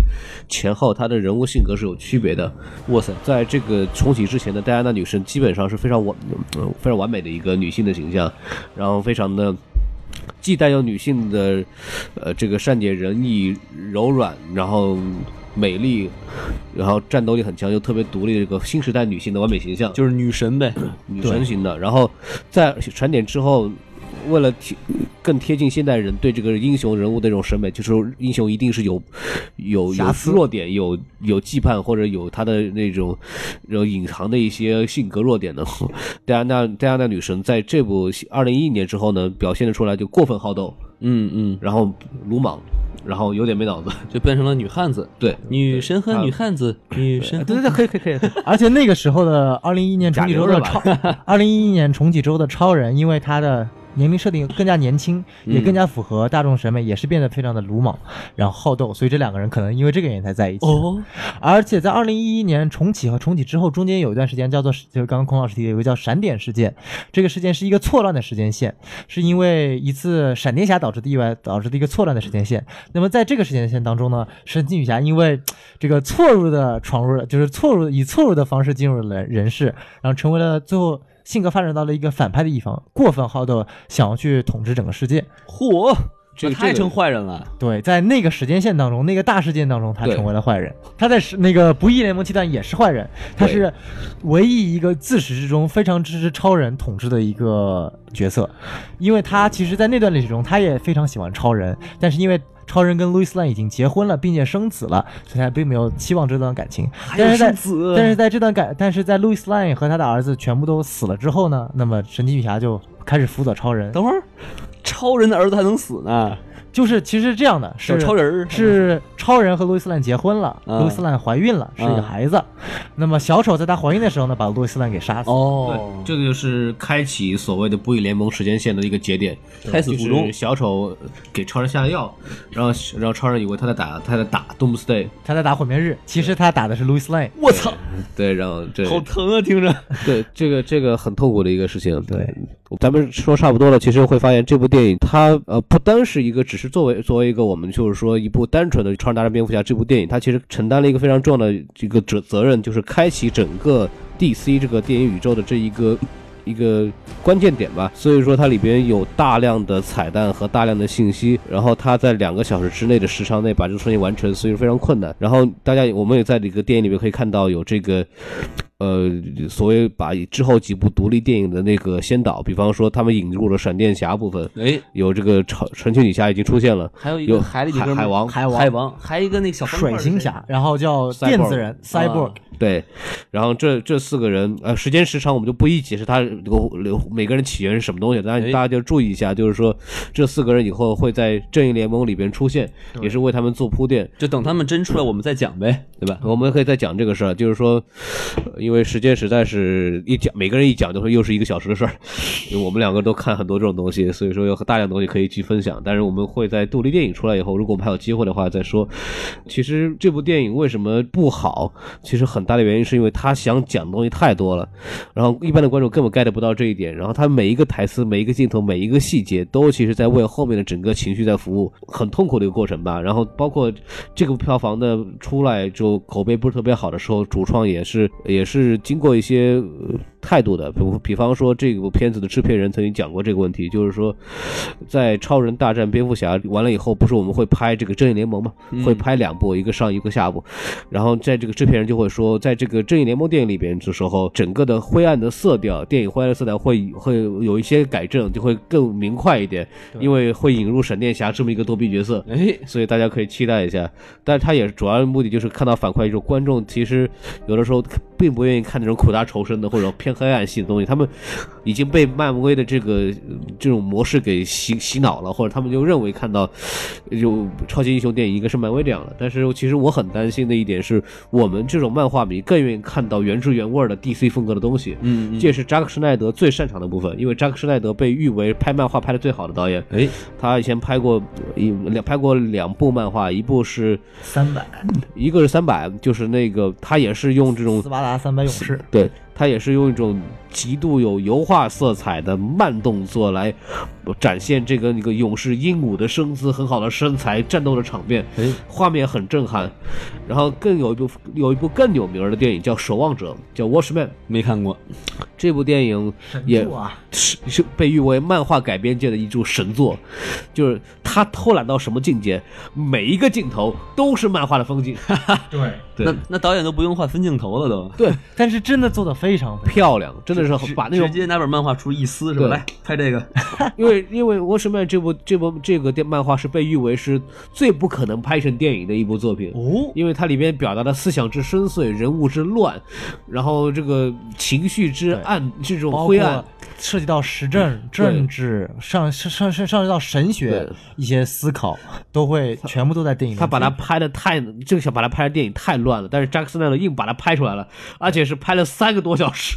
S1: 前后她的人物性格是有区别的。
S2: 哇塞，
S1: 在这个重启之前的戴安娜女神基本上是非常完、呃非常完美的一个女性的形象，然后非常的既带有女性的呃这个善解人意、柔软，然后美丽，然后战斗力很强，又特别独立的这个新时代女性的完美形象，
S2: 就是女神呗。
S1: 女神型的。然后在传点之后，为了贴更贴近现代人对这个英雄人物的这种审美，就是说英雄一定是有有有弱点、有有羁绊或者有他的那种有隐藏的一些性格弱点的。戴安娜戴安娜女神在这部二零一一年之后呢，表现的出来就过分好斗，
S2: (clears throat) 嗯嗯，
S1: 然后鲁莽，然后有点没脑子。
S2: 就变成了女汉子，
S1: 对，
S2: 女神和
S1: 啊
S2: 女汉子，女神
S1: 对对对，可以可以可以。
S3: 而且 (laughs) 那个时候的二零一一年重
S1: 假
S3: 启
S1: 流
S3: 周
S1: 了
S3: 的
S1: 吧
S3: 超，二零一一年重启周的超人，因为他的年龄设定更加年轻，
S1: 嗯
S3: 也更加符合大众审美，也是变得非常的鲁莽，然后好斗，所以这两个人可能因为这个原因才在一起。
S2: 哦，
S3: 而且在二零一一年重启和重启之后，中间有一段时间叫做，就是刚刚孔老师提的，有个叫闪点事件。这个事件是一个错乱的时间线，是因为一次闪电侠导致的意外导致的一个错乱的时间线。那么在这个时间线当中呢，神奇女侠因为这个错误的闯入了，就是错误以错误的方式进入了人世，然后成为了最后。性格发展到了一个反派的一方，过分好斗，想要去统治整个世界。
S2: 嚯，
S1: 这个
S2: 他也
S1: 这个
S2: 成坏人了。
S3: 对，在那个时间线当中，那个大事件当中，他
S1: 对
S3: 成为了坏人。他在是那个不义联盟阶段也是坏人，他
S1: 对
S3: 是唯一一个自始至终非常支持超人统治的一个角色，因为他其实，在那段历史中，他也非常喜欢超人，但是因为。超人跟路易斯兰已经结婚了，并且生子了，所以他并没有期望这段感情。但是在
S2: 子
S3: 但是在这段感，但是在路易斯兰和他的儿子全部都死了之后呢，那么神奇女侠就开始辅佐超人。
S2: 等会儿，超人的儿子还能死呢？
S3: 就是其实是这样的，
S2: 小
S3: 是
S2: 超人儿
S3: 是超人和路易斯兰结婚了，
S2: 嗯
S3: 路易斯兰怀孕了，是一个孩子。那么小丑在她怀孕的时候呢，把路易斯兰给杀死。
S2: 哦，
S1: 这个就是开启所谓的不义联盟时间线的一个节点，
S2: 胎死腹中
S1: 就是小丑给超人下药，然后然后超人以为他在打他在打 Doomsday，
S3: 他在打毁灭日，其实他打的是路易斯兰。
S2: 我操，
S1: 对，然后这
S2: 好疼啊！听着，
S1: (laughs) 对，这个这个很痛苦的一个事情。对，咱们说差不多了，其实会发现这部电影它呃不单是一个，只是作为作为一个我们就是说一部单纯的《超人大战蝙蝠侠》这部电影，它其实承担了一个非常重要的这个责责任，就是开启整个 DC 这个电影宇宙的这一个。一个关键点吧，所以说它里边有大量的彩蛋和大量的信息，然后它在两个小时之内的时长内把这个事情完成，所以非常困难。然后大家也我们也在这个电影里面可以看到有这个呃，所谓把之后几部独立电影的那个先导，比方说他们引入了闪电侠部分，
S2: 哎，
S1: 有这个超神奇女侠已经出现了，
S2: 还有一
S1: 有
S2: 个海里几
S1: 海
S2: 哥们儿
S1: 海王
S2: 海王，海王，还有一个那小方块
S3: 水
S2: 儿
S3: 行
S2: 是谁
S3: 侠，然后叫
S1: Cyborg
S3: 电子人 Cyborg，、
S2: 啊
S1: 对，然后这这四个人，呃，时间时长我们就不一解释他流流每个人起源是什么东西，但
S2: 哎
S1: 大家就注意一下，就是说这四个人以后会在正义联盟里边出现，也是为他们做铺垫。
S2: 就等他们真出来，我们再讲呗，对吧？
S1: 我们可以再讲这个事儿，就是说，呃因为时间实在是一讲，每个人一讲就会又是一个小时的事儿。 (laughs) 因为我们两个都看很多这种东西，所以说有大量东西可以去分享。但是我们会在独立电影出来以后，如果我们还有机会的话再说。其实这部电影为什么不好，其实很大的原因是因为他想讲的东西太多了，然后一般的观众根本 get 不到这一点。然后他每一个台词、每一个镜头、每一个细节，都其实在为后面的整个情绪在服务，很痛苦的一个过程吧。然后包括这个票房的出来就口碑不是特别好的时候，主创也是也是经过一些、呃态度的，比如比方说这部片子的制片人曾经讲过这个问题，就是说，在《超人大战蝙蝠侠》完了以后，不是我们会拍这个正义联盟嘛，会拍两部，一个上一个下部，然后在这个制片人就会说，在这个正义联盟电影里边的时候，整个的灰暗的色调，电影灰暗的色调会会有一些改正，就会更明快一点，因为会引入闪电侠这么一个多逼角色，
S2: 哎，
S1: 所以大家可以期待一下。但是它也主要的目的就是看到反馈，就是观众其实有的时候并不愿意看那种苦大仇深的或者偏黑暗系的东西，他们已经被漫威的这个呃这种模式给洗洗脑了，或者他们就认为看到呃有超级英雄电影应该是漫威这样的。但是其实我很担心的一点是我们这种漫画迷更愿意看到原汁原味的 DC 风格的东西。
S2: 嗯，
S1: 这也是扎克施耐德最擅长的部分，因为扎克施耐德被誉为拍漫画拍的最好的导演。
S2: 哎，
S1: 他以前拍过呃一两拍过两部漫画，一部是
S3: 三百
S1: 一个是三百，就是那个他也是用这种
S3: 斯巴达三百勇士，
S1: 对他也是用一种极度有油画色彩的慢动作来展现这个一个勇士英武的身姿，很好的身材，战斗的场面
S2: 哎，
S1: 画面很震撼。然后更有一部有一部更有名儿的电影叫《守望者》，叫《Watchman》。
S2: 没看过，
S1: 这部电影也
S3: 神作啊
S1: 是是被誉为漫画改编界的一部神作，就是他偷懒到什么境界，每一个镜头都是漫画的风景，
S3: 对，
S1: 对
S2: 那那导演都不用画分镜头了都，
S1: 对，
S3: 但是真的做的非常非常
S1: 漂亮，真的是
S2: 直
S1: 把那种
S2: 直，接拿本漫画书一撕是吧？
S1: 对
S2: 来拍这个，
S1: 因为因为《沃什曼》这部这部这个电漫画是被誉为是最不可能拍成电影的一部作品，
S3: 哦，
S1: 因为它里面表达的思想之深邃，人物之乱，然后这个情绪之暗，这种
S3: 包
S1: 灰暗
S3: 括，涉及到时政、政治，上上上上上升到神学
S1: 对
S3: 一些思考，都会全部都在电影中。
S1: 他把它拍的太，这个想把它拍成电影太乱了，但是扎克斯奈德硬把它拍出来了，而且是拍了三个多小时。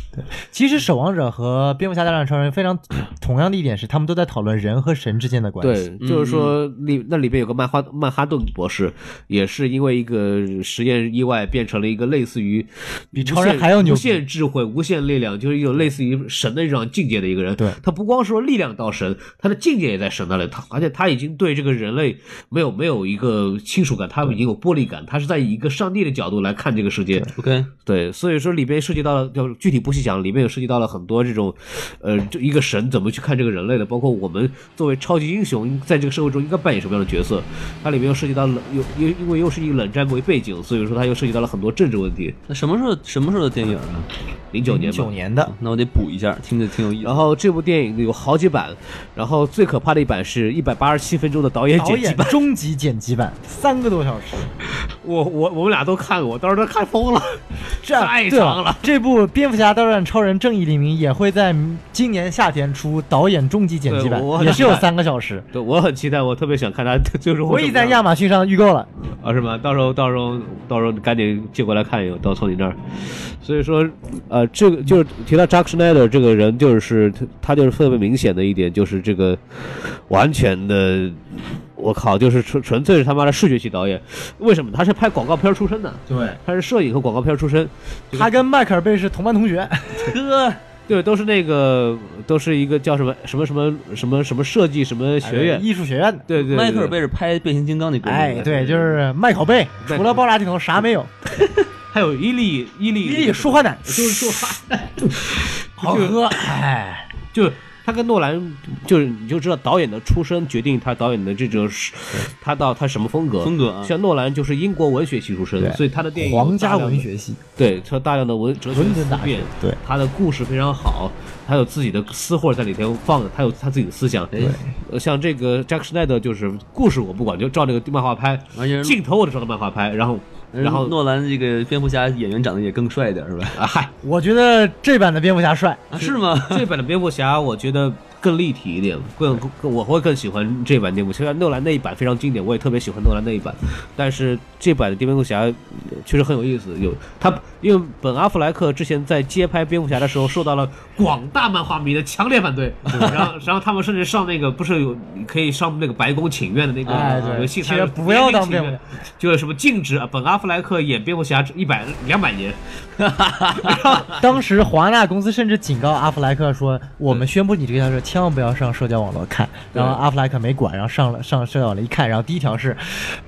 S3: 其实《守望者》和《蝙蝠侠大战超人》非常 (clears throat) 同样的一点是，他们都在讨论人和神之间的关系。
S1: 对，就是说里那里边有个曼哈曼哈顿博士，也是因为一个实验意外变成了一个类似于
S3: 比
S1: 无
S3: 超人
S1: 限
S3: 还要牛
S1: 无
S3: 逼
S1: 限智慧、无限力量，就是一种类似于神的这种境界的一个人。
S3: 对
S1: 他不光说力量到神，他的境界也在神那里。他而且他已经对这个人类没有没有一个亲属感，他们已经有玻璃感，他是在以一个上帝的角度来看这个世界。
S2: OK，
S1: 对，所以说里边涉及到了，就是具体不细讲，里面有涉及到了很多这种，呃，就一个神怎么去看这个人类的，包括我们作为超级英雄在这个社会中应该扮演什么样的角色。它里面又涉及到冷，又又因为又是以冷战为背景，所以说它又涉及到了很多政治问题。
S2: 那什么时候什么时候的电影啊？
S1: 零九年
S3: 九
S1: 嘛。
S3: 年的，
S2: 那我得补一下，听着挺有意思
S1: 然。后这部电影有好几版，然后最可怕的一版是一百八十七分钟的导演
S3: 导
S1: 剪辑
S3: 演
S1: 版， (laughs)
S3: 终极剪辑版，三个多小时，
S1: 我我我们俩都看过，我当时都看疯了， (laughs)
S3: 这样
S1: 太
S3: 对啊
S1: 长了。
S3: 这部《蝙蝠侠大战超人：正义黎明》也会在今年夏天出导演终极剪辑版
S1: 对我，
S3: 也是有
S1: 很期待
S3: 三个小时。
S1: 对，我很期待，我特别想看他 (laughs) 最终
S3: 我
S1: 会
S3: 已
S1: 怎么
S3: 在
S1: 样
S3: 亚马逊上预购了，
S1: 啊，是吗？到时候到时候到时候你赶紧寄过来看一个，到从你那儿。所以说，呃，这个就是提到 Jack Schneider 这个人，就是他他就是特别明显的一点，就是这个完全的，我靠，就是纯纯粹是他妈的视觉系导演。为什么？他是拍广告片儿出身的，
S3: 对，
S1: 他是摄影和广告片儿出身，
S3: 他跟迈克尔贝是同班同学， (laughs)
S1: 哥。对，都是那个，都是一个叫什么什么什么什么什么设计什么学院，
S3: 艺术学院的。
S1: 对对，对
S2: 哎迈克尔贝尔拍变形金刚那哥们儿
S3: 哎，对，就是迈克尔贝，除了爆炸镜头啥没有。
S1: 还有伊利伊利
S3: 伊利舒化奶
S1: 就是说。
S3: 好喝，哎，
S1: 就是他跟诺兰，就是你就知道导演的出身决定他导演的这种是，他到他什么风格。
S2: 风格啊，
S1: 像诺兰就是英国文学系出身
S3: 对，
S1: 所以他的电影有
S3: 皇家
S1: 大量的
S3: 文学系，
S1: 对，他大量的文哲学
S3: 伦敦
S1: 思
S3: 大学
S1: 辨，
S3: 对
S1: 他的故事非常好，他有自己的私货在里头放的，他有他自己的思想。
S2: 对
S1: 呃，像这个扎克施奈德就是故事我不管，就照这个漫画拍，
S2: 而且
S1: 镜头我就照着漫画拍，然后
S3: 嗯
S1: 然后
S2: 嗯诺兰这个蝙蝠侠演员长得也更帅点 (laughs) 是吧？
S1: 啊嗨，
S3: 我觉得这版的蝙蝠
S1: (laughs)
S3: 侠帅，
S2: 啊，是吗？
S1: 这版的蝙蝠侠，我觉得更立体一点，更更我会更喜欢这版蝙蝠侠。虽然诺兰那一版非常经典，我也特别喜欢诺兰那一版，但是这版的蝙蝠侠呃确实很有意思。有他，因为本阿弗莱克之前在接拍蝙蝠侠的时候，受到了广大漫画迷的强烈反对，然后然后他们甚至上那个不是有可以上那个白宫请愿的那个
S3: 哎对
S1: 游戏，
S3: 其实不要当蝙蝠侠，
S1: 就是什么禁止啊本阿弗莱克演蝙蝠侠一百两百年，
S3: 当时华纳公司甚至警告阿弗莱克说：“我们宣布你这个小说千万不要上社交网络看。”
S1: 对
S3: 然后阿弗莱克没管，然后上了上社交网络一看，然后第一条是：“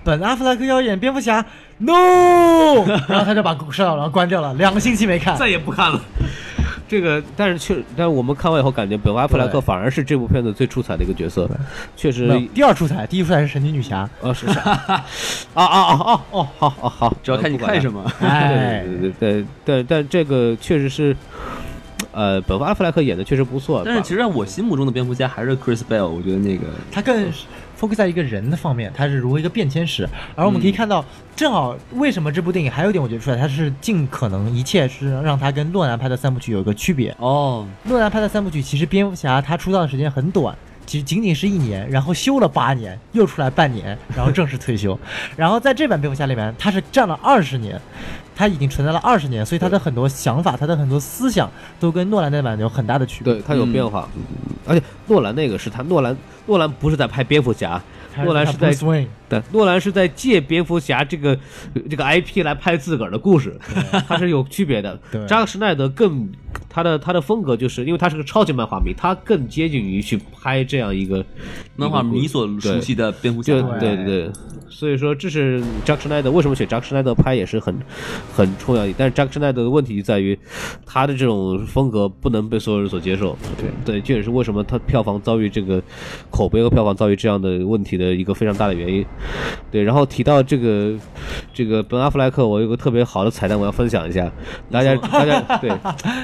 S3: 本阿弗莱克要演蝙蝠侠，no！”
S1: (laughs)
S3: 然后他就把社交网络关掉了，两个星期没看。
S1: 再也不看了。 (laughs) 这个，但是确，但是我们看完以后感觉，本·阿弗莱克
S3: 对
S1: 反而是这部片子最出彩的一个角色，确实
S3: 没，有第二出彩，第一出彩是神奇女侠。
S1: 啊是是，啊啊啊啊哦，好好好，
S2: (laughs) 主要看你看什么。
S3: 哎，
S1: (laughs) (laughs) 对对对，但这个确实是，呃，本·阿弗莱克演的确实不错，
S2: (laughs) 但是其实在我心目中的蝙蝠侠还是 Chris Bale，我觉得那个
S3: 他更 focus 在一个人的方面，他是如何一个变迁史。而我们可以看
S1: 嗯
S3: 到，正好为什么这部电影还有一点我觉得出来，它是尽可能一切是让它跟诺兰拍的三部曲有一个区别。
S2: 哦，
S3: 诺兰拍的三部曲，其实蝙蝠侠他出道的时间很短，其实仅仅是一年，然后休了八年，又出来半年，然后正式
S1: (laughs)
S3: 退休。然后在这版蝙蝠侠里面，他是站了二十年，他已经存在了二十年，所以他的很多想法，他的很多思想都跟诺兰那版有很大的区别。
S1: 对他有变化，
S2: 嗯
S1: 嗯而且诺兰那个是他诺兰诺兰不是在拍蝙蝠侠，
S3: 他
S1: 诺兰是在
S3: Bruce Wayne
S1: 对，诺兰是在借蝙蝠侠这个呃这个 IP 来拍自个儿的故事，他是有区别的
S3: 对。
S1: 扎克施耐德更他的他的风格就是因为他是个超级漫画迷，他更接近于去拍这样一个
S2: 漫画迷所熟悉。的蝙蝠侠
S1: 一个，故事对对对对，所以说这是扎克施奈德为什么选扎克施奈德拍也是很很重要的，但是扎克施奈德的问题就在于他的这种风格不能被所有人所接受。对对，这也是为什么他票房遭遇这个口碑和票房遭遇这样的问题的一个非常大的原因。对，然后提到这个这个本阿弗莱克，我有个特别好的彩蛋，我要分享一下。大家大家对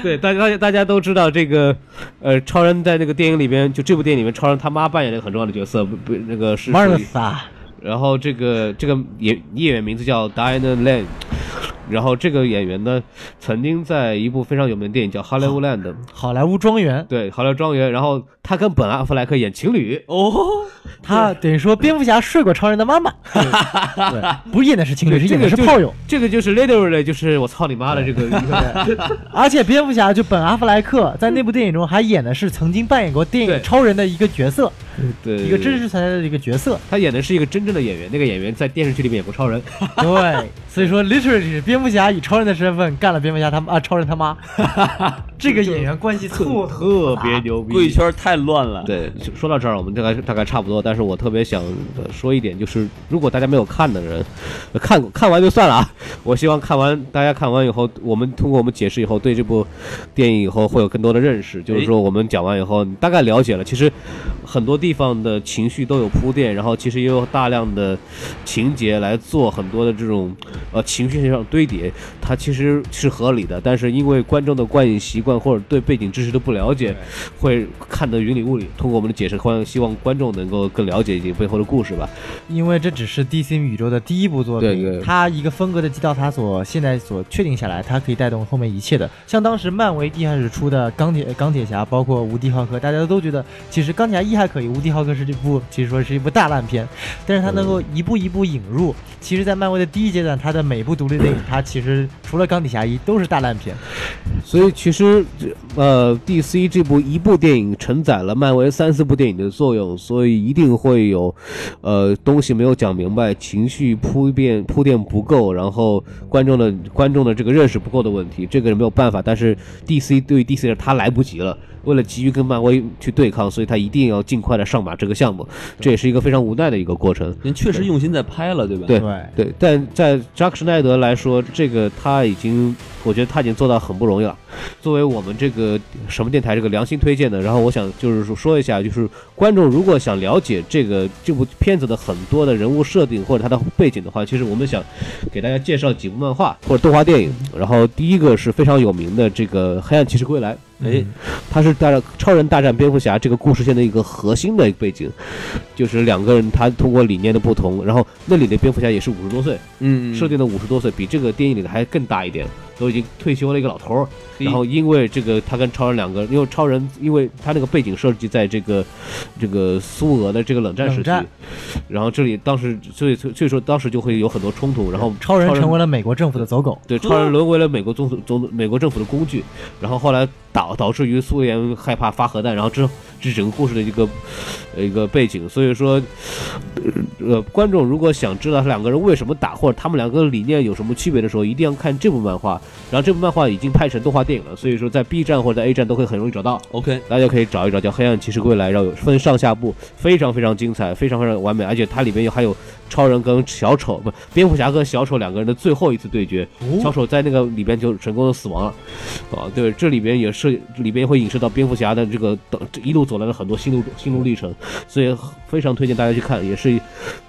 S1: 对，大家大家大家都知道这个呃，超人在那个电影里边，就这部电影里面，超人他妈扮演了一个很重要的角色，不不，那个是属于
S3: Martha。
S1: 然后这个这个演演员名字叫 Diana Lane。然后这个演员呢，曾经在一部非常有名的电影叫《哈莱坞 land》，
S3: 好莱坞庄园，
S1: 对，好莱坞庄园。然后他跟本·阿弗莱克演情侣，
S2: 哦，
S3: 他等于说蝙蝠侠睡过超人
S1: (laughs)
S3: 的妈妈，对，不是演的是情侣，是
S1: 这
S3: 演
S1: 个
S3: 的是
S1: 就
S3: 炮友。
S1: 这个就是 literally 就是我操你妈的这个
S3: 而且蝙蝠侠就本阿弗莱克在那部电影中还演的是曾经扮演过电
S1: 对
S3: 影超人的一个角色，
S1: 对
S3: 一个真实存在的一个
S1: (laughs)
S3: 角色。
S1: 他演的是一个真正的演员，那个演员在电视剧里面演过超人，
S3: 对，所以说 literally 是蝙蝠侠以超人的身份干了蝙蝠侠他妈啊超人
S1: (laughs)
S3: 他妈，这个演员关系特
S1: 特别牛逼。
S2: 贵圈太乱了。
S1: 对，就说到这儿，我们大概大概差不多。但是我特别想呃说一点，就是如果大家没有看的人，呃看看完就算了啊。我希望看完大家看完以后，我们通过我们解释以后，对这部电影以后会有更多的认识。就是说，我们讲完以后，你大概了解了，其实很多地方的情绪都有铺垫，然后其实也有大量的情节来做很多的这种呃情绪上堆叠，它其实是合理的。但是因为观众的观影习惯或者对背景知识的不了解，会看得云里雾里。通过我们的解释，观希望观众能够更了解一些背后的故事吧。
S3: 因为这只是 DC 宇宙的第一部作品，
S1: 对对
S3: 它一个风格的基调，它所现在所确定下来，它可以带动后面一切的。像当时漫威一开始出的钢铁钢铁侠，包括无敌浩克，大家都觉得其实钢铁侠一还可以，无敌浩克是这部其实说是一部大烂片，但是它能够一步一步引入。其实，在漫威的第一阶段，它的每部独立电影，它其实除了钢铁侠一都是大烂片。
S1: 所以其实，这呃，DC 这部一部电影承载了漫威三四部电影的作用，所以一定会有，呃，东西没有讲明白，情绪铺垫铺垫不够，然后观众的观众的这个认识不够的问题，这个是没有办法。但是 DC 对于 DC 的他来不及了。为了急于跟漫威去对抗，所以他一定要尽快的上马这个项目，这也是一个非常无奈的一个过程。
S2: 人确实用心在拍了，对吧？
S1: 对
S3: 对
S1: 对，但在扎克施奈德来说，这个他已经，我觉得他已经做到很不容易了。作为我们这个什么电台这个良心推荐的，然后我想就是说说一下，就是观众如果想了解这个这部片子的很多的人物设定或者它的背景的话，其实我们想给大家介绍几部漫画或者动画电影。然后第一个是非常有名的这个《黑暗骑士归来》，
S2: 哎，
S1: 它是大战超人大战蝙蝠侠这个故事线的一个核心的背景，就是两个人他通过理念的不同，然后那里的蝙蝠侠也是五十多岁，
S6: 嗯，
S1: 设定的五十多岁，比这个电影里的还更大一点，都已经退休了一个老头儿。
S3: 嗯
S2: 嘿
S1: 然后因为这个，他跟超人两个，因为超人，因为他那个背景设计在这个这个苏俄的这个冷战时期
S3: 冷战，
S1: 然后这里当时所以所以说当时就会有很多冲突，然后
S3: 超人
S1: 超人
S3: 成为了美国政府的走狗。
S1: 对，超人沦为了美国总统总美国政府的工具，然后后来导导致于苏联害怕发核弹，然后这这是整个故事的一个呃一个背景。所以说，呃呃，观众如果想知道两个人为什么打，或者他们两个理念有什么区别的时候，一定要看这部漫画。然后这部漫画已经拍成动画电影了，所以说在 B 站或者在 A 站都会很容易找到。
S2: OK，
S1: 大家可以找一找，叫《黑暗骑士归来》，然后有分上下部，非常非常精彩，非常非常完美，而且它里面有还有超人跟小丑，不，蝙蝠侠跟小丑两个人的最后一次对决，
S3: 哦
S1: 小丑在那个里边就成功的死亡了，啊，对，这里边也是里边会影射到蝙蝠侠的这个等这一路走来的很多心路心路历程，所以非常推荐大家去看，也是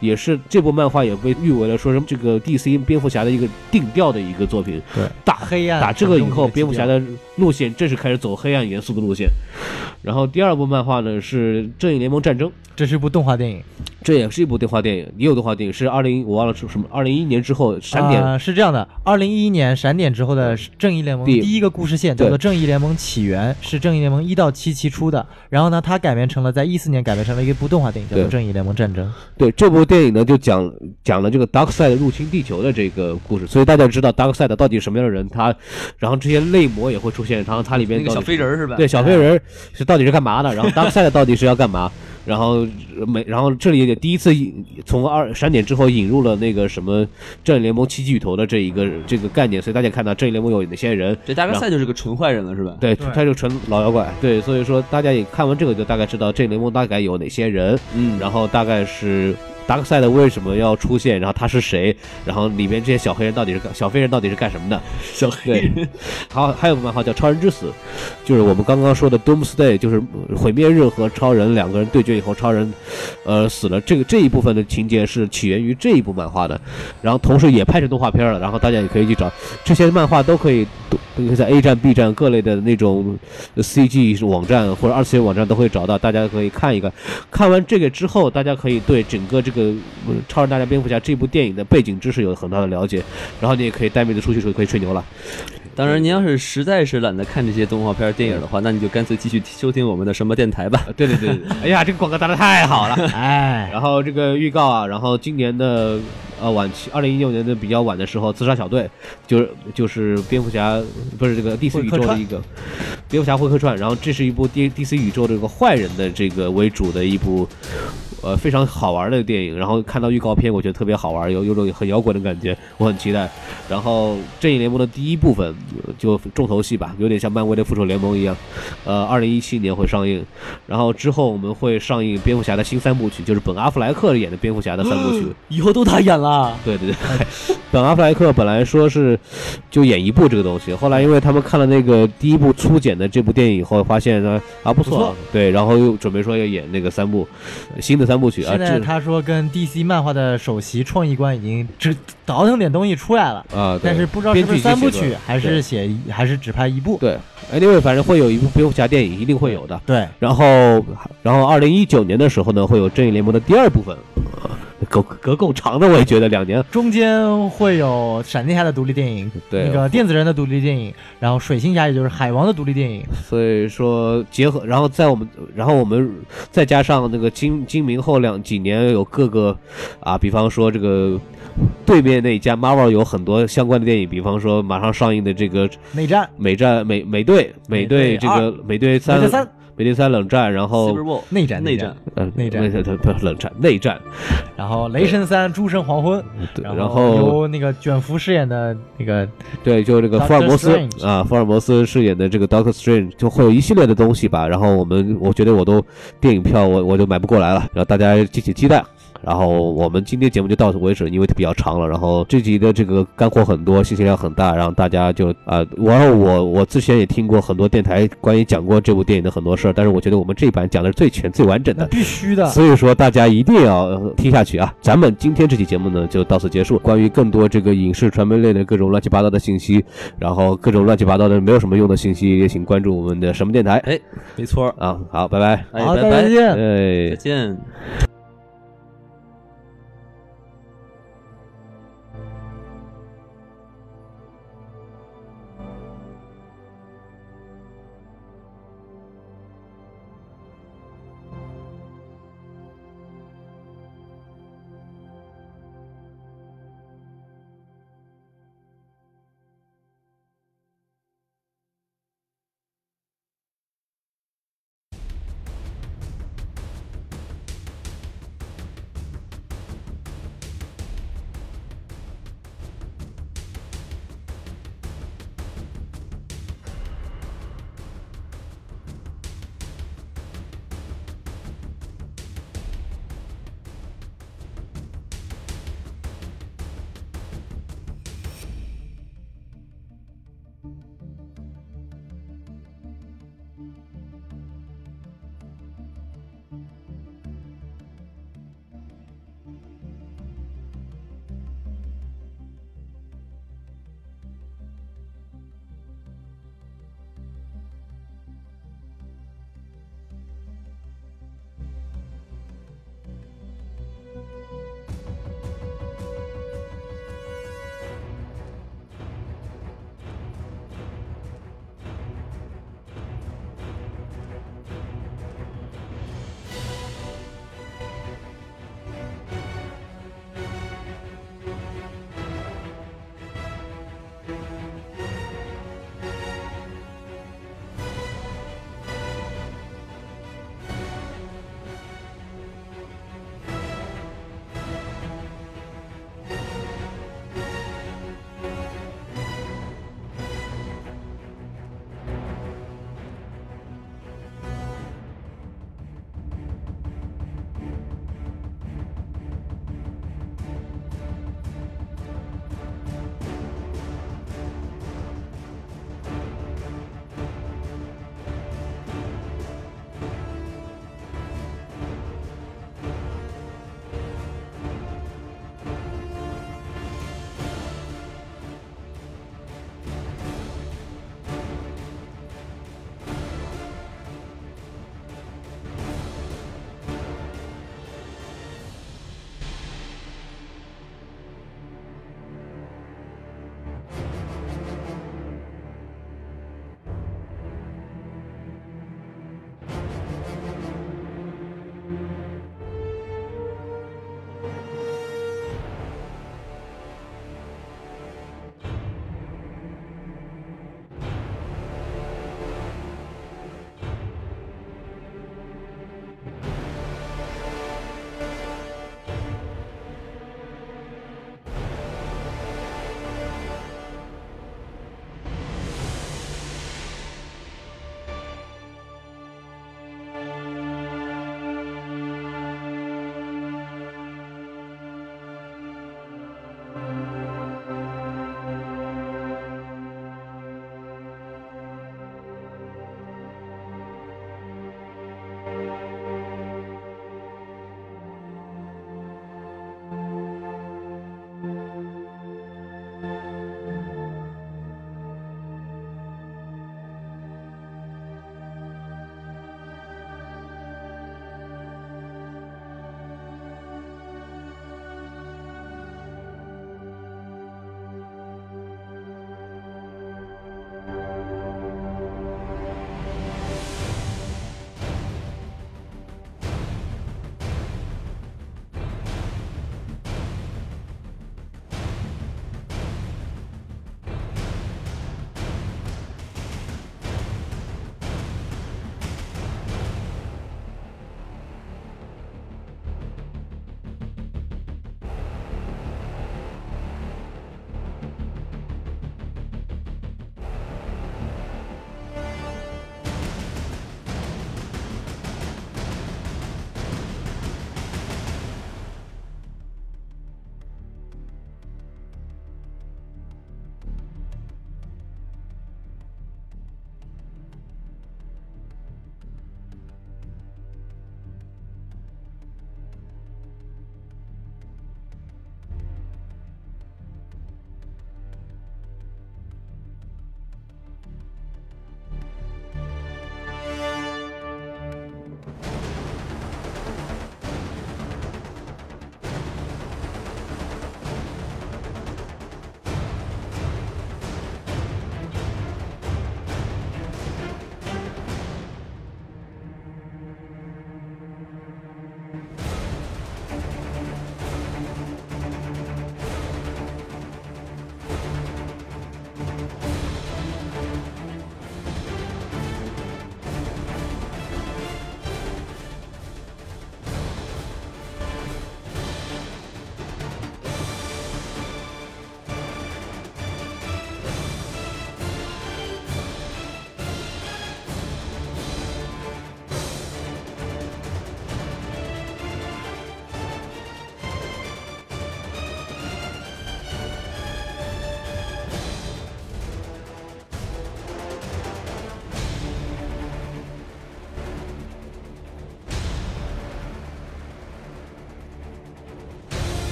S1: 也是这部漫画也被誉为了说什么这个 DC 蝙蝠侠的一个定调的一个作品，
S3: 对，
S1: 大
S3: 黑暗
S1: 打这个以后，
S3: 成为
S1: 蝙
S3: 了
S1: 蝠
S3: 基
S1: 侠
S3: 调
S1: 的路线正式开始走黑暗元素的路线。然后第二部漫画呢是《正义联盟战争》，
S3: 这是一部动画电影。
S1: 这也是一部动画电影，也有动画电影是二零我忘了是什么，二零一一年之后闪
S2: 啊
S1: 点。
S3: 呃、是这样的，二零一一年闪点之后的正义联盟
S1: 第
S3: 第一个故事线
S1: 对
S3: 叫做《正义联盟起源》，是正义联盟一到七期出的。然后呢，它改编成了在一四年改编成了一部动画电影，叫做
S1: 对
S3: 《正义联盟战
S1: (laughs)
S3: 争》。
S1: 对这部电影呢，就讲讲了这个 Darkseid 入侵地球的这个故事，所以大家知道 Darkseid 到底什么样的人，他，然后这些类魔也会出现，然后它里面
S2: 那个小
S1: 到底
S2: 飞人儿是吧？
S1: 对，小飞人儿是到底是干嘛的？然后 Darkseid 到底是要干嘛？然后没，然后这里也第一次引从二闪点之后引入了那个什么正义联盟七巨头的这一个这个概念，所以大家看到正义联盟有哪些人，
S2: 这大概
S1: 然后
S2: 赛就是个纯坏人了，是吧？
S1: 对，
S3: 对
S1: 他就纯老摇滚，对，所以说大家也看完这个就大概知道这联盟大概有哪些人，嗯，然后大概是达克赛德为什么要出现，然后他是谁，然后里面这些小黑人到底是干小飞人到底是干什么的，
S2: 小黑人
S1: 对，好，还有个漫画叫《超人之死》，就是我们刚刚说的 Doomsday，就是呃毁灭日和超人两个人对决以后，超人呃死了。这个这一部分的情节是起源于这一部漫画的，然后同时也拍成动画片了。然后大家也可以去找这些漫画，都可以都都可以在 A 站、B 站各类的那种 CG 网站或者二次元网站都会找到，大家可以看一看。看完这个之后，大家可以对整个这个呃超人大战蝙蝠侠这部电影的背景知识有很大的了解，然后你也可以带妹子出去的时候可以吹牛了。
S2: 当然，您要是实在是懒得看这些动画片儿、电影的话，那你就干脆继续收听我们的什么电台吧。
S1: 呃对对对， (laughs) 对哎呀，这个广告打的太好 (laughs) 了。
S3: 哎，
S1: 然后这个预告啊，然后今年的呃晚期，二零一六年的比较晚的时候，自杀小队就是就是蝙蝠侠不是这个 DC
S3: 会
S1: 宇
S3: 客
S1: 宙的
S3: 串
S1: 一个蝙蝠侠会客串，然后这是一部 D DC 宇宙这个坏人的这个为主的一部。呃，非常好玩的电影，然后看到预告片，我觉得特别好玩，有有种很摇滚的感觉，我很期待。然后正义联盟的第一部分呃就重头戏吧，有点像漫威的复仇联盟一样，呃，二零一七年会上映，然后之后我们会上映蝙蝠侠的新三部曲，就是本阿弗莱克演的蝙蝠侠的三部
S3: 嗯
S1: 曲。
S2: 以后都他演了，
S1: 对对对， (laughs) 本阿弗莱克本来说是就演一部这个东西，后来因为他们看了那个第一部粗剪的这部电影以后，发现呢啊不错，
S3: 不错
S1: 对，然后又准备说要演那个三部呃新的三部曲啊，
S3: 现在
S1: 这
S3: 他说跟 DC 漫画的首席创意官已经只倒腾点东西出来了，
S1: 啊，对
S3: 但是不知道是不是
S1: 编剧已
S3: 三
S1: 经
S3: 部
S1: 写出来
S3: 曲
S1: 了，
S3: 还是写还是只拍一部。
S1: 对，anyway，反正会有一部蝙蝠侠电影，一定会有的。
S3: 对，
S1: 然后，然后二零一九年的时候呢，会有正义联盟的第二部分， (laughs) 呃够隔够长的，我也觉得两年。
S3: 中间会有闪电侠的独立电影，
S1: 对
S3: 那个电子人的独立电影，然后水星侠也就是海王的独立电影，
S1: 所以说结合，然后在我们，然后我们再加上那个今今明后两几年有各个啊，比方说这个对面那一家 Marvel 有很多相关的电影，比方说马上上映的这个
S3: 内战、
S1: 美战美美队美队
S3: 美队
S1: 这个美队
S3: 啊美
S1: 三
S3: 队三、
S1: 美队三冷战，然后
S2: Civil War
S3: 内战、
S2: 内
S3: 战
S2: 战，
S1: 嗯
S3: 内战
S1: 不是不是冷战内战，
S3: 然后雷神三、诸神黄昏，
S1: 对
S3: 嗯然
S1: 然后
S3: 由那个卷福饰演的那个
S1: 对，就这个
S3: Doctor
S1: 福尔摩斯
S3: Strange
S1: 啊，福尔摩斯饰演的这个 Doctor Strange 就会有一系列的东西吧。然后我们，我觉得我都电影票我我就买不过来了，然后大家敬请期待。然后我们今天节目就到此为止，因为比较长了。然后这集的这个干货很多，信息量很大，然后大家就啊、然后我我之前也听过很多电台关于讲过这部电影的很多事儿，但是我觉得我们这一版讲的是最全、最完整
S3: 那
S1: 的。
S3: 必须的，
S1: (laughs) 所以说大家一定要呃听下去啊！咱们今天这期节目呢就到此结束。关于更多这个影视传媒类的各种乱七八糟的信息，然后各种乱七八糟的没有什么用的信息，也请关注我们的什么电台
S2: 哎，没错儿，
S1: 啊！好，拜拜，
S2: 哎，
S3: 好，
S2: 拜
S3: 大家再
S2: 拜，
S3: 见。
S1: 哎
S2: 再。见。